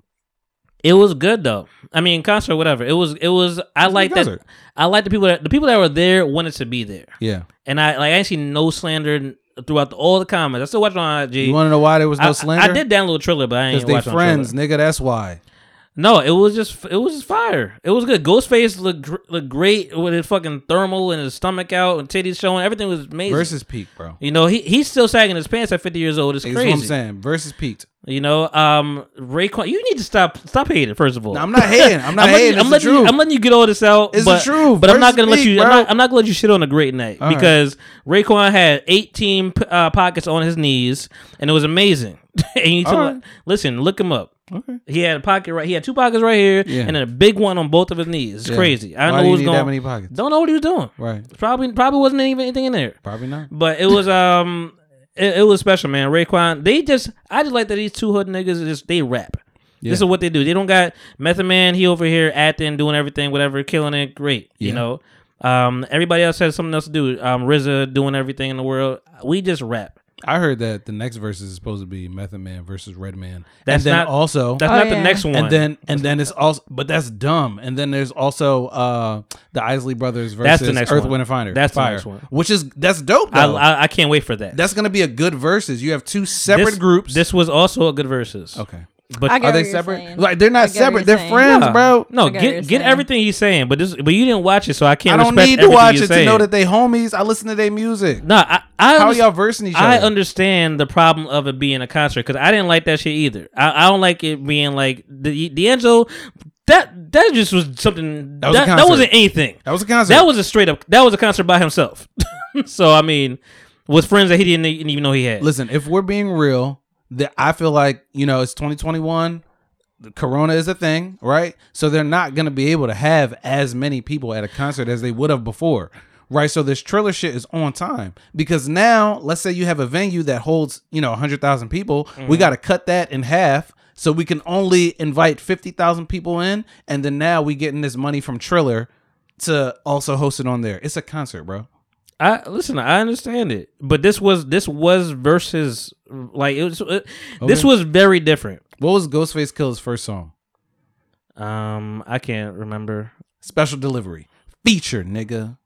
It was good though. I mean, concert, whatever. It was. It was. I
a
like that.
concert.
I like the people that the people that were there wanted to be there,
Yeah.
and I like I actually no slander throughout the, all the comments. I still watch it on IG.
You want to know why there was no
I-
slander?
I, I did download Triller, but I ain't
Because they
watch it on
friends,
Triller.
nigga. That's why.
No, it was just it was just fire. It was good. Ghostface looked gr- looked great with his fucking thermal and his stomach out and titties showing. Everything was amazing.
Versus peak, bro.
you know, he he's still sagging his pants at fifty years old. It's
That's
crazy.
what I'm saying. Versus peaked.
You know, um, Raekwon, you need to stop stop hating. First of all,
No, I'm not hating. I'm not
letting
hating.
you- I'm
It's the
letting you,
truth.
I'm letting you get all this out.
It's the
but,
truth.
But I'm not
Versus
gonna let
me,
you. I'm not,
bro.
I'm not gonna let you shit on a great night
All right.
because Raekwon had 18 p- uh, pockets on his knees, and it was amazing. and you took,
All right.
listen, look him up.
Okay.
He had a pocket right. He had two pockets right here,
Yeah.
and then a big one on both of his knees. It's
Yeah.
crazy. I
Why
know
do you
what's
need
going.
that many pockets?
Don't know what he was doing.
Right.
Probably probably wasn't even anything in there.
Probably not.
But it was um it, it was special, man. Raekwon, they just I just like that these two hood niggas just they rap. This
Yeah.
is what they do. They don't got Method Man, he over here acting, doing everything, whatever, killing it, great.
Yeah.
You know. Um everybody else has something else to do. Um RZA doing everything in the world. We just rap.
I heard that the next verse is supposed to be Method Man versus Red Man.
That's
and then
not-
also
that's Oh, not the yeah. next one.
And then and then it's also but that's dumb. And then there's also uh the Isley Brothers versus
That's the next
Earth
one.
Wind and Fire.
That's the
Fire,
next one.
Which is that's dope
I,
though.
I I can't wait for that.
that's gonna be a good verses. You have two separate
this,
groups.
This was also a good versus.
Okay.
But
are they separate? Like they're not separate. They're friends,
Nah.
bro.
No, get get everything he's saying, but this but you didn't watch it, so I
I
can't.
don't
respect
need to
everything
watch
you're
it to
saying.
know that they homies. I listen to their music.
No, I, I
How
underst-
y'all versing each
I
other?
understand the problem of it being a concert because I didn't like that shit either. I, I don't like it being like the D'Angelo. That that just was something.
That was a
That, that,
concert.
wasn't anything.
That was a concert.
That was a straight up. That was a concert by himself. so I mean, with friends that he didn't e- even know he had.
Listen, if we're being real, that I feel like you know it's 2021. the Corona is a thing, right? So they're not going to be able to have as many people at a concert as they would have before, right? So this Triller shit is on time because now, let's say you have a venue that holds you know 100,000 people, we
Mhm.
got to cut that in half. So we can only invite fifty thousand people in, and then now we getting this money from Triller to also host it on there. It's a concert, bro.
I listen. I understand it, but this was this was versus like it was. uh This
Okay.
was very different.
What was Ghostface Kill's first song?
Um, I can't remember.
Special delivery. Feature, nigga.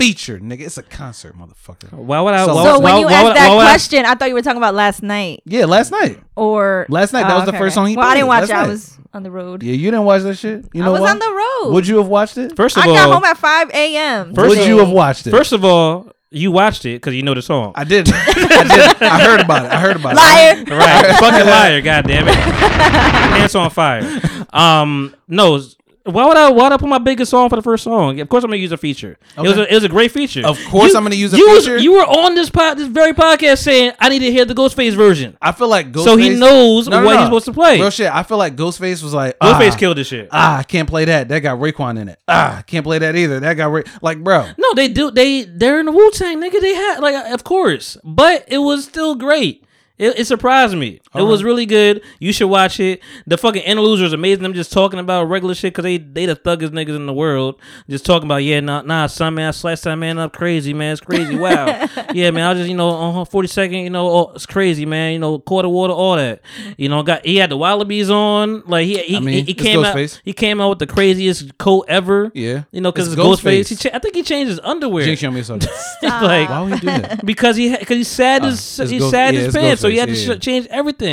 Feature, nigga. It's a concert, motherfucker.
Why would I?
So-
why,
So
would-
when
why,
you
why
asked
would-
that
why would I-
question, I thought you were talking about last night
Yeah, last night.
or
Last night, that
Oh,
was the
okay.
first song he
Well, I
played
didn't watch
last
it. I
night.
was on the road.
Yeah, you didn't watch that shit. You know
I was
why?
on the road.
Would you have watched it?
First of
I
all,
got home at 5 a.m.
First
Would
of
you
all-
have watched it?
First of all, you watched it because you know the song.
I didn't. I did. I heard about it. I heard about
Liar.
right, fucking liar, goddamn it. Pants on fire. Um, no. Why would I? Why would I put my biggest song for the first song? Of course, I'm gonna use a feature. It was a, it was a great feature.
it. Of course, I'm gonna use a
you was-
feature.
you were on this pod, this very podcast saying I need to hear the Ghostface version.
I feel like Ghostface.
So he knows what he's supposed to play.
Real shit. I feel like Ghostface was like
Ghostface
ah,
killed this shit.
Ah, I can't play that. That got Raekwon in it. Ah, I can't play that either. That got Ra- like, bro.
No, they do. They they're in the Wu Tang, nigga. They had like, of course, but it was still great. It, it surprised me. it was
Uh-huh.
really good. You should watch it. The fucking interludes was amazing. Them just talking about regular shit because they they the thuggest niggas in the world. Just talking about yeah, nah, nah, son man, I sliced that man up crazy, man. It's crazy. Wow. yeah, man. I was just you know on forty second, you know, oh, it's crazy, man. You know, quarter water, all that. You know, got he had the wallabies on. Like he he,
I mean,
he, he
it's
came
Ghostface.
out he came out with the craziest coat ever.
Yeah.
You know, because
It's
it's, Ghostface.
Ghostface.
He cha- I think he changed his underwear.
Jinx, you owe me something.
like
Why would you do that?
because he because he sad his
Ah, it's
he
Ghost-
sad
yeah,
his
it's
pants, so he had to
Ghostface, yeah, yeah.
sh- change everything.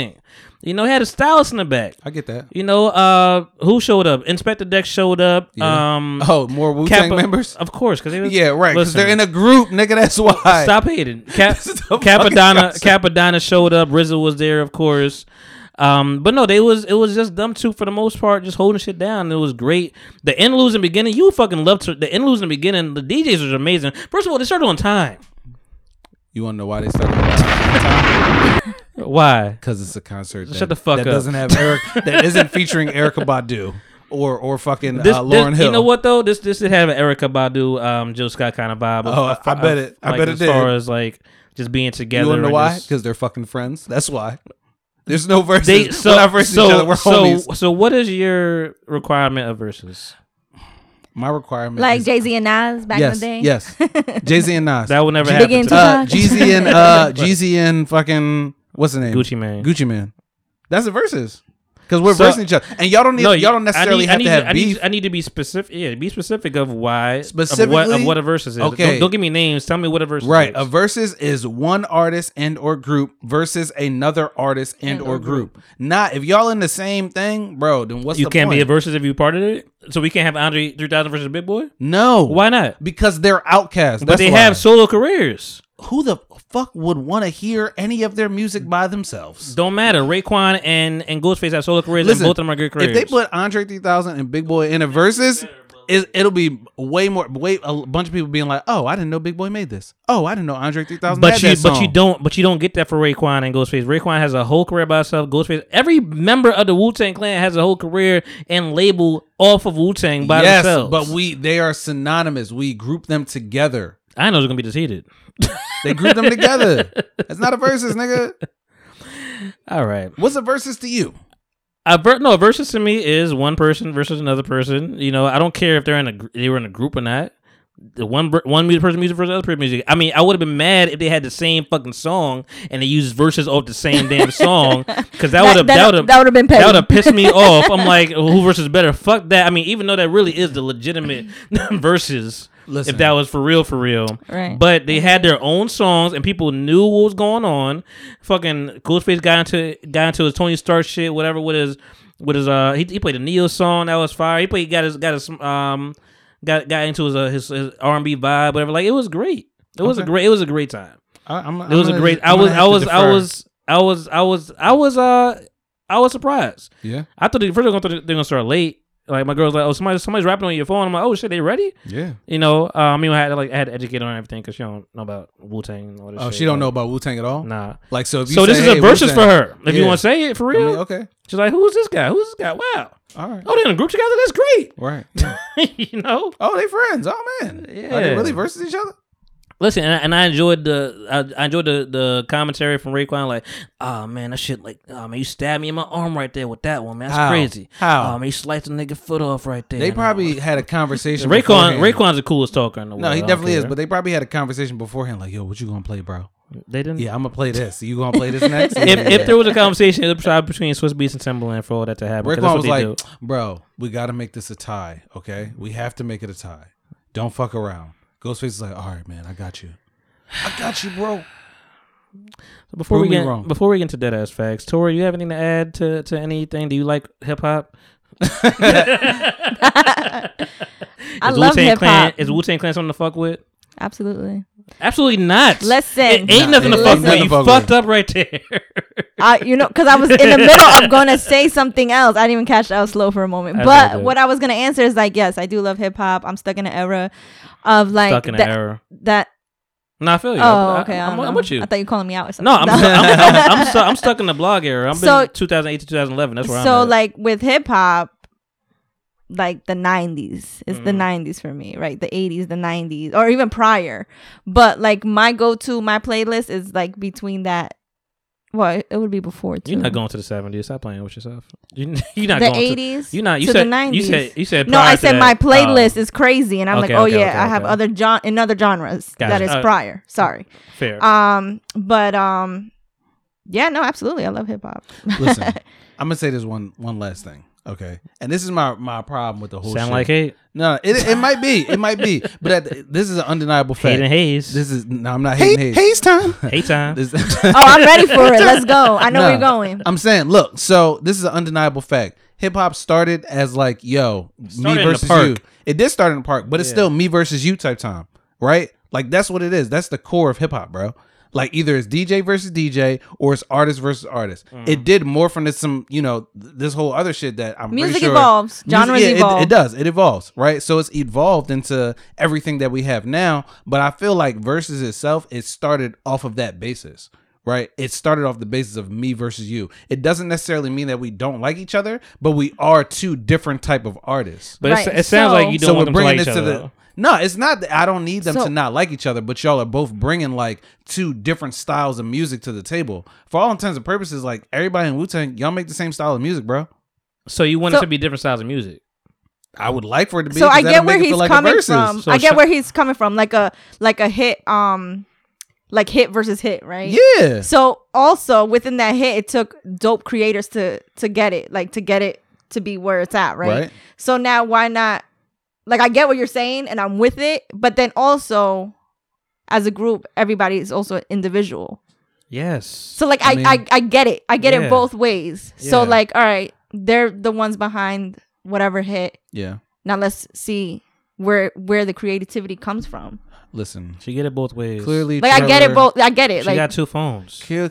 You know, he had a stylist in the back.
I get that.
You know, uh, who showed up? Inspector Deck showed up.
Yeah.
Um,
Oh, more Wu Tang
Kappa-
members?
of course, because
Yeah, right. Because they're in a group, nigga. That's why.
Stop hating. Cap,
This is the
Capadonna
fucking
Capadonna showed up. Rizzo was there, of course. Um, but no, they was it was just them two for the most part, just holding shit down. It was great. The interludes in the beginning, you fucking loved to, the interludes in the beginning. The DJs was amazing. First of all, they started on time.
You want to know why they started?
Why?
Because it's a concert.
Shut
that-
the fuck
that
up.
doesn't have Eric. That isn't featuring Erica Badu or or fucking
This,
uh, Lauren
this-
Hill.
You know what though? This this did have an Erica Badu, um, Jill Scott kind of vibe.
Oh, I- I bet it. I
like,
bet it
as far
did.
as like just being
You
together.
want to know
and
why?
just-
Because they're fucking friends. That's why. There's no verses.
They so
We're not versus
so
each other. We're
so,
homies.
so what is your requirement of verses?
My requirement.
Like
is-
Jay Z and Nas back
yes,
in the day.
Yes. Jay Z and Nas.
That will never
Jay-
happen.
Big
to
and
me.
Uh, Jeezy and uh, Jeezy and fucking what's the name?
Gucci Mane.
Gucci Man. That's the verses. Because we're
So-
versing each other, and y'all don't need,
No,
y'all
I
don't necessarily
need- I
have
need
to have
I
beef.
Need, I need to be specific. Yeah, be specific of why of what
Specifically?
of what a verse is.
Okay.
Don't, don't give me names. Tell me what a verse
Right.
is.
A versus is one artist and or group versus another artist and, or group. Not if y'all in the same thing, bro, then what's
you
the
can't
point?
be a versus if you part of it. So we can't have Andre 3000 versus Big Boy.
No.
Why not?
Because they're outcasts.
But they have solo careers.
who the fuck would want to hear any of their music by themselves?
Don't matter. Raekwon and and Ghostface have solo careers,
Listen,
and both of them are good careers.
If they put Andre 3000 and Big Boy in a versus, it, it'll be way more. Way a bunch of people being like, "Oh, I didn't know Big Boy made this. Oh, I didn't know Andre 3000
but
had
you
that
but you
song."
don't but you don't get that for Raekwon and Ghostface. Raekwon has a whole career by himself. Ghostface, every member of the Wu Tang Clan has a whole career and label off of Wu Tang by
yes,
themselves.
but we they are synonymous. We group them together.
I know it's gonna be defeated.
They group them together. That's not a versus, nigga.
All right.
What's a versus to you?
A ver- no, a versus to me is one person versus another person. You know, I don't care if they're in a gr- they were in a group or not. the one ver- one music person music versus the other person music. I mean, I would have been mad if they had the same fucking song and they used verses off the same damn song because that
That-
would have
that-
that would have
that would've been petty.
that would have pissed me off. I'm like, who versus better? Fuck that. I mean, even though that really is the legitimate verses.
Listen.
If that was for real, for real,
Right.
But they had their own songs, and people knew what was going on. Fucking Ghostface got into got into his Tony Stark shit, whatever. With his with his uh, he, he played a Neo song that was fire. He played got his got his um got got into his uh, his, his R and B vibe, whatever. Like it was great. It was a
Okay.
great. It was a great time.
I, I'm,
it was a great. I was I was I was I was I was I was uh I was surprised.
Yeah.
I thought they first they're gonna, they're gonna start late. Like my girl's like, oh somebody somebody's rapping on your phone. I'm like, oh shit, they ready?
Yeah.
You know, uh, I mean, I had to, like I had to educate her on everything because she don't know about Wu Tang and all this.
Oh,
shit,
she don't
like-
know about Wu Tang at all.
Nah.
Like so. If you
So
say,
this is
"Hey,
a versus for
Wu-Tang,"
her. If you
yeah.
want to say it for
I
real,
mean, okay.
She's like, who's this guy? Who's this guy? Wow.
All right.
Oh, they're in a group together. That's great.
Right. Yeah.
you know.
oh, they friends. Oh man. Are
Yeah.
they really versus each other?
Listen, and I, and I enjoyed the I, I enjoyed the, the commentary from Raekwon. Like, oh man, that shit. Like, oh man, you stabbed me in my arm right there with that one. Man, that's
How?
crazy.
How?
Oh man, you sliced a nigga foot off right there.
They
and uh, all
probably
that.
had a conversation.
Raekwon.
beforehand.
Raekwon's the coolest talker in the world.
No,
I
he
don't
definitely is.
care.
But they probably had a conversation beforehand. Like, yo, what you gonna play, bro?
they didn't.
Yeah, I'm gonna play this. You gonna play this next?
if, if there was a conversation it was between Swiss Beats and Timberland for all that to happen, 'cause that's
Raekwon
what
was
they
like,
do.
bro, we got to make this a tie, okay? We have to make it a tie. Don't fuck around. Ghostface is like, all right, man, I got you. I got you, bro.
Before we
Prove me
get
wrong.
before we get into dead ass facts, Tori, you have anything to add to, to anything? Do you like hip hop?
I love hip
Clan,
hop.
is Wu Tang Clan something to fuck with?
Absolutely.
Absolutely not.
Listen.
it ain't
Nah,
nothing to
it
fuck
ain't
with.
nothing
You
to fuck
fucked up right there.
I, you know, because I was in the middle of going to say something else. I didn't even catch that I was slow for a moment.
That's all
but
good.
what I was going to answer is like, yes, I do love hip hop. I'm stuck in an era of like
Stuck in an
that,
error.
that.
No, I feel you.
Oh,
I-
okay. I
I, am
don't
I'm
know.
with you.
I thought you were calling me out or something.
no, I'm, stu- I'm, I'm, I'm, stu- I'm stuck in the blog era. I'm
So-
been 2008 to 2011. That's where
so
I'm at.
like with hip hop, like the '90s, it's the
Mhm.
'90s for me, right? The '80s, the '90s, or even prior. But like my go-to, my playlist is like between that. Well, it would be before too.
You're not going to the 70s. Stop playing with yourself. You, you're not
the
going to
'80s.
You not you
to
said
the '90s.
you said you said
no,
prior
I
to
said
that.
my
Oh.
playlist is crazy, and I'm
Okay,
like, oh
okay,
yeah,
okay,
I have
okay.
other gen in other genres that
Gotcha.
is
Uh,
prior. Sorry.
fair.
Um, but um, yeah, no, absolutely, I love hip hop.
Listen, I'm gonna say this one one last thing, okay? And this is my my problem with the whole
Sound
shit.
like hate.
No, it, it might be, it might be, but at the- this is an undeniable fact.
Hate and haze.
This is no, I'm not hating. Hayes.
time.
hate time.
This-
oh, I'm ready for it. Let's go. I know where you're
No.
going.
I'm saying, look, so this is an undeniable fact. Hip hop started as like, yo,
Started
me
in the
versus
park.
you. It did start in the park, but it's
Yeah.
still me versus you type time, right? Like that's what it is. That's the core of hip hop, bro. Like either it's DJ versus DJ or it's artist versus artist.
Mm.
It did morph into some, you know, th- this whole other shit that I'm pretty
Music
sure-
evolves. Genres
it-
evolve.
It, does. It evolves, right? So it's evolved into everything that we have now. But I feel like versus itself, it started off of that basis, right? It started off the basis of me versus you. It doesn't necessarily mean that we don't like each other, but we are two different type of artists.
But it,
Right,
it sounds like
so-
you don't want them to like each other.
the. No, it's not that I don't need them
So-
to not like each other, but y'all are both bringing like two different styles of music to the table. For all intents and purposes, like everybody in Wu Tang, y'all make the same style of music, bro.
so you want it
So-
to be different styles of music.
I would like for it to be.
so
'cause
I
that'll
get where
make it
he's
feel like a
coming
versus.
from.
So
I get
sh-
where he's coming from, like a like a hit, um, like hit versus hit, right?
Yeah.
So also within that hit, it took dope creators to to get it, like to get it to be where it's at, right?
Right.
So now why not? Like I get what you're saying, and I'm with it, but then also. As a group, everybody is also an individual.
Yes.
So like I I,
mean-
I, get it. I get
Yeah.
it both ways. So
Yeah.
like, all right, they're the ones behind whatever hit.
Yeah.
Now let's see where where the creativity comes from.
Listen.
she get it both ways.
Clearly,
Like I get it
Triller-
both. I get it.
she
like
got two phones.
Cle-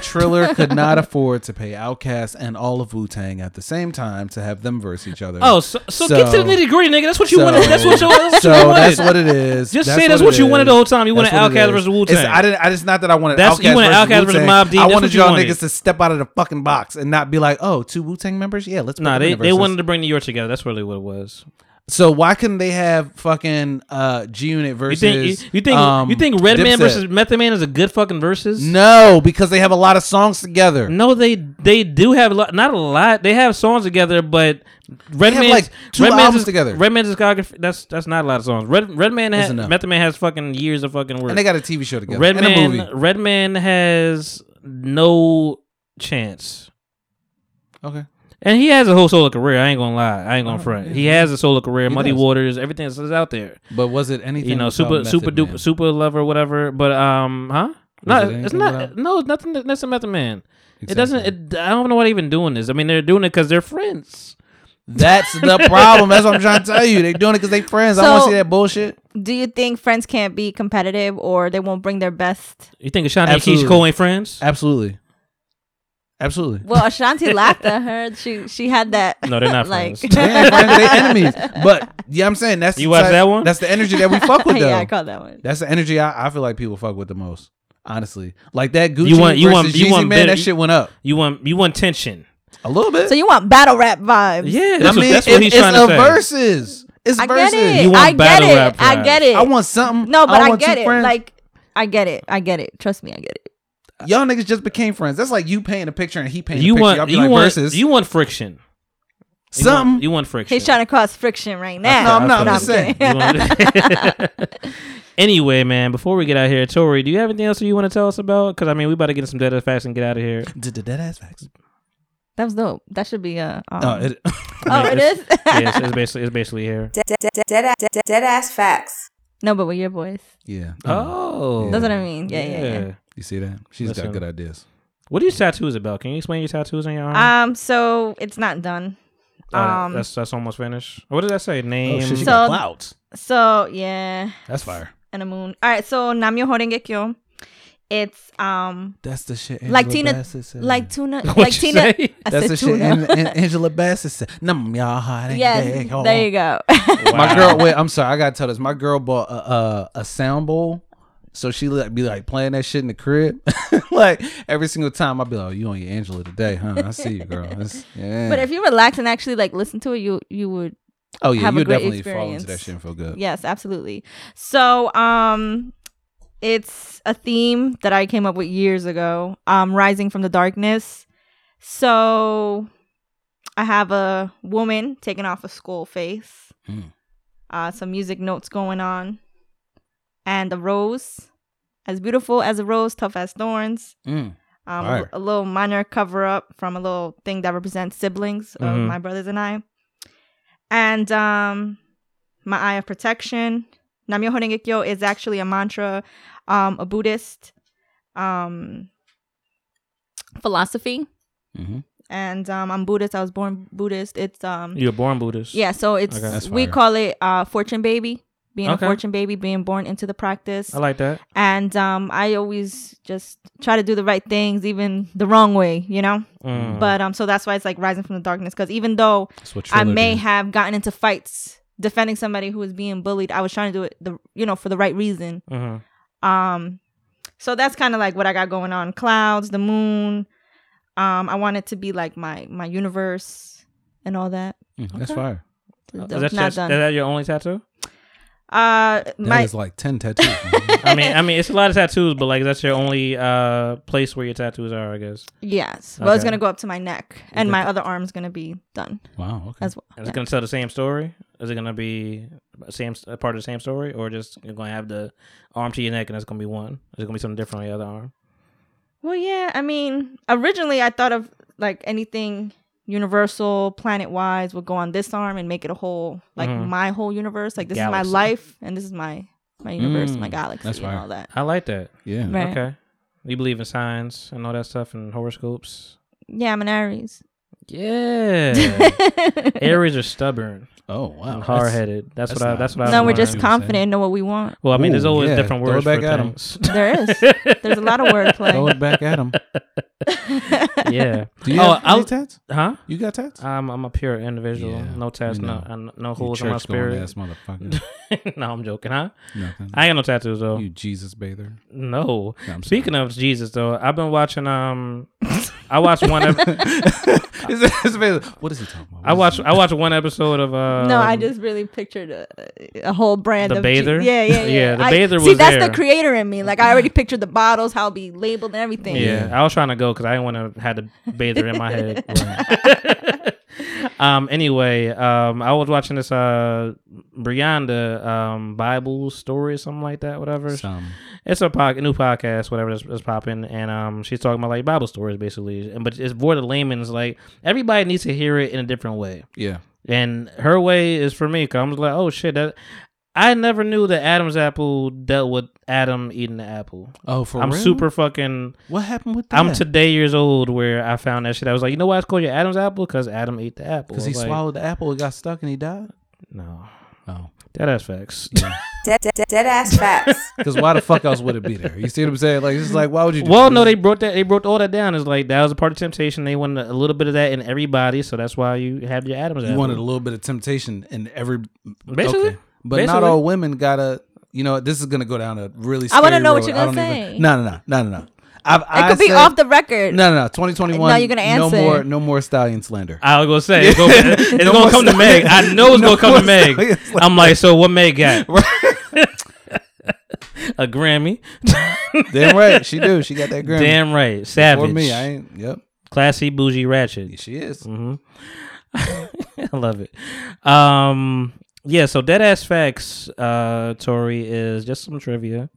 Triller could not afford to pay Outkast and all of Wu Tang at the same time to have them verse each other.
Oh, so, so, get to the
So-
nitty gritty, nigga. That's what you wanted. That's what you, that's what
so
you wanted.
that's what it is.
Just say that's what
it
you wanted
is.
the whole time. You
That's
wanted
what it
Outkast
is.
versus Wu
It's- I
Tang.
didn't. I just not that I wanted.
That's-
Outkast
you wanted
versus
Outkast versus
Wu-Tang.
Mobb Deep.
I
That's
wanted
what you
y'all
wanted.
niggas to step out of the fucking box and not be like, oh, two Wu Tang members. Yeah, let's. put
Nah,
them in
they,
the
they
verses.
wanted to bring New York together. That's really what it was.
So why couldn't they have fucking uh, G Unit
You
versus?
think you, you think
um,
you think Red Man
Dipset?
versus Method Man is a good fucking versus?
No, because they have a lot of songs together.
No, they they do have a lot, not a lot. They have songs together, but Red
have,
Man's
like, two
Red Man's
albums
disc-
together.
Red Man's discography that's that's not a lot of songs. Red Red Man has
Listen up.
Method Man has fucking years of fucking work.
And they got a TV show together
Red
and a
Man uh,
movie.
Red Man has no chance.
Okay.
And he has a whole solo career. I ain't gonna lie. I ain't gonna front.
Oh, yeah.
He has a solo career.
He
Muddy
does.
Waters, everything that's out there.
But was it anything?
you know,
without
super
Method
super
Man?
duper super lover, whatever. But um, huh?
it
No, it's
anything
not.
without-
No, nothing. That's a Method Man. It
Exactly.
doesn't. It, I don't know why they even doing this. I mean, they're doing it because they're friends.
That's the problem. That's what I'm trying to tell you. They doing it because they friends. I want to
So-
see that bullshit.
Do you think friends can't be competitive or they won't bring their best?
You think Ashanti and Keisha
Absolutely.
Cole ain't friends?
Absolutely, absolutely.
Well, Ashanti laughed at her. She she had that.
No, they're not friends.
They ain't friends, they enemies. But yeah, I'm saying that's
You
the
watch
type-
that one?
That's the energy that we fuck with. Though.
yeah, I caught that one.
That's the energy I, I feel like people fuck with the most. Honestly, like that Gucci
You want you want
versus
you
Yeezy
want
man.
better-
that shit went up
You want you want tension.
a little bit.
So you want battle rap vibes?
Yeah,
I
that's,
mean,
what, that's what
it-
he's
it's
trying to
a
say.
versus. It's
I
versus.
get it.
You want
I get
battle
it.
rap
I
vibes.
get it.
I want something.
No, but I,
want two
get it.
friends.
Like I get it. I get it. Trust me, I get it.
y'all niggas just became friends. That's like you painting a picture and he painting
You
a picture. y'all
want
be
you
like
want
versus
you want friction. You want-
something.
you want friction.
He's trying to cause friction right now.
No, I'm not.
No,
I'm just saying.
kidding.
anyway, man, before we get out here, Tori, do you have anything else that you want to tell us about? Because I mean, we about to get in some dead ass facts and get out of here.
Did the dead ass facts?
That was dope. That should be a. Um,
Oh, it,
oh, it
it's-
is.
yeah, it's, it's basically it's basically here.
Dead, dead, dead, dead, dead, dead ass facts.
no, but with your voice,
yeah.
Oh,
that's what I mean. Yeah, yeah, yeah.
You see that? She's
Listen.
got good ideas.
What are your tattoos about? Can you explain your tattoos on your arm?
Um, so it's not done.
Oh, that-
um,
that's that's almost finished. What did that say? Name.
Oh, shit, she
So-
got clouds.
So yeah,
That's fire.
and a moon. All right. So Namyo Horengekyo. It's um
That's the shit.
Like Tina-
Bassett said.
like tuna,
What'd
like
you
Tina.
say?
I
Mm. That's
said
the shit.
tuna.
And, and Angela Bassett said, "Num y'all hot."
yes, there you go.
My girl, wait, I'm sorry, I gotta tell this. My girl bought a, a, a sound bowl, so she like be like playing that shit in the crib, like every single time. I be like, "Oh, you on your Angela today, huh?" I see you, girl. That's- yeah.
but if you relax and actually like listen to it, you you would
oh yeah,
have a
you
great
definitely fall into that
experience.
shit and feel good.
Yes, absolutely. So, um it's a theme that I came up with years ago, um rising from the darkness. So I have a woman taking off a skull face.
Mm.
Uh some music notes going on and a rose as beautiful as a rose, tough as thorns.
Mm.
Um, a,
Fire.
a little minor cover up from a little thing that represents siblings of
Mhm.
my brothers and I. And um, my eye of protection. Namyo Horengekyo is actually a mantra, um, a Buddhist um, philosophy.
Mhm.
And um, I'm Buddhist. I was born Buddhist. It's um,
You're born Buddhist.
yeah. So it's
Okay.
That's
we
fire.
call it uh, fortune baby. Being
Okay.
a fortune baby, being born into the practice
I like that.
and um, I always just try to do the right things, even the wrong way, you know.
Mm.
But um, so that's why it's like rising from the darkness, because even though
That's what
I
Triller
may
did.
have gotten into fights defending somebody who was being bullied, I was trying to do it the you know for the right reason.
Mhm.
Um, so that's kind of like what I got going on: clouds, the moon. Um, I want it to be like my my universe and all that.
Mm, That's fire.
Oh, Is, that
not
your, is
done.
that your only tattoo?
uh,
That is
my
like ten tattoos. Mm-hmm.
I mean, I mean, it's a lot of tattoos, but like that's your only uh place where your tattoos are, I guess.
yes, well, it's
Okay.
gonna go up to my neck, and my other arm's gonna be done
wow. Okay.
as well.
Is it gonna tell the same story? Is it gonna be same a part of the same story, or just you're gonna have the arm to your neck and that's gonna be one? Is it gonna be something different on your other arm?
Well, yeah. I mean, originally I thought of like anything universal, planet wise, would go on this arm and make it a whole, like
Mhm.
my whole universe. Like this
Galaxy.
is my life, and this is my my universe, my
Mm,
galaxy,
that's
and
fire.
all that.
I like that.
yeah.
Right.
Okay, you believe in signs and all that stuff and horoscopes.
Yeah, I'm an Aries.
Yeah, Aries are stubborn,
Oh wow.
and hard headed. That's,
that's
what I.
not-
That's what I.
no, we're
learned.
just
com-
confident in what we want.
Well, I mean, there's
Ooh,
always
yeah,
different
throw it
words
back
for
at 'em.
things.
There is. There's a lot of
That's- Throw
wordplay.
it back at him.
yeah.
Do you
Oh,
have
I'll-
any tats?
Huh?
You got tats?
I'm I'm a pure individual.
Yeah,
No tats,
you
no uh,
know.
no, no
You
holes in my
church going
spirit.
ass motherfucker.
no, I'm joking, huh?
Nothing.
I ain't got no tattoos though.
You Jesus bather.
No.
No, I'm
Speaking of Jesus though, I've been watching um I watched one. Ep-
what is he talking about?
I watched. I watched one episode of. Uh,
no, I just really pictured a, a whole brand
The
of G-
bather?
yeah, yeah, yeah.
Yeah, the
I-
bather
See,
was
that's
there.
the creator in me. Like I already pictured the bottles, how it'd be labeled and everything.
Yeah, I was trying to go because I didn't want to have the bather in my head. um. Anyway, um, I was watching this uh, Brianda um Bible story, something like that, whatever.
Some.
It's a pod, new podcast, whatever that's, that's popping, and um, she's talking about like Bible stories basically, and but it's for the layman's. Like everybody needs to hear it in a different way.
Yeah.
And her way is for me. Cause I'm just like, oh shit, that I never knew that Adam's apple dealt with Adam eating the apple.
Oh, for
I'm
real?
super fucking.
What happened with
I'm
that?
today years old where I found that shit. I was like, you know why it's called your Adam's apple? Because Adam ate the apple.
Because he
Like,
swallowed the apple, it got stuck, and he died.
No.
Oh.
That ass facts.
Dead, dead, dead ass facts.
Because why the fuck else would it be there? You see what I'm saying? Like, it's just like, why would you? Do
Well,
that?
no, they brought that. They brought all that down. It's like that was a part of temptation. They wanted a little bit of that in everybody, so that's why you have your Adam's
you
apple.
wanted a little bit of temptation in every.
Basically.
but not
Basically.
all women gotta. You know, this is gonna go down a really.
I
Scary
wanna know what
road.
you're
I
gonna
don't even-
say.
No, no, no, no, no, no. I've,
It could be off the record.
No, no, no. 2021.
No, you're gonna answer.
No more, no more stallion slander.
I was gonna say it's gonna, it's
No
gonna
more
come to Meg. I know it's
No
gonna come to
more
Meg.
stallion
I'm like, so what Meg got? a Grammy.
Damn right, she do. She got that Grammy.
Damn right, savage.
For me, I ain't. Yep.
Classy, bougie, ratchet.
She is.
hmm Mm-hmm. I love it. Um, yeah. So dead ass facts, uh, Tori is just some trivia.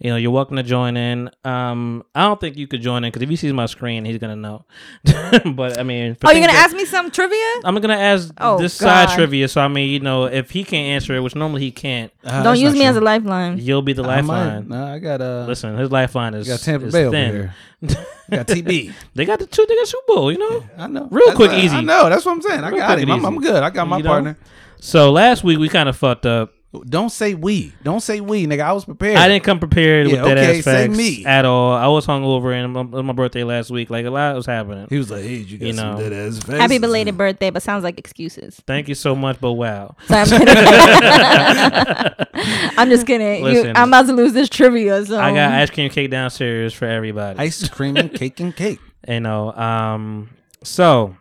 You know, you're welcome to join in. Um, I don't think you could join in because if he sees my screen, he's gonna know. but I mean, for
Oh, you're
things
gonna
that-
ask me some trivia?
I'm gonna ask
Oh,
this side
God.
trivia. So I mean, you know, if he can't answer it, which normally he can't,
Don't use me as a lifeline.
you'll be the
I might.
lifeline.
No, I got uh,
Listen, his lifeline is,
I got Tampa
is
Bay over
thin.
here. I got TB.
They got the two. They got Super Bowl. You know,
I know.
Real
That's
quick,
what-
easy.
I know. That's what I'm saying. I
Real
got
quick
him.
and
I'm, I'm
easy.
good. I got my
You know?
partner.
So last week we kind of fucked up.
Don't say we. Don't say we, nigga. I was prepared.
I didn't come prepared
Yeah,
with that
okay,
ass
say
facts
me.
at all. I was hungover and it was my birthday last week. Like a lot was happening.
He was like, "Hey, you got
You
some
know.
dead ass faces."
Happy belated birthday, but sounds like excuses.
Thank you so much, but wow.
So I'm kidding. I'm just kidding. You-
Listen.
I'm about to lose this trivia. So
I got ice cream cake downstairs for everybody.
Ice cream and cake and cake.
You know, um, so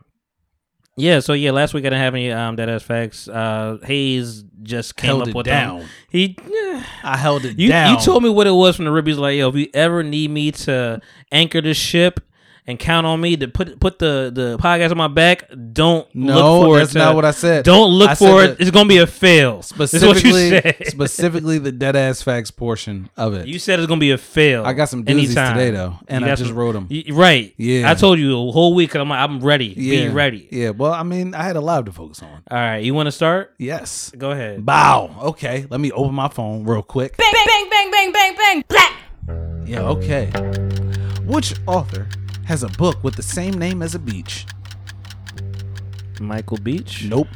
yeah, so yeah, last week I didn't have any um dead ass facts. Uh, Hayes just came
Held
up
it
with
down.
them. He, yeah.
I held it
you
down.
you told me what it was from the Ribbies. Like, yo, if you ever need me to anchor this ship. And count on me to put put the, the podcast on my back. Don't
No,
look for
that's
it to-
not what I said.
Don't look
I said
for it.
that-
It's gonna be a fail. This is what you
specifically
said.
specifically the dead ass facts portion of it.
You said it's gonna be a fail.
I got some doozies
anytime.
today though, and
You
I
got
just
some-
wrote them.
Y- Right.
Yeah.
I told you a whole week. 'cause I'm like, I'm ready. Be ready.
Yeah. Well, I mean, I had a lot to focus on.
All right. You want to start?
Yes.
Go ahead.
Bow. Okay. Let me open my phone real quick.
Bang, bang, bang, bang, bang, bang. Black.
Yeah. Okay. Which author has a book with the same name as a beach?
Michael Beach.
Nope.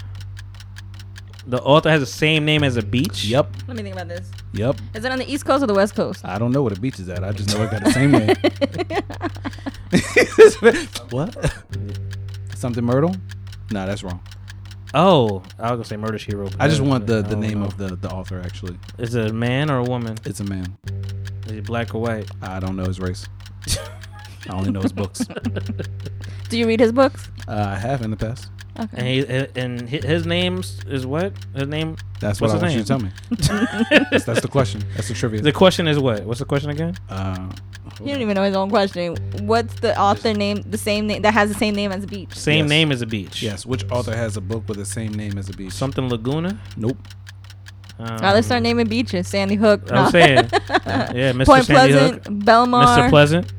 The author has the same name as a beach.
Yep.
Let me think about this.
Yep.
Is it on the East Coast or the West Coast?
I don't know where the beach is at. I just know it got the same name. what? Something Myrtle? No, that's wrong.
Oh, I was gonna say Murder She Wrote.
I just want the,
I
the
don't
name
know.
of the, the author, actually.
Is it a man or a woman?
It's a man.
Is he black or white?
I don't know his race. I only know his books. Uh,
Do you read his books?
I have in the past.
And he, and hi- his name is what? His name.
That's
What's
what
his
I want you
name?
to tell me. that's, that's the question. That's the trivia.
The question is what? What's the question again?
uh,
You don't even know his own question. What's the author name? The same name that has the same name as beach.
Same
Yes.
name as a beach.
yes. Which author has a book with the same name as a beach?
Something Laguna.
nope.
Um,
All right, let's start naming beaches. Sandy Hook.
I'm
no.
saying, yeah, Mr.
Point
Sandy
Pleasant,
Hook, Mr.
Belmar,
Pleasant,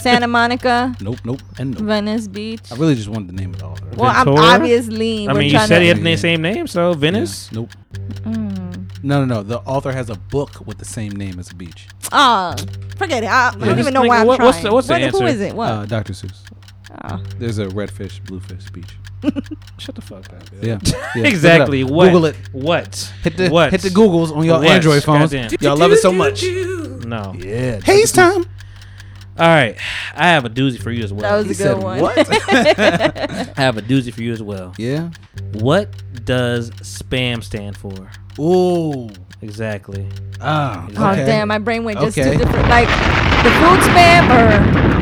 Santa Monica,
Nope. Nope. And nope.
Venice Beach.
I really just wanted the name of the author.
Well, I'm
Ventura?
obviously.
I
we're
mean, you
trying
said
to,
he had
Yeah,
the
yeah.
same name, so
Yeah,
Venice.
Nope.
Mm.
No, no, no. The author has a book with the same name as a beach.
Oh, forget it. I,
Yeah,
I don't even
just
know why
think,
I'm
what-
trying.
what's the- what's the
What- Who
answer?
is it? What?
Uh, Dr. Seuss.
Oh.
There's a redfish, bluefish beach.
Shut the fuck up.
Yeah. yeah. Look it up.
Exactly. What?
Google it.
What?
Hit the
what?
hit the Googles on your
What?
Android phones.
Goddamn.
Y'all love it so much. Yeah.
No.
Haze time.
All right. I have a doozy for you as well.
that was a
He
good
said,
one.
What?
I have a doozy for you as well.
yeah.
What does spam stand for?
Ooh.
Exactly.
Ah.
Oh
okay.
damn, my brain went just
Okay.
to different like the food spam or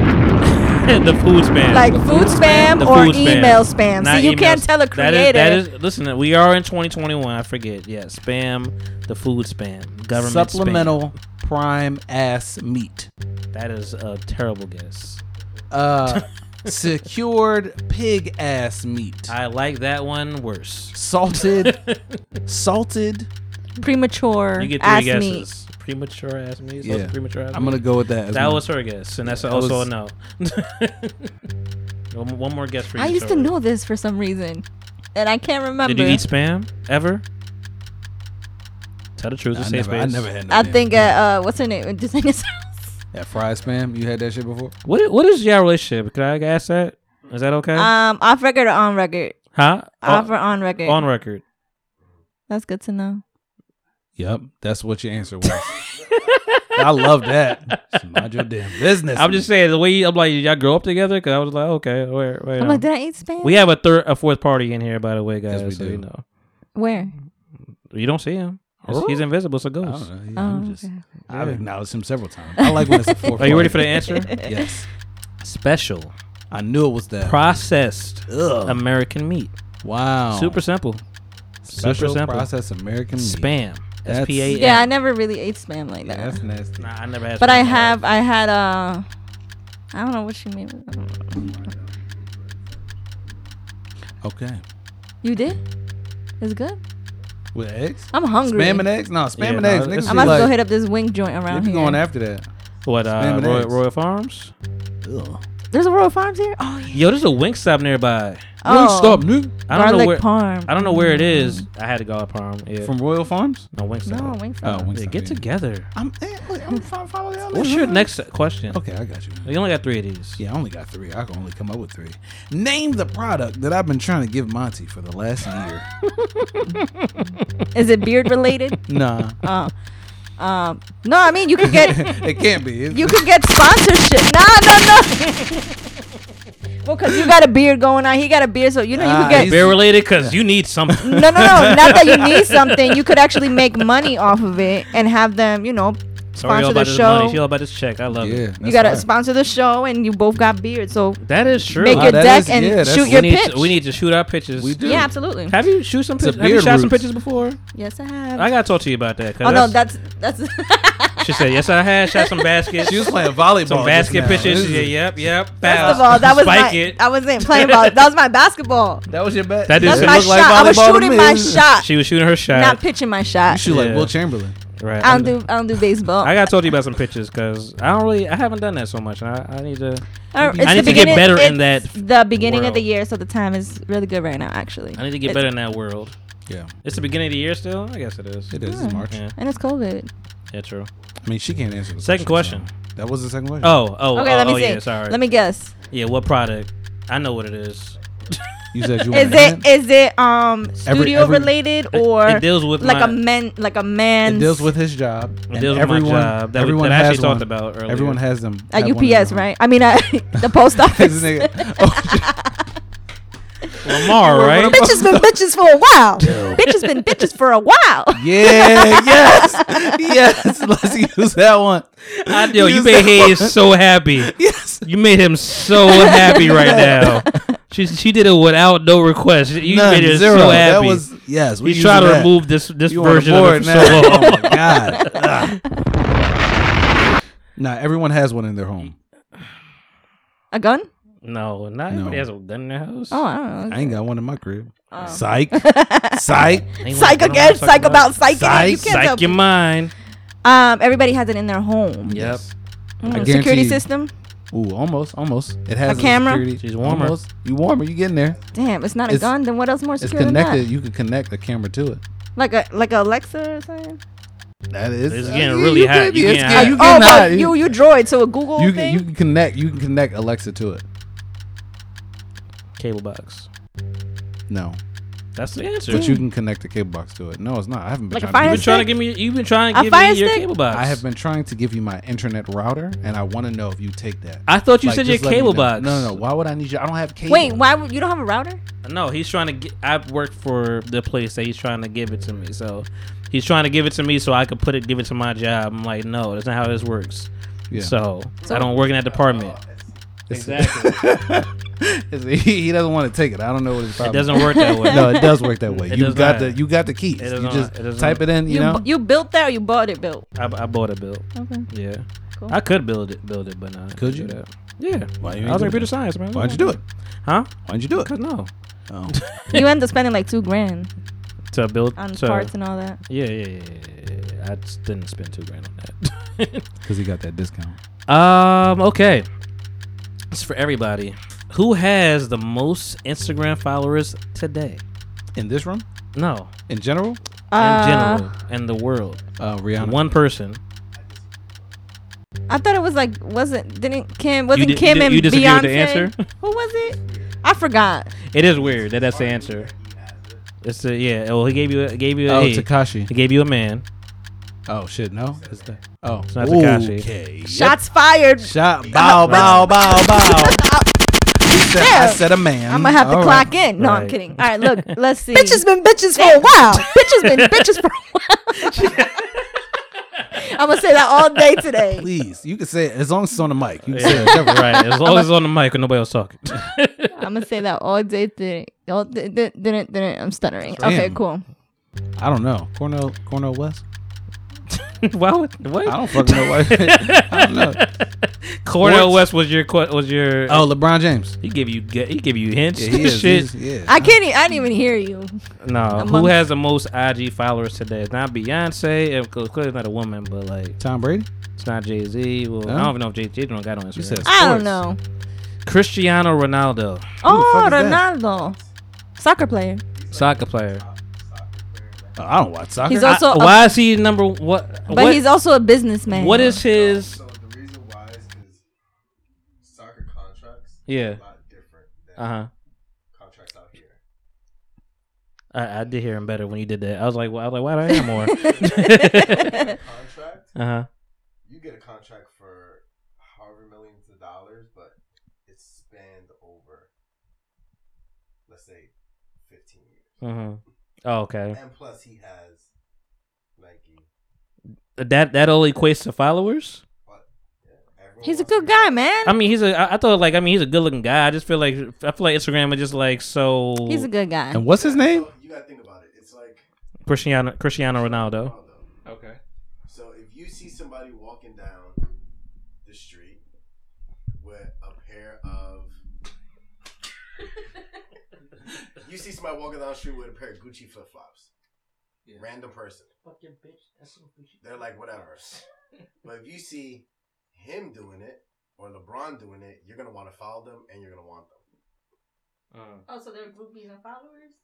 the food spam.
Like
The
food spam
the
or
food
email spam.
Not
See, you can't
emails.
tell a
That is- That is,
creator.
listen, we are in 2021. I forget. Yeah, spam, the food spam, government spam.
Supplemental prime ass meat.
That is a terrible guess.
Uh, secured pig ass meat.
I like that one worse.
Salted, salted.
Premature
You get three
ass
guesses.
meat.
Premature ass meat.
Yeah.
Yeah. Premature ass
I'm gonna
meat?
go with that as
That
my-
was her guess, and that's
Yeah, that
also
was-
a no. one, one more guess for you.
I used to
Tori.
know this for some reason, and I can't remember.
Did you eat spam ever? Tell the truth.
I
It's safe
never, I
space.
never had. No
I
damn-
think at uh, what's her name? Designer's house.
that fried spam. You had that shit before.
What What is your relationship? Can I ask that? Is that okay?
Um, off record or on record?
huh?
Off or on record?
Oh. On record.
That's good to know.
Yep, that's what your answer was. I love that. Just Mind your damn business.
I'm just saying the way you- I'm like y'all grow up together because I was like okay where where
I'm like, did I eat spam?
we have a third a fourth party in here by the way guys
we
so you
do.
know
Where?
you don't see him He's- he's invisible it's a
I
ghost
don't know.
Oh,
I'm just-
okay.
I've acknowledged him several times. I like when it's a four.
Are you ready for the answer?
yes,
special
I knew it was that.
processed
Ugh. Oh.
American meat
wow,
super simple super
special
simple
processed American meat.
spam
That's-
S P A M.
Yeah, I never really ate spam like
Yeah,
that.
that's nasty.
Nah, I never had
But
spam
I
in my
have,
life.
I had uh, I don't know what you mean.
Okay,
You did? It's good.
with eggs.
I'm hungry.
Spam and eggs? No, spam
Yeah,
and
no,
eggs.
it's-
Niggas
I'm
be
about to
like,
go hit up this wing joint around
they
here.
be going after that.
what uh,
spam and
Royal,
eggs.
Royal Farms
Ugh.
There's a Royal Farms here. Oh, yeah.
yo there's a Wingstop nearby
oh.
nigga.
I don't know
Garlic
where
parm. Mm-hmm.
I don't know where it is I had to go to Parm yeah
From Royal Farms?
no Wingstop
No, Wingstop.
Oh, Wingstop,
yeah, get
yeah.
together
I'm, eh, look, I'm fine following y'all.
what's
niggas.
your next question
Mm-hmm. Okay, I got you.
You only got three of these.
Yeah, I only got three. I can only come up with three. Name the product that I've been trying to give Monty for the last year.
Is it beard related?
nah,
Oh. Um, no, I mean you could get
it can't be. It's-
you could get sponsorship. Nah, no, no. well, cause you got a beard going on. He got a beard, so you know you
Ah,
could get.
he's-
Beer related because you need something.
No, no, no. Not that you need something. You could actually make money off of it and have them, you know,
Sorry all
sponsor the
about this money. She
show.
all about this check. I love
yeah,
it.
You
that's
gotta
right.
sponsor the show, and you both got beards, so
That is true.
make
Ah,
your
that
deck
is-
and
yeah, that's-
shoot
We
we
your
need
pitch.
to, we need to shoot our pictures.
We do.
yeah, absolutely.
Have you shoot some
a
pictures? Have you
beard
shot some
roots.
pictures before?
Yes, I have.
I gotta talk to you about that. 'cause
oh no, that's that's.
she said yes. I had shot some baskets.
She was playing volleyball.
some
just
basket
now. This
pictures.
is-
Yeah, yep, yep.
First of all, that was
spike
my.
it.
I wasn't playing ball. That was my basketball.
That was your bet.
That
That's
It
my
looked
shot. I was shooting my shot,
she was shooting her shot.
not pitching my
You
shot.
shoot
Yeah.
like Will Chamberlain.
right.
I don't do. I don't do baseball.
I gotta talk to you about some pictures because I don't really. I haven't done that so much, and I, I need to.
Uh, it's
I need to
the
get
beginning-
better in
it's
that
The beginning of the
world.
year, so the time is really good right now, actually.
I need to get
It's-
better in that world.
Yeah,
It's the beginning of the year still. I guess it is.
it is
Mm.
it's March.
Yeah.
And it's COVID.
Yeah. True.
I mean, she can't answer. The
Second
so- That was the second question.
Oh. Oh.
Okay,
oh,
let me
oh,
see.
Yeah, sorry.
Let me guess.
Yeah, what product? I know what it is.
you said you.
Is
wanted
it
to
is it um studio
every-
related
It-
or
it deals with
like
my-
a men like a
It
man's
deals with his job.
It
and
deals with my job that we- that I
has
actually talked
one.
about earlier.
Everyone has them
at
have one in
UPS,
their home.
right? I mean, at the post
This
office.
nigga- oh,
Lamar, right?
bitches been bitches for a while. bitches been bitches for a while.
yeah, yes, yes. Let's use that one.
I know you
Use
made
that
him
one.
so happy.
Yes.
You made him so happy right now. She she did it without no request. You
None,
made her
zero.
so
That
happy.
was yes. We
He's trying to
using that.
remove this this
You on the
version of it
board
for
now.
so long.
Oh my god. Ugh. nah, everyone has one in their home.
A gun?
No, not
No.
everybody has a gun in their house.
Oh, I don't know.
I ain't got one in my crib.
Oh.
Psych, psych.
Ain't
Psych
nobody
again.
talking
Psych about psych. You
psych.
can't tell.
Psych your mind.
Um, everybody has it in their home.
Yep.
Mm,
guarantee
Security
you.
system.
Ooh, almost, almost. It has
A camera?
Security.
She's warmer.
Almost. You warmer. You getting there?
Damn, it's not a
It's-
gun. Then what else more
It's
secure than that?
connected. You could connect the camera to it.
Like a like a Alexa or something.
That is.
It's getting really hot.
could-
You
it's
getting
get-
hot.
You
Oh,
Oh,
getting hot.
but you you droid so a Google
You can
thing.
you can connect you can connect Alexa to it.
Cable box.
No,
That's the answer.
but you can connect the cable box to it. No, it's not. I haven't been
Like a
You've
fire
trying.
been
to
trying to give me. You've been trying
A
to give
Fire
me your
Stick?
cable box.
I have been trying to give you my internet router, and I want to know if you take that.
I thought you
Like,
said your
just let me
cable
know.
box.
No, no, no. Why would I need you? I don't have cable.
Wait, why would you don't have a router?
No, he's trying to get. I work for the place that he's trying to give it to me. So he's trying to give it to me so I could put it, give it to my job. I'm like, no, that's not how this works.
Yeah.
So, I don't work in that department. Exactly.
he, he doesn't want to take it. I don't know what his problem.
doesn't
is.
work that way.
no, it does work that way.
It
you
does
got
not.
the you got the keys.
It does
you
not.
just
It does
type
not.
it in. You,
You,
know.
bu- you built that or you bought it built?
I, I bought a build.
Okay.
Yeah.
Cool.
I could build it, build it, but not.
Could you?
Yeah.
Why you
I
ain't
was in
do
computer
it?
science, man.
Why'd you do it?
Huh?
Why'd you do it?
Cause no.
Oh.
You end up spending like two grand
To build
on
to,
parts and all that.
Yeah, yeah, yeah, yeah, yeah. I just didn't spend two grand on
Because he got that discount.
that. um. Okay. It's for everybody. Who has the most Instagram followers today?
In this room,
No.
in general,
in
Uh,
general, in the world,
uh, Rihanna.
one person.
I thought it was like wasn't didn't Kim wasn't
di- you
Kim
di-
and
you disagree with
Beyonce?
the answer?
Who was it? I forgot.
It is weird that that's the answer. It's the yeah. Well, he gave you a, gave you a
Oh,
hey.
Takashi.
He gave you a man.
Oh shit, no. It's the, oh, it's
not Tekashi.
Okay.
Shots fired.
Shot. Bow. Bow. Bow. Bow. He said, I said a man.
I'm gonna have to
All right.
clock in. No, I'm
Right.
kidding. All right, look, let's see.
Bitches been bitches for a while.
bitches been bitches for a while. I'm gonna say that all day today.
Please, you can say it as long as it's on the mic. You can say
Yeah,
it. Whatever.
right. As long as it's on the mic and nobody else talking.
I'm gonna say that all day today. All di- di- didn't didn't. I'm stuttering. Okay,
Damn.
cool.
I don't know. Cornell. Cornell West.
Why would
I
what?
don't fucking know why. I don't know.
Cornell
What?
West was your que- was your.
Oh, LeBron James.
he gave you ge- he gave you hints.
Yeah, he is.
shit.
He's, yeah.
I can't. E- I didn't even hear you.
No, who
Amongst-
has the most IG followers today? It's not Beyonce. It, cl- clearly not a woman, but like
Tom Brady.
it's not Jay Z. Well, I
Huh?
don't even know if Jay Z don't got on Instagram.
You said
I don't
sports.
know.
Cristiano Ronaldo,
Oh,
fuck is that?
Ronaldo, soccer player.
soccer player.
Oh, I don't watch soccer.
He's also,
I-
a,
why is he number what?
but
what,
he's also a businessman.
what is his?
the reason why is because soccer contracts
Yeah.
are different than
Uh huh.
contracts out here.
I, I did hear him better when you did that. I was like, well, I was like, why do I hear more?
Contract,
uh huh.
you get a contract for however millions of dollars, but it's spanned over, let's say, 15 years.
Mm-hmm. Oh, okay.
And plus, he has Nike.
That that all equates to followers.
But yeah, everyone
He's a
wants to
good
be-
guy, man.
I mean, he's a. I, I thought like, I mean, he's a good looking guy. I just feel like I feel like Instagram is just like so.
He's a good guy.
And what's his name?
You gotta think about it. It's like
Cristiano Cristiano Ronaldo.
Ronaldo.
Okay.
So if you see somebody walking down the street with a pair of you see somebody walking down the street with a pair of Gucci flip flops, random person. They're like whatever. but if you see him doing it or LeBron doing it, you're gonna want to follow them and you're gonna want them.
Oh, so they're groupies and followers?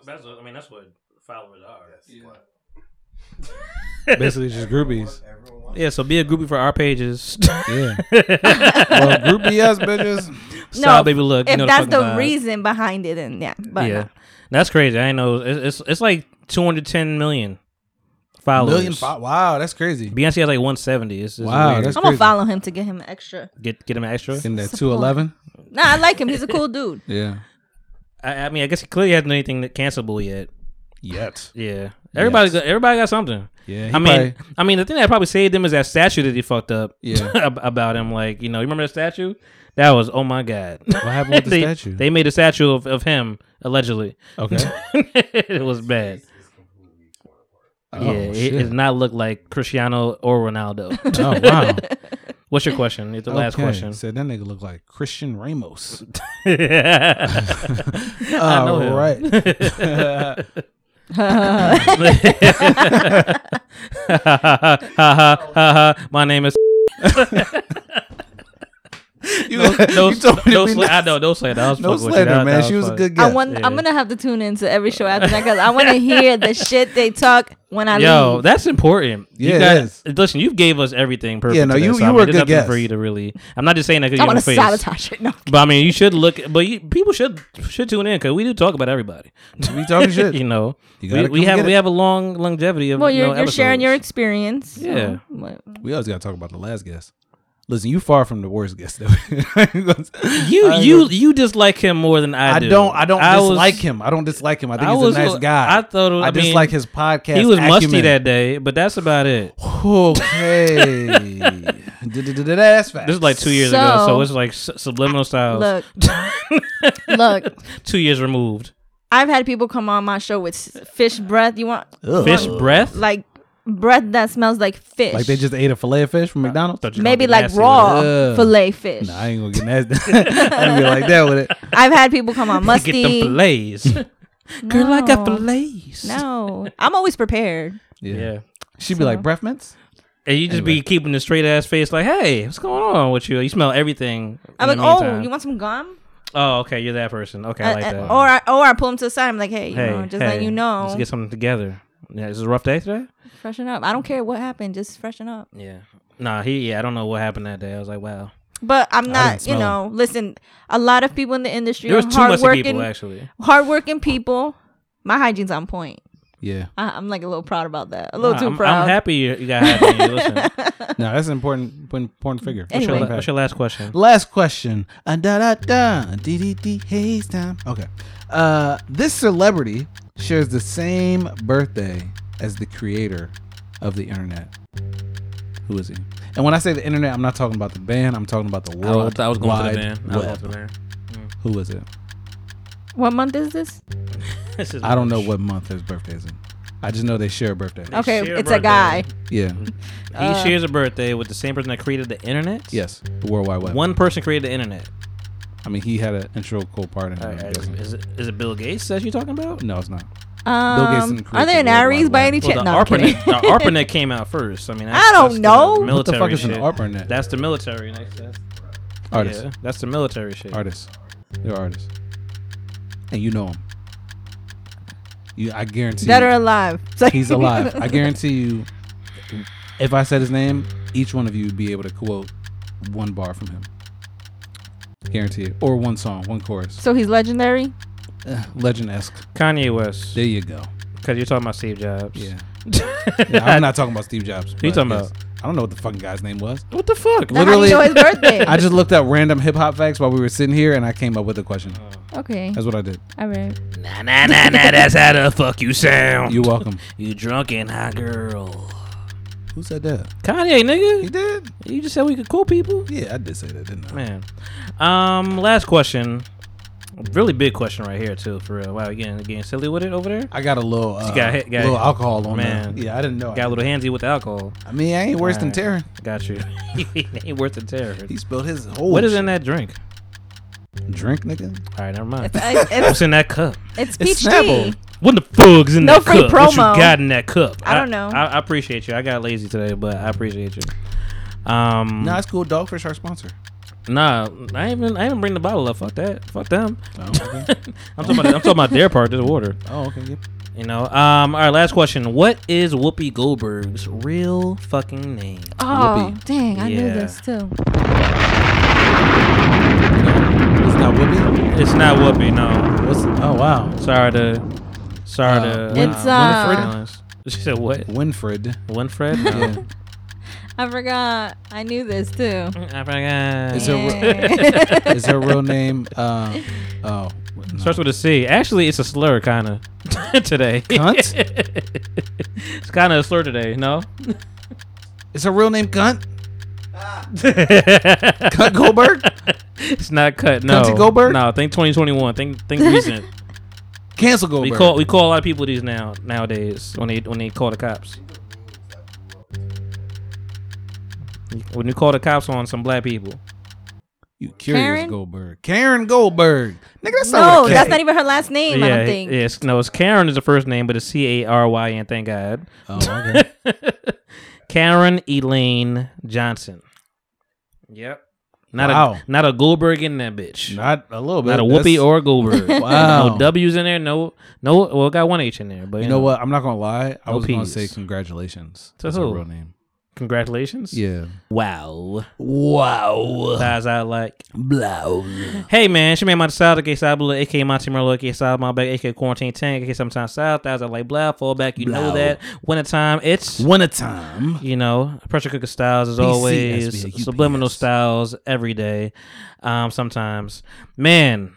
Uh, That's what, I mean, that's what followers are.
Yes, but
Basically, just groupies.
everyone wants.
Yeah, so be a groupie for our pages.
Yeah. well, groupie us bitches.
Style baby look. you
If
know
that's the
fucking vibe.
reason behind it, then yeah. But
yeah,
no.
that's crazy. I ain't know. It's it's, it's like two hundred ten million followers.
Million. Fo- wow, that's crazy.
Beyonce has like one seventy. It's, it's
Wow,
weird.
that's
I'm gonna
crazy.
follow him to get him extra.
get get him an extra.
In that two eleven.
Nah, I like him. He's a cool dude.
Yeah.
I, I mean, I guess he clearly hasn't done anything that cancelable yet.
Yet.
Yeah, everybody
Yes.
got everybody got something.
Yeah. he
I mean,
probably-
I mean, the thing that probably saved him is that statue that he fucked up.
Yeah.
ab- about him, like you know, you remember that statue? That was oh my god. What
happened with the
they,
statue?
They made a statue of, of him allegedly.
okay.
it was bad.
Oh,
yeah, it,
shit.
it does not look like Cristiano or Ronaldo.
Oh wow.
What's your question? It's the last
Okay,
question.
Said that nigga look like Christian Ramos.
I know him.
right.
My name is.
you,
No,
you told me
no,
to be
sla- I know, no slander. I was
No
fucking with you.
slander,
That-
man.
that
She was a
fun.
good
I
guy.
want.
Yeah.
I'm gonna have to tune into every show after that because I want to hear the shit they talk when I
Yo,
leave.
that's important.
Yeah,
you
it
guys,
is.
listen, you gave us everything perfect.
Yeah, no,
today,
you-
so,
you
I mean,
were a
there's
good
nothing
guest.
for you to really. I'm not just saying that because
I
you're
want
in
to
the face.
sabotage it. No,
But I mean, you should look. But you, people should should tune in because we do talk about everybody.
We talking shit.
you know, we,
You gotta
we
come
have
get
we
it.
have a long longevity of.
well,
you
you're,
know,
you're sharing your
episodes.
experience. Oh, so
Yeah.
what-
We always got to talk about the last guest. Listen, you far from the worst guest. though. I ain't gonna-
You you you dislike him more than I
I
do.
don't. I don't
was-
dislike him. I don't dislike him. I think
I
he's
was
a nice
a-
guy.
I thought it was-
I
I mean,
dislike his podcast.
He was musty
acumen.
that day, but that's about it.
Okay. Ass facts.
This is like two years ago, so
So-
it's like s- subliminal styles.
Look, look.
two years removed.
I've had people come on my show with s- fish breath. You want
Ugh.
Fish breath?
like breath that smells like fish?
Like they just ate a fillet of fish from McDonald's.
Maybe like raw
Ugh.
fillet fish.
Nah, I ain't gonna get nasty. I ain't be like that with it.
I've had people come on musty.
Get them fillets.
Girl,
I got
fillets. No, I'm always prepared.
Yeah.
She'd be like breath mints.
And you just be keeping the straight ass face, like, hey, what's going on with you? You smell everything.
I'm
in
like,
the
oh,
meantime."
you want some gum?
Oh, okay, you're that person. Okay, I
Uh,
like
uh,
that.
Or I, or I pull them to the side. I'm like, hey, you
hey,
know, just
hey,
letting you know,
Let's get something together. Yeah, is this a rough day today?
freshen up. I don't care what happened, just freshen up.
Yeah. Nah, he. Yeah, I don't know what happened that day. I was like, wow.
But I'm
I
not,
didn't
you
smell
know. Listen, a lot of people in the industry
There
are
was too much of people,
hardworking-
actually.
hardworking people. My hygiene's on point.
Yeah.
I, I'm like a little proud about that. A little
Nah,
too
I'm,
proud.
I'm happy you, you got happy. You listen.
No, that's an important, important, important figure.
What's, your,
Anyway.
la- what's your last question?
Last question. Uh, da da da. Dee dee dee. Haze time. Okay. Uh, this celebrity shares the same birthday as the creator of the internet. Who is he? And when I say the internet, I'm not talking about the band. I'm talking about the
I was-
world.
I was going to the
wide
van. I was going to the
web.
van.
Who is it?
What month is this?
This is-
I don't know what month his birthday is in. I just know they share a birthday.
Okay,
share a
it's a
birthday.
guy.
Yeah.
He
Uh.
shares a birthday with the same person that created the internet.
Yes. The World Wide Web.
One person created the internet.
I mean, he had an intro cool part in it.
All
I'm
right,
guessing.
is, it, is it Bill Gates that you're talking about?
No, it's not. Gates
Um,
didn't create
are they
the
an
World
Aries
Wide
by
Web.
any
Well,
chance?
the,
no, I'm kidding.
ARPANET, the ARPANET came out first. I mean, that's,
I don't
that's
know.
The
What the
military
fuck is an
shit.
ARPANET?
That's the military. That's, that's,
Artists.
yeah, that's the military shit.
Artists. They're artists. And you know him. You, I guarantee
Dead
you,
or alive? It's like-
he's alive. I guarantee you, if I said his name, each one of you would be able to quote one bar from him. Guarantee it. Or one song, one chorus.
so he's legendary.
Legend esque.
Kanye West.
There you go.
Because you're talking about Steve Jobs.
Yeah. Yeah, I'm not talking about Steve Jobs.
Who you
but
talking
yes.
about?
I don't know what the fucking guy's name was.
What the fuck?
Now how do you know his birthday?
I just looked up random hip hop facts while we were sitting here and I came up with a question.
okay,
That's what I did.
all right.
Nah, nah, nah, nah. That's how the fuck you sound.
You're welcome.
You drunk and hot girl.
Who said that?
Kanye,
He
nigga.
did?
You just said we could cool people.
Yeah, I did say that, didn't I?
Man. Um, last question. Really big question right here too, for real. Wow, again, getting silly with it over there.
I got a little, uh,
got hit- got
little
hit.
alcohol on
Man.
there. Yeah, I didn't know.
Got a little handsy with the alcohol.
I mean, I ain't worse than Taryn.
Got you. Ain't worth the terror.
He spilled his whole
What is Mm. in that drink?
drink, nigga.
All right, never mind.
I- it's,
What's in that cup?
it's
It's
peach
Snapple.
tea.
What the fug's in
No
that
free
cup? What you
promo.
got in that cup?
I don't know.
I, I appreciate you. I got lazy today, but I appreciate you. Um,
Nah, it's cool. Dogfish our sponsor.
nah, I ain't even I ain't even bring the bottle up. Fuck that. Fuck them.
Oh, okay.
I'm talking about I'm talking about their part. Just water.
oh, okay. Yep.
You know. Um. All right. Last question. What is Whoopi Goldberg's real fucking name?
Oh, dang! I knew
Yeah.
this too.
It's not Whoopi.
It's not Whoopi. No.
What's? Oh, wow.
Sorry to. Sorry to.
Uh,
It's, uh,
She said what?
Winfred.
Winfred.
Yeah.
No.
I forgot. I knew this too.
I forgot.
Is her is her real name? Uh, oh, what- no.
Starts with a C. Actually, it's a slur, kind of, today.
Cunt?
it's kind of a slur today, no?
Is her real name Gunt?
cut
Gunt Goldberg?
It's not cut, no.
Cunty Goldberg?
No, think 2021. Think think recent.
Cancel
we
Goldberg.
call we call a lot of people these now nowadays when they when they call the cops. When you call the cops on some black people.
you curious
Karen?
Goldberg. Karen Goldberg. Nigga, that's not
No,
with a K.
that's not even her last name. I don't think.
yes, no, it's Karen is the first name, but it's C A R Y N. Thank God.
Oh, okay.
Karen Elaine Johnson. Yep. Not
Wow.
a not a Goldberg in that bitch.
not a little bit.
Not a
That's-
Whoopi or a Goldberg.
Wow.
No W's in there. No no. Well, it got one H in there, but
You know what? I'm not gonna lie. I
No
was gonna
Ps.
say congratulations.
To
That's her
who?
real name.
Congratulations.
Yeah.
Wow.
Wow.
Thighs out like.
Blow.
Hey man, she made my style, aka Sabula, aka Monty Merlo, aka Sal Malbec, aka Quarantine Tank, aka Sometimes South, Thighs out like blah, fall back, you know
Blow.
that. Wintertime, it's
One a time.
you know, pressure cooker styles as
PCSB,
always,
UPS.
subliminal styles every day. Um, sometimes, man,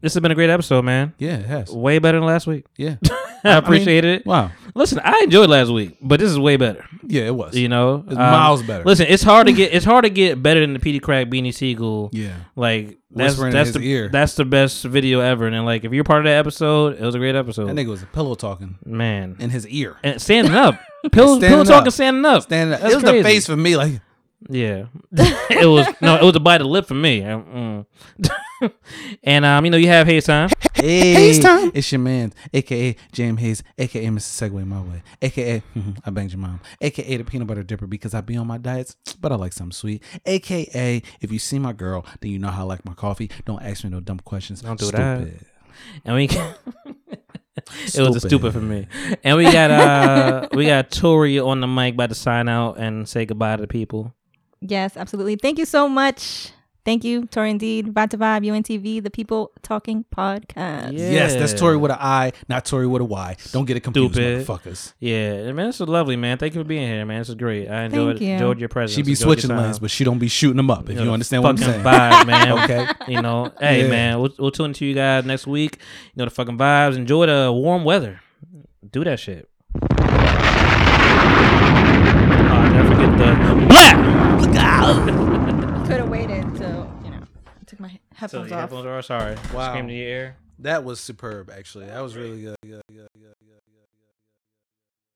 this has been a great episode, man.
Yeah, it has.
Way better than last week.
Yeah.
I appreciate it.
Wow.
Listen, I enjoyed last week, but this is way better.
Yeah, it was.
You know, Um,
It's miles better.
Listen, it's hard to get it's hard to get better than the Petey Crack Beanie Siegel.
Yeah.
like that's
Whispering in
that's
his
the
ear.
that's the best video ever. And then, like if you're part of that episode, it was a great episode.
That nigga was a pillow talking
man,
in his ear.
and standing up, pillow
Standing
pillow talking,
up.
standing up,
Standing up.
That's
it was
crazy.
the face for me. Like,
Yeah, it was no, it was a bite of lip for me. Um, mm. and um, you know, you have Hayes time.
hey,
Hayes time.
it's your man, aka James Hayes, aka Mr. Segway My Way, aka mhm, I banged your mom, aka the peanut butter dipper because I be on my diets, but I like something sweet, aka if you see my girl, then you know how I like my coffee. Don't ask me no dumb questions.
Don't do that.
Stupid.
and we it was a stupid for me. And we got uh we got Tori on the mic about to sign out and say goodbye to the people.
Yes, absolutely. Thank you so much. Thank you, Tori Indeed, Vibe to Vibe, UNTV, the People Talking Podcast.
Yes, that's
Yeah.
Tori with an I, not Tori with a Y. Don't get it confused,
Stupid.
motherfuckers.
Yeah, man, this is lovely, man. Thank you for being here, man. This is great. I enjoyed
Thank you.
enjoyed your presence.
She be
enjoyed your
switching
time.
lanes, but she don't be shooting them up. If
You know,
you understand what I'm
fucking
saying,
vibe, man.
okay.
You know, hey,
Yeah.
man, we'll, we'll tune to you guys next week. You know, the fucking vibes. Enjoy the warm weather. Do that shit. Oh, I never forget the black.
Could have waited till, you know, I took my
So
headphones
your
off.
headphones are sorry. Wow.
Wow.
Came to your ear.
That was superb, actually. That was really good. good, good, good, good.